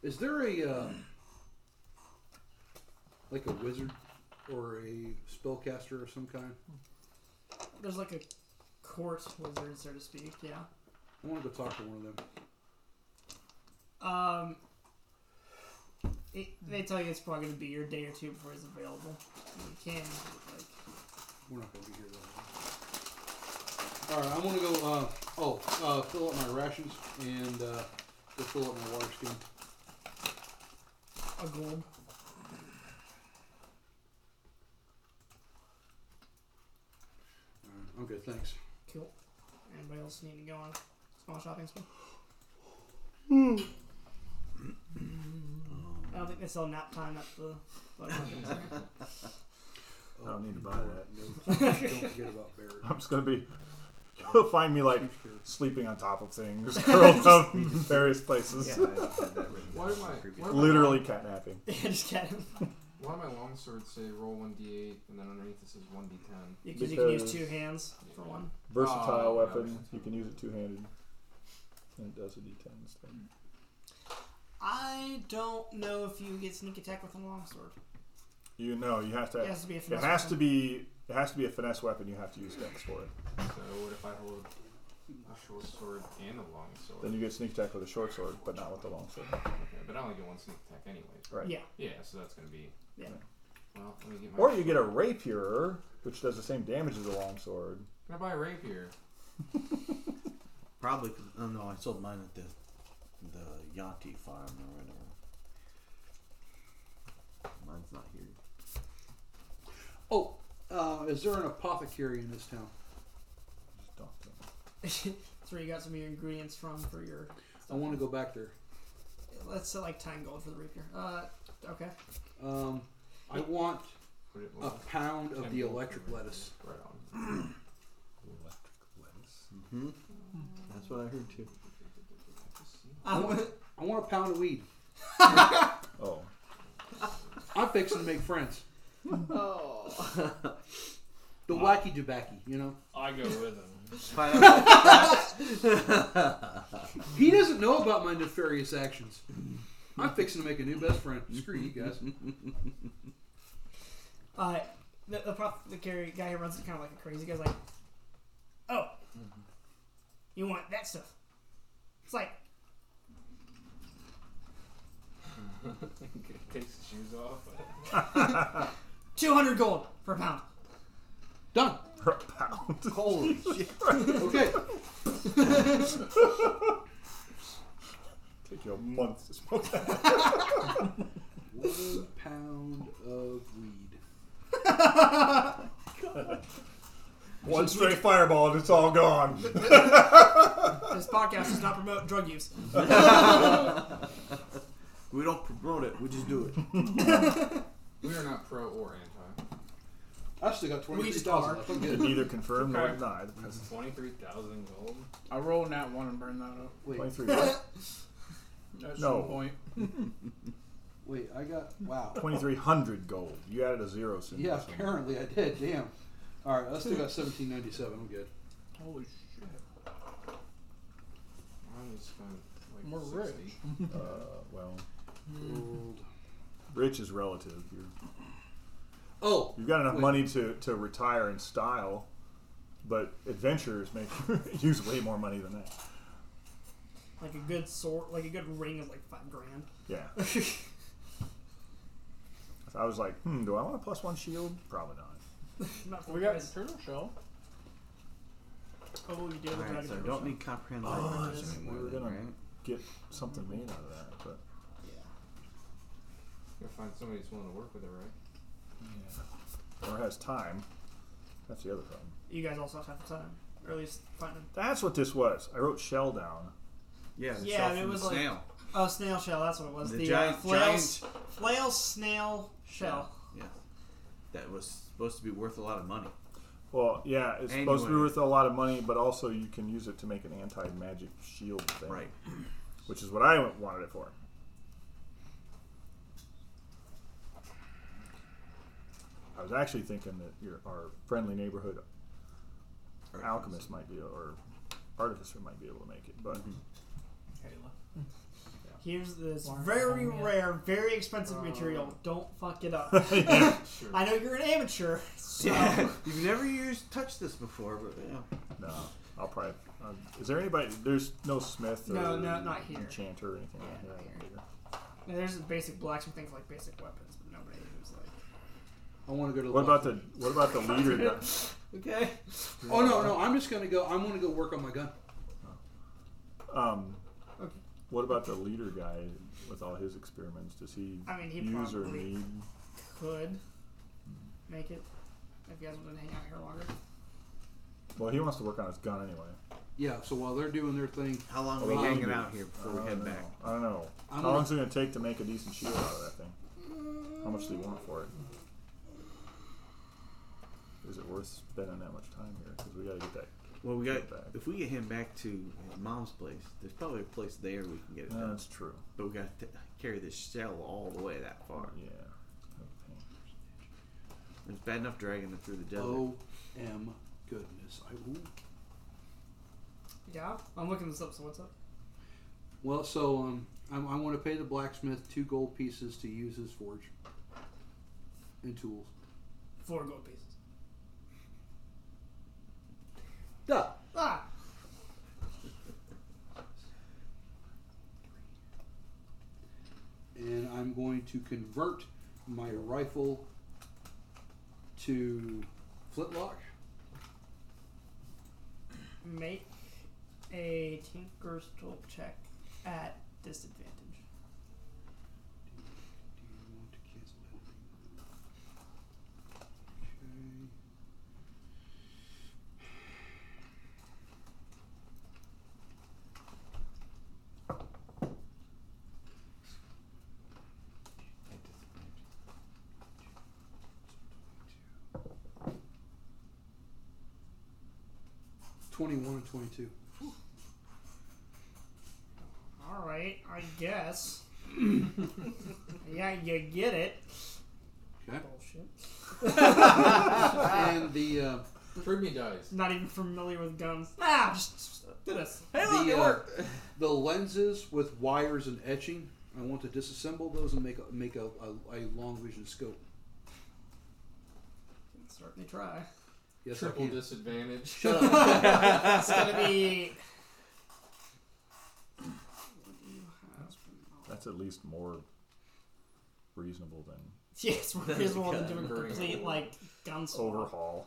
Is there a uh, like a wizard or a spellcaster of some kind?
There's like a court wizard, so to speak. Yeah.
I want to go talk to one of them.
Um, it, they tell you it's probably going to be your day or two before it's available. You can, like,
We're not going to be here that long. All right, I want to go. Uh, oh, uh, fill up my rations and uh, go fill up my water steam.
a gold.
All right, okay, thanks.
Cool. Anybody else need to go on small shopping spree? I don't think they sell nap time at the.
I don't need to buy that.
No, don't forget about Barrett.
I'm just gonna be. You'll find me like sleeping on top of things, curled up in various places,
Yeah, I had that written
Why
down
am
in
I-
the previous-
why am I-
literally catnapping.
yeah, just kidding.
Why do my longswords say roll one d8 and then underneath it says one d10?
Because you can use
Because-
two hands for one.
Versatile
Oh,
weapon.
nice.
You can use it two handed. And it does a D10 instead.
I don't know if you get sneak attack with a longsword.
You know, you have to.
It has to be a
It
finesse
has to
weapon.
be. It has to be a finesse weapon. You have to use dex for it.
So what if I hold a short sword and a long sword?
Then you get sneak attack with a short sword, but not with the long sword.
okay, but I only get one sneak attack anyways.
Right.
Yeah.
Yeah, so that's gonna be.
Yeah.
Well, let me get my.
Or you get a rapier, which does the same damage as a long sword.
Can I buy a rapier?
Probably. 'cause- Oh no, I sold mine at the the Yanti farm or whatever. Mine's not here.
Oh, uh, is there an apothecary in this town?
Just don't think.
That's where you got some of your ingredients from for your.
I want to go back there.
Let's say like ten gold for the rapier. Uh, okay.
Um, I want
Would it
a pound of
Ten
the
gold for
electric
rapier.
lettuce.
Right on.
Mm-hmm. That's what I heard too.
I want
I want a pound of weed.
Oh,
I'm fixing to make friends.
Oh.
The wacky jabaki, you know.
I go with him.
Find out-
He doesn't know about my nefarious actions. I'm fixing to make a new best friend. Screw you guys.
Uh, the, the apothecary guy who runs it kind of like a crazy guy's like, oh,
Mm-hmm.
you want that stuff? It's like,
Takes his shoes off.
200 gold per pound.
Done.
per pound.
Holy shit. Okay.
Take you a month to smoke that.
One pound of weed.
One straight fireball and it's all gone.
This podcast does not promote drug use.
we don't promote it. We just do it.
We are not pro or anti.
I still got twenty three
just
thousand
are.
left. I'm
You
good.
neither confirm nor
Okay.
deny the presence.
Twenty-three thousand gold.
I roll that one and burn that up
Wait,
Twenty-three.
at
No.
some point.
wait, I got wow.
Twenty-three hundred gold. You added a zero. symbol
Yeah,
somewhere.
apparently I did. Damn. All right, I still got seventeen ninety seven. I'm good.
Holy shit.
I'm just going like
We're
60.
rich.
Uh, well, rich is relative. You're,
Oh,
you've got enough
Wait.
money to, to retire in style, but adventurers make use way more money than that.
Like a good sword, like a good ring is like five grand.
Yeah. I was like, hmm, do I want a plus one shield? Probably not.
I'm not
We got
surprised.
turtle shell.
Oh, you do have a
Alright,
dragon.
so I
turtle
don't
shell.
need comprehend
Oh,
languages
that's-
anymore,
we were
then,
gonna-
right?
Get something made out of that, but
Gotta find somebody that's willing to work with it, right?
or has time. That's the other problem.
You guys also have to have time, or at least find them.
That's what this was. I wrote shell down.
Yeah, the
Yeah,
shell
and it
from
was
the
like-
snail.
Oh, snail shell. That's what it was.
The
The,
giant-
uh, flail,
giant-
flail snail shell.
Yeah. That was supposed to be worth a lot of money.
Well, yeah, it's supposed to be
Anyway.
worth a lot of money, but also you can use it to make an anti-magic shield thing,
Right.
Which is what I wanted it for. I was actually thinking that your our friendly neighborhood
Or-
alchemist might be, or artificer might be able to make it, but
Here's this
Warren
very
Bonham, yeah. Oh.
rare, very expensive material. Don't fuck it up.
Yeah.
Sure.
I know you're an amateur, so
You've never used touched this before, but you know.
no, I'll probably. Um, is there anybody? There's no smith or
No, no, not here.
enchanter or anything
Yeah,
like
not
that.
here. Now, there's the basic blacksmith things like basic weapons, but nobody who's like.
I want to go to.
What about
the?
the what about the leader? guy?
Okay.
Oh no, no, I'm just gonna go. I'm gonna go work on my gun.
Um, what about the leader guy with all his experiments? Does he,
I mean, he
use or
probably-
need?
Could make it if you guys want to hang out here longer.
Well, he wants to work on his gun anyway.
Yeah. So while they're doing their thing,
How long are we
Well,
hanging
I'm-
out here before
I
we head
don't know.
back?
I don't know.
I'm
How
gonna-
long's it going to take to make a decent shield out of that thing? How much do you want for it? Is it worth spending that much time here? Because we got to get that.
Well, we got
Get back.
if we get him back to his mom's place, there's probably a place there we can get it
No,
done.
that's true.
But we got to carry this shell all the way that far.
Yeah.
It's bad enough dragging it through the desert.
oh, m goodness, I will.
Yeah, I'm looking this up. So what's up?
Well, so um, I, I want to pay the blacksmith two gold pieces to use his forge and tools.
Four gold pieces.
Duh.
Ah,
And I'm going to convert my rifle to flintlock.
make a tinker's tool check at disadvantage.
Do you want to cancel anything? Okay. Twenty-one and twenty-two.
All right, I guess. yeah, you get it.
Okay.
Bullshit.
and the uh,
Tribute dies.
Not even familiar with guns. Ah, just, just do this. Hey, look,
the,
it
uh,
worked.
the lenses with wires and etching. I want to disassemble those and make a, make a, a, a long vision scope.
Certainly try.
Yes, I
Triple
can.
disadvantage.
Shut up.
It's gonna be.
That's at least more reasonable than
Yeah, it's more reasonable than doing a
Converting
complete
it.
like gun swap.
overhaul.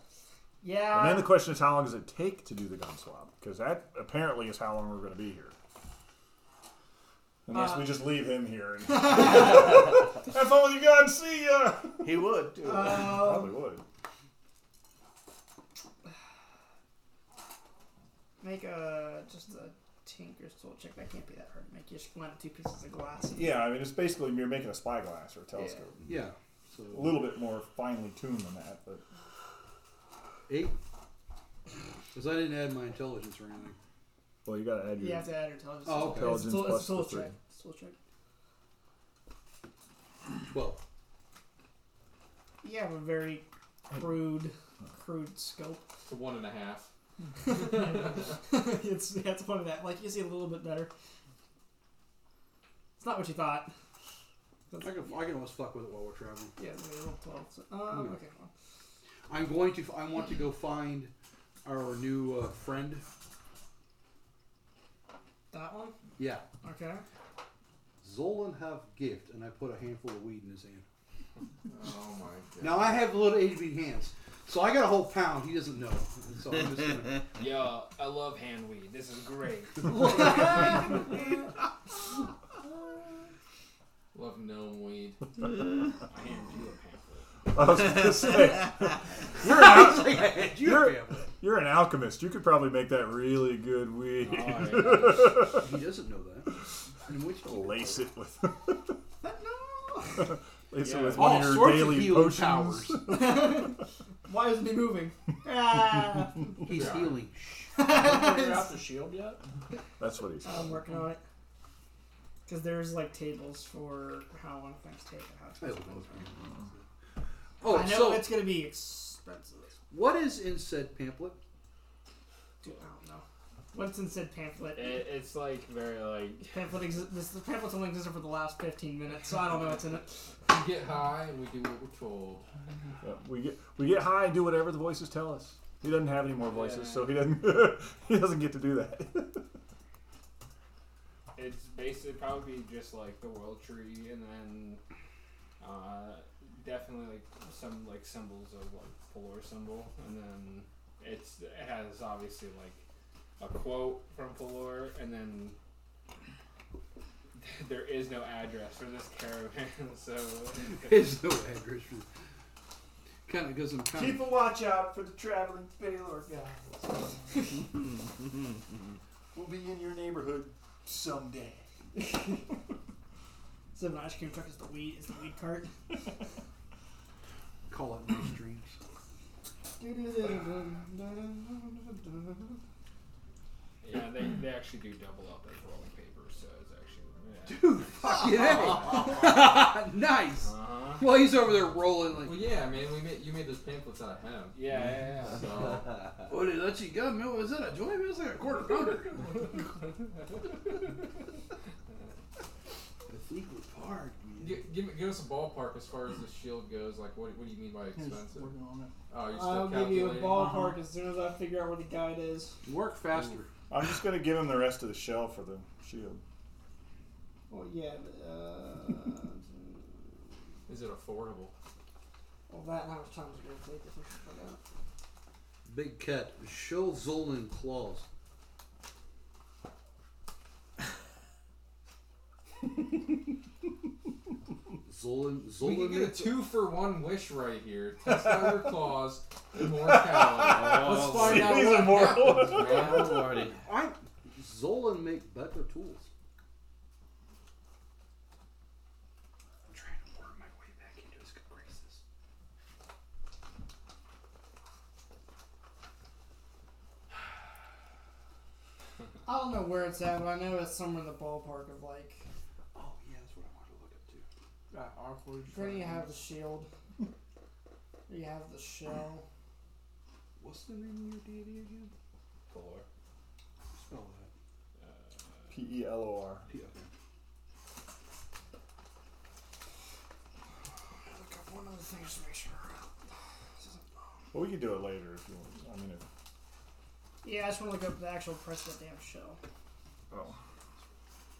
Yeah.
And then the question is, how long does it take to do the gun swap? Because that apparently is how long we're going to be here. Unless we just leave him here. And Have fun with your gun. See ya. Oh.
He would. Too.
uh,
Probably would.
Make a just a tinker's tool check. That can't be that hard to make. You just line up two pieces of glass. and-
Yeah, I mean, it's basically you're making a spyglass or a telescope.
yeah. So
A little bit more finely tuned than that, but
Eight. Because I didn't add my intelligence or anything.
Well, you gotta add your
You have to add intelligence.
Oh,
It's
okay.
a tool- it's
Intelligence
a tool
plus the
check.
three.
It's a tool check.
Twelve.
You have a very crude, crude scope.
It's a one and a half.
it's that's one of that. Like you see a little bit better. It's not what you thought.
I can, I can always fuck with it while we're traveling.
Yeah, it's a little twelve. So, um,
No.
okay. Well,
I'm going to. I want to go find our new uh, friend.
that one.
Yeah,
Okay.
Zolan have gift, and I put a handful of weed in his hand.
Oh my god.
Now I have little HB hands, so I got a whole pound. He doesn't know. So I'm just gonna,
Yo, I love hand weed. This is great.
Love gnome weed.
I hand you a pamphlet.
I was gonna say, you're an,
It's
al-
like, "Hey, you
You're-
have it."
you're an alchemist. You could probably make that really good weed.
Oh,
He doesn't know that. And which
Lace it with. Lace
Yeah.
it with one
all
of your
sorts
daily
of healing
potions.
powers.
Why isn't he moving? ah,
He's
Yeah.
healing.
Figure out the shield yet?
That's what he said.
I'm working on it. Because there's like tables for how long things take and how
I
expensive
don't know.
things
Oh,
are. I know
so
it's gonna be expensive.
what is in said pamphlet?
Dude, I don't know. What's in said pamphlet?
Eh.
it, it's like very like
Pamphlet exi- this, the pamphlet's only existed for the last 15 minutes, so I don't know what's in it.
We get high and we do what we're told.
Yeah, we get we get high and do whatever the voices tell us. He doesn't have any more voices, so he doesn't he doesn't get to do that.
it's basically probably just like the world tree and then uh, definitely like some like symbols of like polar symbol and then it's it has obviously like a quote from Polor and then there is no address for this caravan so
There's no address. Kind of because I'm kind of.
Keep a watch out for the traveling Baylor guy
We'll be in your neighborhood.
someday.
So an ice cream truck is the weed is the weed cart.
Call it nice dreams.
yeah they, they actually do double up as rolling paper so it's actually yeah.
Fuck yeah! nice.
uh-huh.
Well, he's over there rolling like.
Well, yeah, man. We made you made those pamphlets out of him.
yeah yeah yeah
So
What did that you got, man? Was that a joy? It was like a quarter pounder. the Fleetwood Park, man.
gi- give, give us a ballpark as far as the shield goes. Like, what, what do you mean by expensive?
Working on it.
Oh, you're still
I'll give you a
calculating.
ballpark as soon as I figure out where the guide is.
Work faster.
I'm just gonna give him the rest of the shell for the shield.
Well, yeah. Uh,
Is it affordable?
well, that and how much time is it gonna take to figure that out?
Big cat. Show Zolan claws. Zolan,
We
Zolan,
could get a
makes,
two for one wish right here. Test out your claws, immortality.
Oh,
Let's find out
He's
what
immortal.
happens, man.
Oh, Lordy.
I, Zolan make better tools. I'm trying to work my way back into his good graces.
I don't know where it's at, but I know it's somewhere in the ballpark of like.
Oh yeah, that's what I wanted to look up too.
That awkward.
Where do you have the shield? Where do you have the shell?
What's the name of your deity again?
Polor
Spell that.
P E L O R.
P- okay.
Look up one other thing just to make sure.
Well, we can do it later if you want. I mean, if,
Yeah, I just want to look up the actual price of that damn shell
oh,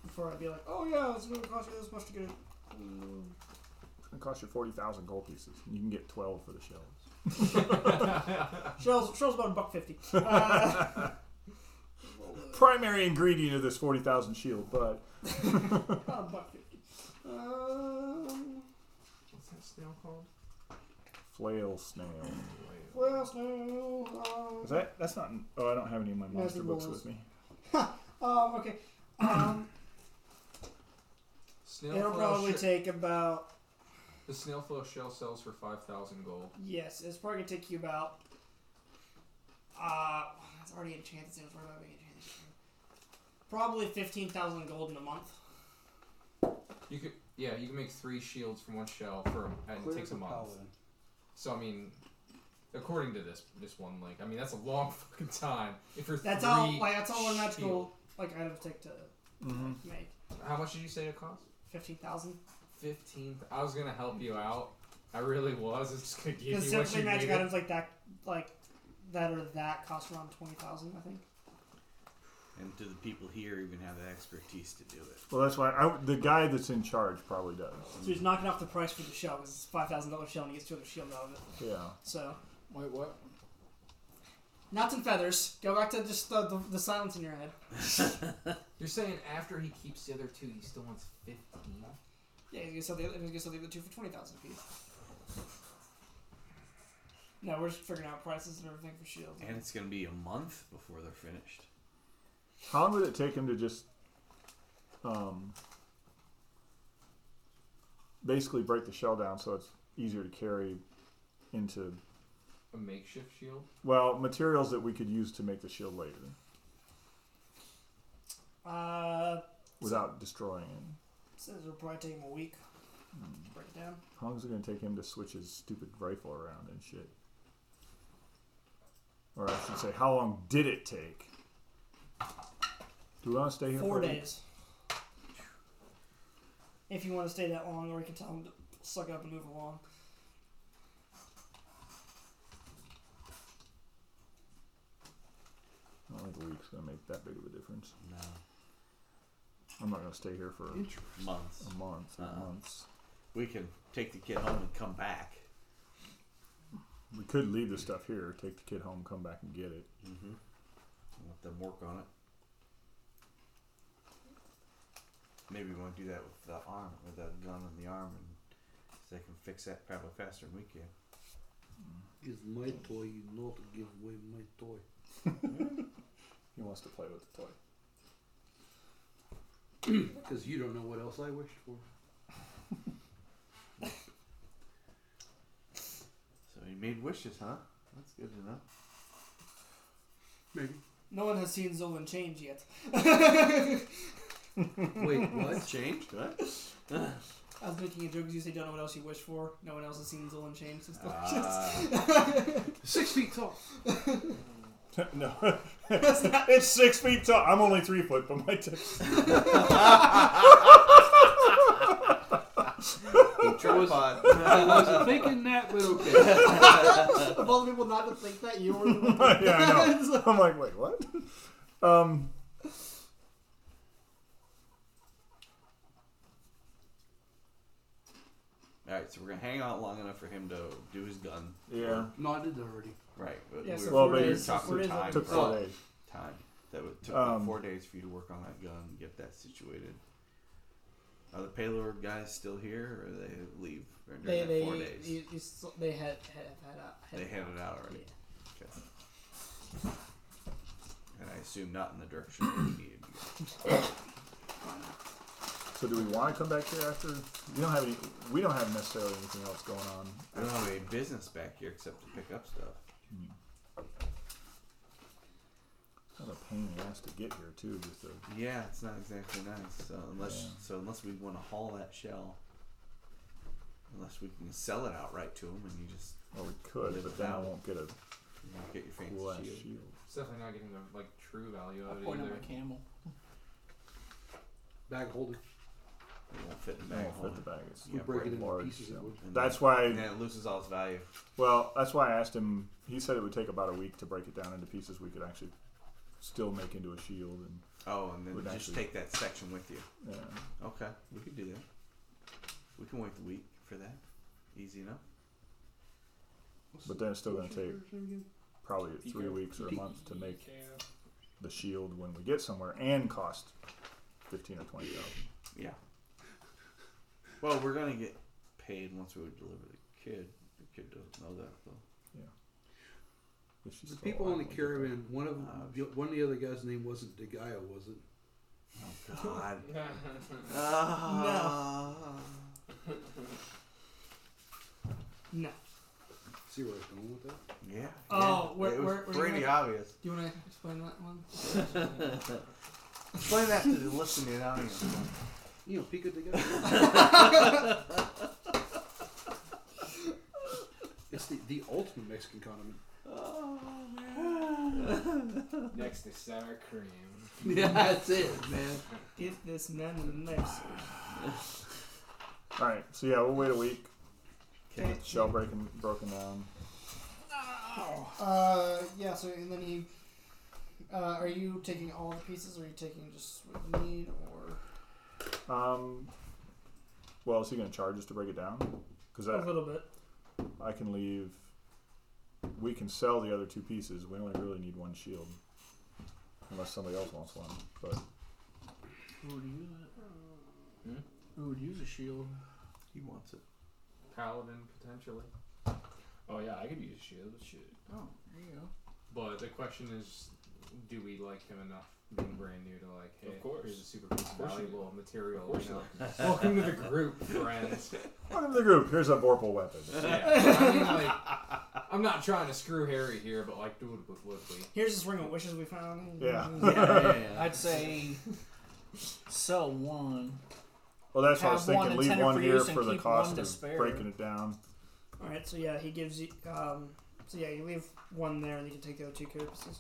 before I'd be like, oh yeah, it's gonna cost you this much to get it.
it costs you forty thousand gold pieces. and You can get twelve for the shells.
Shell's, shell's about a buck fifty. Uh,
Primary ingredient of this forty thousand shield, but
about a buck fifty. Um,
What's that snail called?
flail snail.
what else new? Um,
Is that that's not? Oh, I don't have any of my
No, it's
monster books
yours.
with me.
um, okay. Um,
Snail
it'll
flail
probably
shi-
take about
the snail flail shell sells for five thousand gold.
yes, it's probably gonna take you about Uh, well, that's already enchanted. So it's worth having enchanted. Probably fifteen thousand gold in a month.
You could, yeah, you can make three shields from one shell for and it takes a month. So I mean, according to this this one, like I mean that's a long fucking time. If you're
That's
three
all. Like that's all one magical
shield-
like item take to
Mm-hmm.
make
How much did you say it cost?
fifteen thousand.
Fifteen. I was gonna help you out. I really was. It's just gonna give
Because
you what you
simply magic
needed.
items like that, like that or that, cost around twenty thousand, I think.
And do the people here even have the expertise to do it?
Well, that's why I, the guy that's in charge probably does.
So he's knocking off the price for the shell because it's five thousand dollar shell and he gets two other shields out of it.
Yeah.
So
Wait, what?
knots and feathers. Go back to just the, the, the silence in your head.
You're saying after he keeps the other two, he still wants fifteen.
Yeah, he's gonna sell the other, he's gonna sell the other two for twenty thousand apiece. No, we're just figuring out prices and everything for shields.
And it's going to be a month before they're finished.
How long would it take him to just um, basically break the shell down so it's easier to carry into
A makeshift shield.
well materials that we could use to make the shield later
Uh,
without destroying it?
says it'll probably take him a week.
Hmm.
to Break it down.
How long is it going to take him to switch his stupid rifle around and shit? Or I should say, how long did it take? Do we want to stay here
Four
for a week?
days. If you want to stay that long, or you can tell them to suck it up and move along.
I don't think a week's going to make that big of a difference.
No.
I'm not going to stay here for a
Months.
month, or
Uh-uh.
months.
We can take the kid home and come back.
We could leave the stuff here, take the kid home, come back and get it.
Mm-hmm. Let them work on it. Maybe we want to do that with the arm, with that gun on the arm, and so they can fix that probably faster than we can.
Is my toy you not give away my toy?
He wants to play with the toy.
Because you don't know what else I wished for.
So he made wishes, huh? That's good to know.
Maybe.
No one has seen Zolan change yet.
Wait, what?
changed, what?
I was making a joke because you say don't know what else you wish for. No one else has seen Zolan change since the
Ah,
Six feet tall.
no, it's six feet tall. I'm only three foot, but my t-
Tripod.
I wasn't thinking that, but okay.
Of all the people not to think that, you were the one.
yeah, I know. I'm like, wait, what? Um,
all right, so we're gonna hang out long enough for him to do his gun.
yeah,
No, I did that already.
Right. But
Yeah,
we
so
were,
Well,
four
but
days.
you're
so
talking
four days.
time.
of-
took
Oh.
four days.
time. That would took
Um,
me four days for you to work on that gun and get that situated. Are the payload guys still here, or they leave during
They
that
they
four days?
you, you, s- they had had had, uh, had
they handed out already. Okay. And I assume not in the direction that we needed. to go.
So do we want to come back here after? We don't have any. We don't have necessarily anything else going on.
I don't have any business back here except to pick up stuff.
Kind of a pain in the ass to get here too. Just to,
Yeah, it's not exactly nice. So unless
Yeah.
so unless we want to haul that shell, unless we can sell it outright to them, and you just
well, we could, but then I won't get a
you know, get your fancy
glass
shield.
shield.
It's definitely not getting the like true value
I
out of it
point at
either.
my camel.
Bag holding.
It won't fit in the
I
bag.
won't fit the bag. It's
Yeah,
Break it into
large,
pieces. it
so.
would.
And
That's
and
why.
then it loses all its value.
Well, that's why I asked him. He said it would take about a week to break it down into pieces we could actually still make into a shield and.
Oh, and then
Would
just
actually-
take that section with you.
Yeah.
Okay, we could do that. We can wait the week for that. Easy enough.
But then it's still going to take probably three
Eco.
weeks or a month to make
Yeah.
the shield when we get somewhere and cost fifteen or twenty thousand.
Yeah. Well, we're gonna get paid once we deliver the kid. The kid doesn't know that though.
The people on the caravan, one of
Uh,
one of the other guys' name wasn't DeGaio, was it?
Oh God. Ah.
No. No.
See where it's going with that?
Yeah.
Oh,
yeah.
where-
it was
where- where you
pretty
went?
obvious.
Do you want to explain that one?
Explain that to the listening audience.
You know, pico de gallo. it's the, the ultimate Mexican condiment.
Next is sour cream.
yeah, that's it, man.
Get this man in the mix.
All right, so yeah, we'll wait a week.
Okay.
Shell breaking broken down.
Uh, yeah. So and then he. Uh, are you taking all the pieces, or are you taking just what you need, or
Um, well, is he going to charge us to break it down?
a
Because
little bit?
I can leave. We can sell the other two pieces. We only really need one shield, unless somebody else wants one. But
Who would use it? uh,
Hmm?
Who would use a shield?
He wants it.
Paladin potentially.
Oh yeah, I could use shield shit.
Oh, there you go.
But the question is, do we like him enough being brand new to like? Hey,
Of course.
Here's a super piece of
course you
valuable material.
Of course
you know? Welcome to the group, friends.
welcome to the group. Here's a Vorpal weapon.
yeah. I mean, like, I'm not trying to screw Harry here, but like, dude, would, would we?
Here's this ring of wishes we found.
Yeah.
I'd say sell one.
Well, that's what I was
Have
thinking.
one
leave
intended
one
for
here
use and
for the
keep one
cost
to
of
spare.
breaking it down.
All right. So yeah, he gives you. Um, so yeah, you leave one there, and you can take the other two care pieces.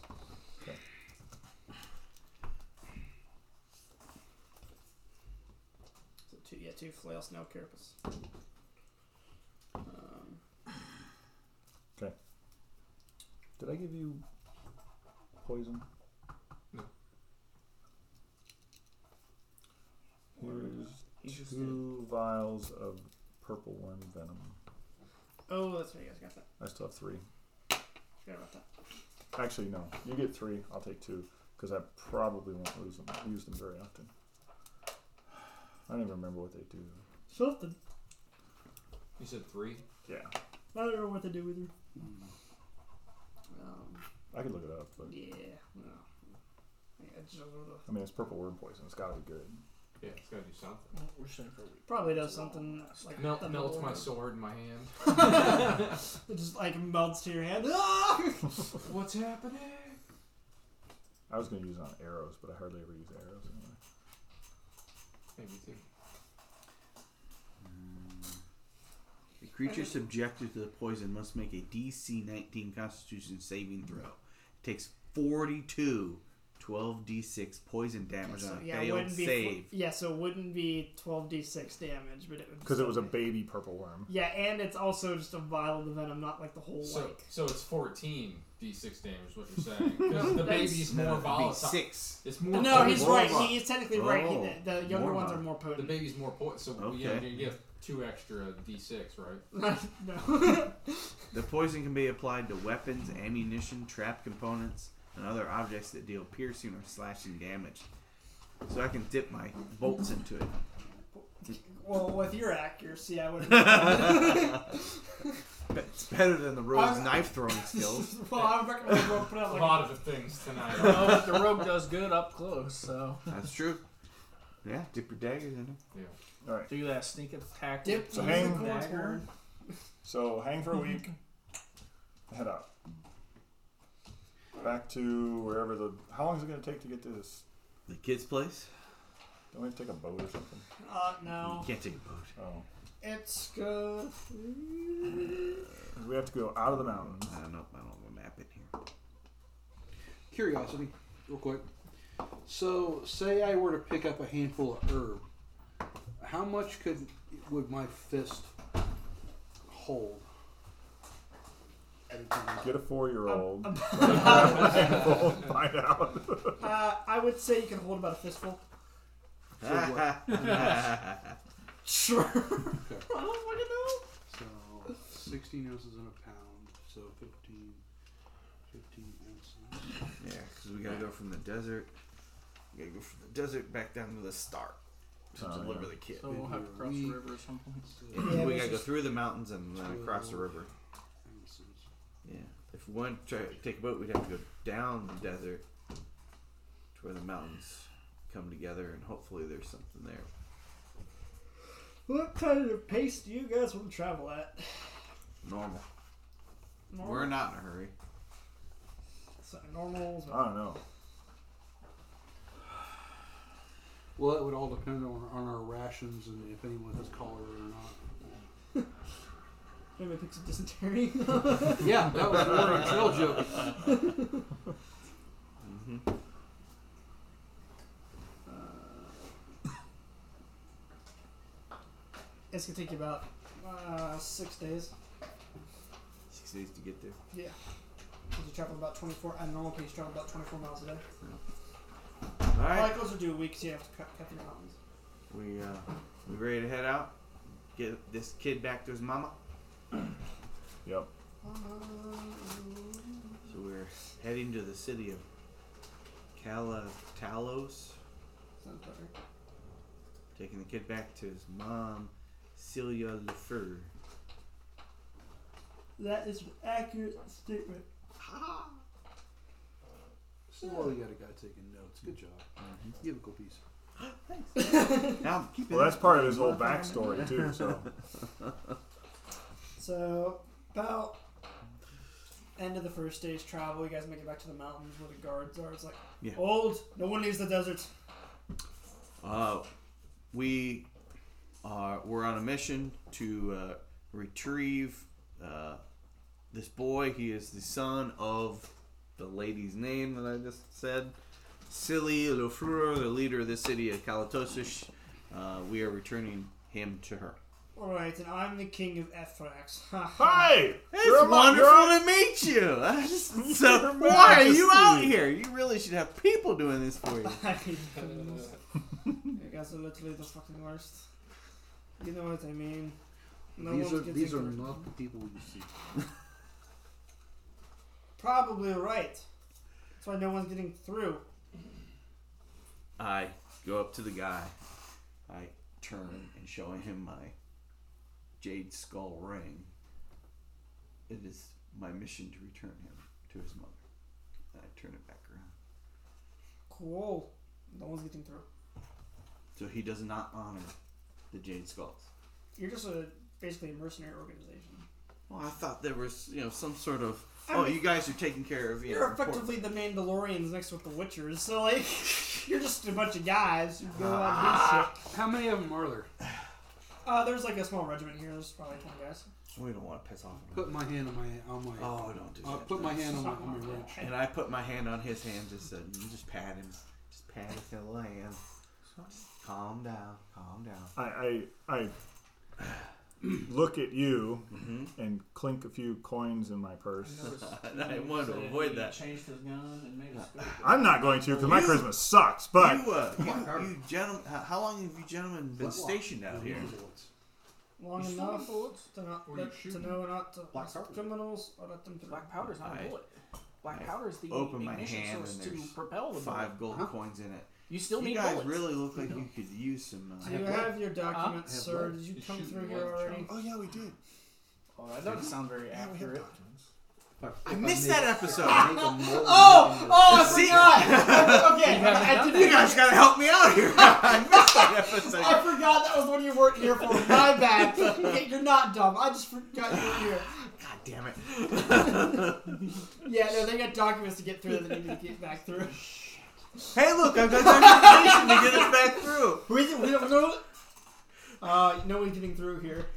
So two, yeah, two flail snail carapace. Um,
Did I give you poison?
No.
He
Here's
just
two vials of purple worm venom.
oh, that's right. You guys got that.
I still have three.
Forgot about that.
Actually, no. You get three. I'll take two because I probably won't lose them. Use them very often. I don't even remember what they do.
Something.
You said three.
Yeah,
I don't know what to do with her. Um,
I could look it up, but
yeah, no. Yeah, it's just a little-
I mean, it's purple worm poison. It's got to be good.
Yeah, it's gotta do something.
We're sitting for a week.
Probably does something like
Melt,
the
melts my
mold.
sword in my hand.
It just like melts to your hand. Ah!
What's happening?
I was going to use it on arrows, but I hardly ever use arrows anyway.
Maybe two.
The creature subjected to the poison must make a DC 19 Constitution saving throw. It takes 42 12d6 poison damage on a
yeah, it
failed
wouldn't be.
save.
Yeah, so it wouldn't be twelve d six damage, but it would.
Because it was a baby purple worm.
Yeah, and it's also just a vial of the venom, not like the whole
So,
like.
so it's 14 d6 damage, what you're saying. 'Cause the baby's
No,
more
it'd be
volatile.
six.
It's more
No, he's
More
right.
vial.
He is technically right. He-
Oh,
the, the younger
more
ones
vial.
are more
The
potent.
baby's more poison, so yeah,
Okay.
you get two extra d6, right?
no.
The poison can be applied to weapons, ammunition, trap components, and other objects that deal piercing or slashing damage. So I can dip my bolts into it.
well, with your accuracy, I would. well,
But It's better than the rogue's
I'm-
knife throwing skills.
I would recommend you put
A
out like.
lot of the things tonight.
No, but the rogue does good up close, so
That's true. Yeah, dip your daggers in it.
do that sneak attack.
Dip
with
So
the
the
hang-
unicorn's
dagger.
horn.
So hang for a week. Head out. Back to wherever the. How long is it going to take to get to this?
The kid's place?
Don't we have to take a boat or something?
Uh, no.
You can't take a boat.
Oh.
It's good.
We have to go out of the mountains.
I don't know. I don't have a map in here.
Curiosity, real quick. So, say I were to pick up a handful of herb, how much could would my fist hold? At a time?
Get a four year old. Find out.
Uh, I would say you can hold about a fistful.
So what?
Sure. I don't fucking know.
So, 16 ounces in a pound, so 15, 15 ounces.
Yeah, because we gotta go from the desert. We gotta go from the desert back down to the star to
Oh,
deliver
yeah.
the kid.
So we'll have to cross the river at some point.
So,
Yeah, we
this
gotta go
is-
through the mountains and then across the river.
ounces.
Yeah. If we wanted to try to take a boat, we'd have to go down the desert to where the mountains come together, and hopefully there's something there.
What kind of pace do you guys want to travel at?
Normal.
Normal?
We're not in a hurry.
So, normal.
Uh.
I don't know.
Well, it would all depend on, on our rations and if anyone has cholera or
Maybe picks up dysentery.
not. yeah, that was a Warrior Trail joke.
Mm-hmm.
Uh. it's gonna take you about uh, six days.
Six days to get there.
Yeah. 'Cause you travel about 24, at normal pace, you travel about 24 miles a day.
All
All
right,
right. Cycles are due a week, so you have to cut, cut through the mountains.
we uh, we ready to head out. Get this kid back to his mama.
Yep.
Uh. So we're heading to the city of Calatalos,
Sounds better.
taking the kid back to his mom, Celia Lefeu.
That is an accurate statement.
Still, you got a guy taking notes. Good job. Musical piece.
Now keep
Well, that's part of his whole backstory too. So
So, about end of the first day's travel, you guys make it back to the mountains where the guards are. It's like,
Yeah.
old, no one leaves the deserts.
Uh, we are we're on a mission to uh, retrieve uh, this boy. He is the son of the lady's name that I just said, Silly Lofuro, the leader of the city of Kalatosish. Uh, we are returning him to her.
Alright, and I'm the king of Ephrax.
hey, you're
It's
up,
wonderful
you're up.
to meet you. I just, so
Your
why are you out
Majesty.
here? You really should have people doing this for you.
you guys are literally the fucking worst. You know what I mean? No
these
one's
are
getting
these are
correct.
not the people you see.
Probably right. That's why no one's getting through.
I go up to the guy. I turn and show him my jade skull ring. It is my mission to return him to his mother. And I turn it back around.
Cool. No one's getting through.
So he does not honor the jade skulls.
You're just a basically a mercenary organization.
Well, I thought there was, you know, some sort of.
I
oh,
mean,
you guys are taking care of you. know,
You're
important-
effectively the Mandalorians next with the Witchers, so like you're just a bunch of guys who go out and do shit.
How many of them are there?
Uh, there's like a small regiment here. There's probably 20 guys.
We don't want to piss off. Him.
Put my hand on my on my.
Oh, don't do
uh,
that.
put my hand on my, on my wrench.
And I put my hand on his hand, just said, just pat him, just pat his little hand. Just calm down, calm down.
I, I I look at you and clink a few coins in my purse.
And I wanted to
Said
avoid
he
that.
Changed his gun and made a scoop.
I'm not going to because my
You-
charisma sucks. But
you, uh, you, you gentlemen, how, how long have you gentlemen been stationed out here?
Long
You
enough
fucking bullets?
to not
Were you
let, to
shooting?
know not to
Black
arrest
powder.
criminals or let them through.
Black powder's not
I-
a bullet. Black
I
powder is the
open my
ignition
hand
source
and
to
there's
propel the bullet.
Five gold
Huh?
coins in it.
You still
you
need
guys
bullets.
really look like you could use some.
Do
Uh,
you
have
have your documents,
I have
sir?
blood.
Did you
Just
come
shoot
through
me
here
with a
already?
chunk.
oh yeah, we did.
Oh, that doesn't sound very accurate.
I missed that episode.
oh,
Oh,
See,
okay. I, did,
you guys gotta help me out here. I missed that episode.
I forgot that was when you weren't here for. My bad. Okay, You're not dumb. I just forgot you were here.
God damn it.
Yeah, no, they got documents to get through that they need to get back through.
Hey, look, I've got documentation to get us back through.
We, we don't know. Uh, no one's getting through here.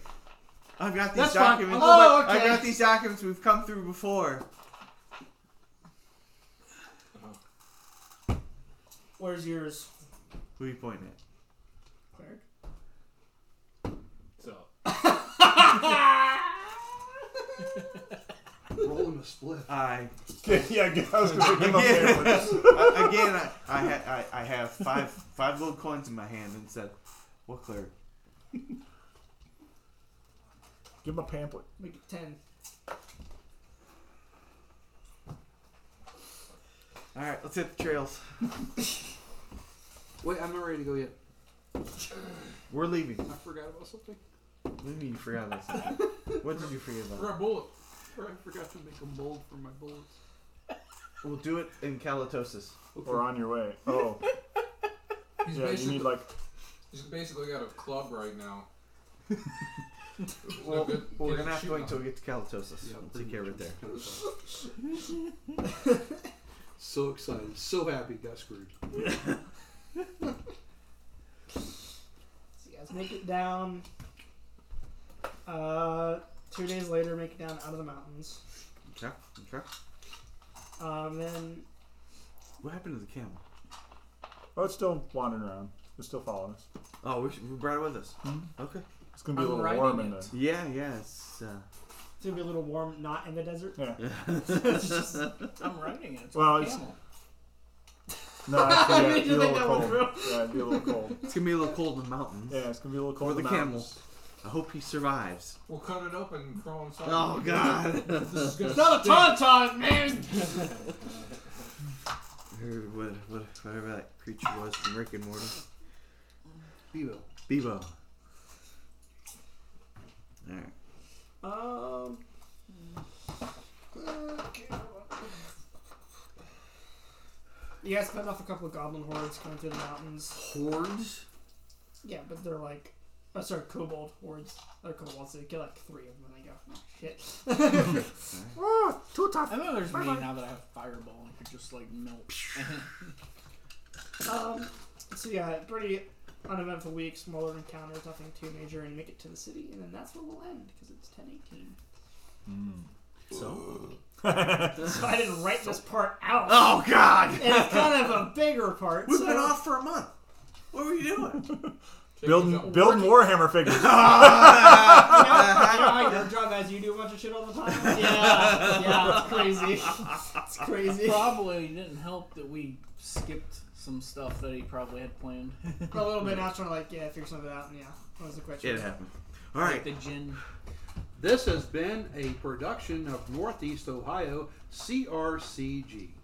I've got these
That's fine.
documents.
Oh, okay.
I've got these documents we've come through before.
Where's yours,
Who are you pointing at?
cleric?
So
Ah!
oh.
roll him a split.
I
yeah, I was going to give him a hand with this.
I- again, I, I, ha- I, I have five five gold coins in my hand and said, "What clear?
Give him a pamphlet.
Make it ten.
All right, let's hit the trails.
Wait, I'm not ready to go yet.
We're leaving.
I forgot about something.
What do you mean you forgot about something? What did you forget
For
about?
a bullet. Or I forgot to make a mold for my bullets.
We'll do it in Kalatosis.
We're on your way. Oh,
He's
yeah, you
basically
need like
he's basically got a club right now.
well,
good.
we're gonna
Get it
have to
shooting
wait until
on.
we get to Kalatosis. we'll take care of it there.
so excited, so happy, got screwed.
So you guys make it down. Uh, two days later, make it down out of the mountains.
Okay. Okay.
Um, then
What happened to the camel?
Oh, it's still wandering around. It's still following us.
Oh, we, should, we brought it with us. Okay.
It's gonna be
I'm
a little
riding
warm in there.
it.
Hmm? Yeah. Yeah. It's, uh,
it's gonna be a little warm, not in the desert.
I'm writing it. It's
Well,
a
it's-
camel.
No, actually,
I
yeah,
need
it'd be a
to think
little
that one
cold.
through.
Yeah, it'd be a little cold.
it's gonna be a little cold in the mountains.
Yeah, it's gonna be a little cold.
For
in
the
mountains.
I hope he survives.
We'll cut it open and throw inside.
Oh God.
This is gonna
It's not a tauntaun, man.
Or what, what, whatever that creature was from Rick and Morty.
Bebo.
Bebo. Alright.
Um. okay. You guys fend off a couple of goblin hordes coming through the mountains.
Hordes?
Yeah, but they're like, oh, sorry, kobold hordes. They're kobolds. So you kill like three of them, and they go, "Oh, shit. oh, too tough.
I know there's me
Bye-bye.
now that I have fireball and could just like melt.
Um. So yeah, pretty uneventful week. Smaller encounters, nothing too major, and make it to the city, and then that's where we'll end because it's ten eighteen. So. so I didn't write this part out.
Oh God!
And it's kind of a bigger part.
We've
so.
been off for a month. What were you doing?
take us
Building
out.
building Warhammer figures.
You know, you know how your job as you do a bunch of shit all the time? Yeah, yeah, it's crazy. It's crazy.
probably didn't help that we skipped some stuff that he probably had planned.
For a little bit, I was trying to like, yeah, figure something out, and yeah, that was the question.
It happened.
Like
Alright.
the gin.
This has been a production of Northeast Ohio CRCG.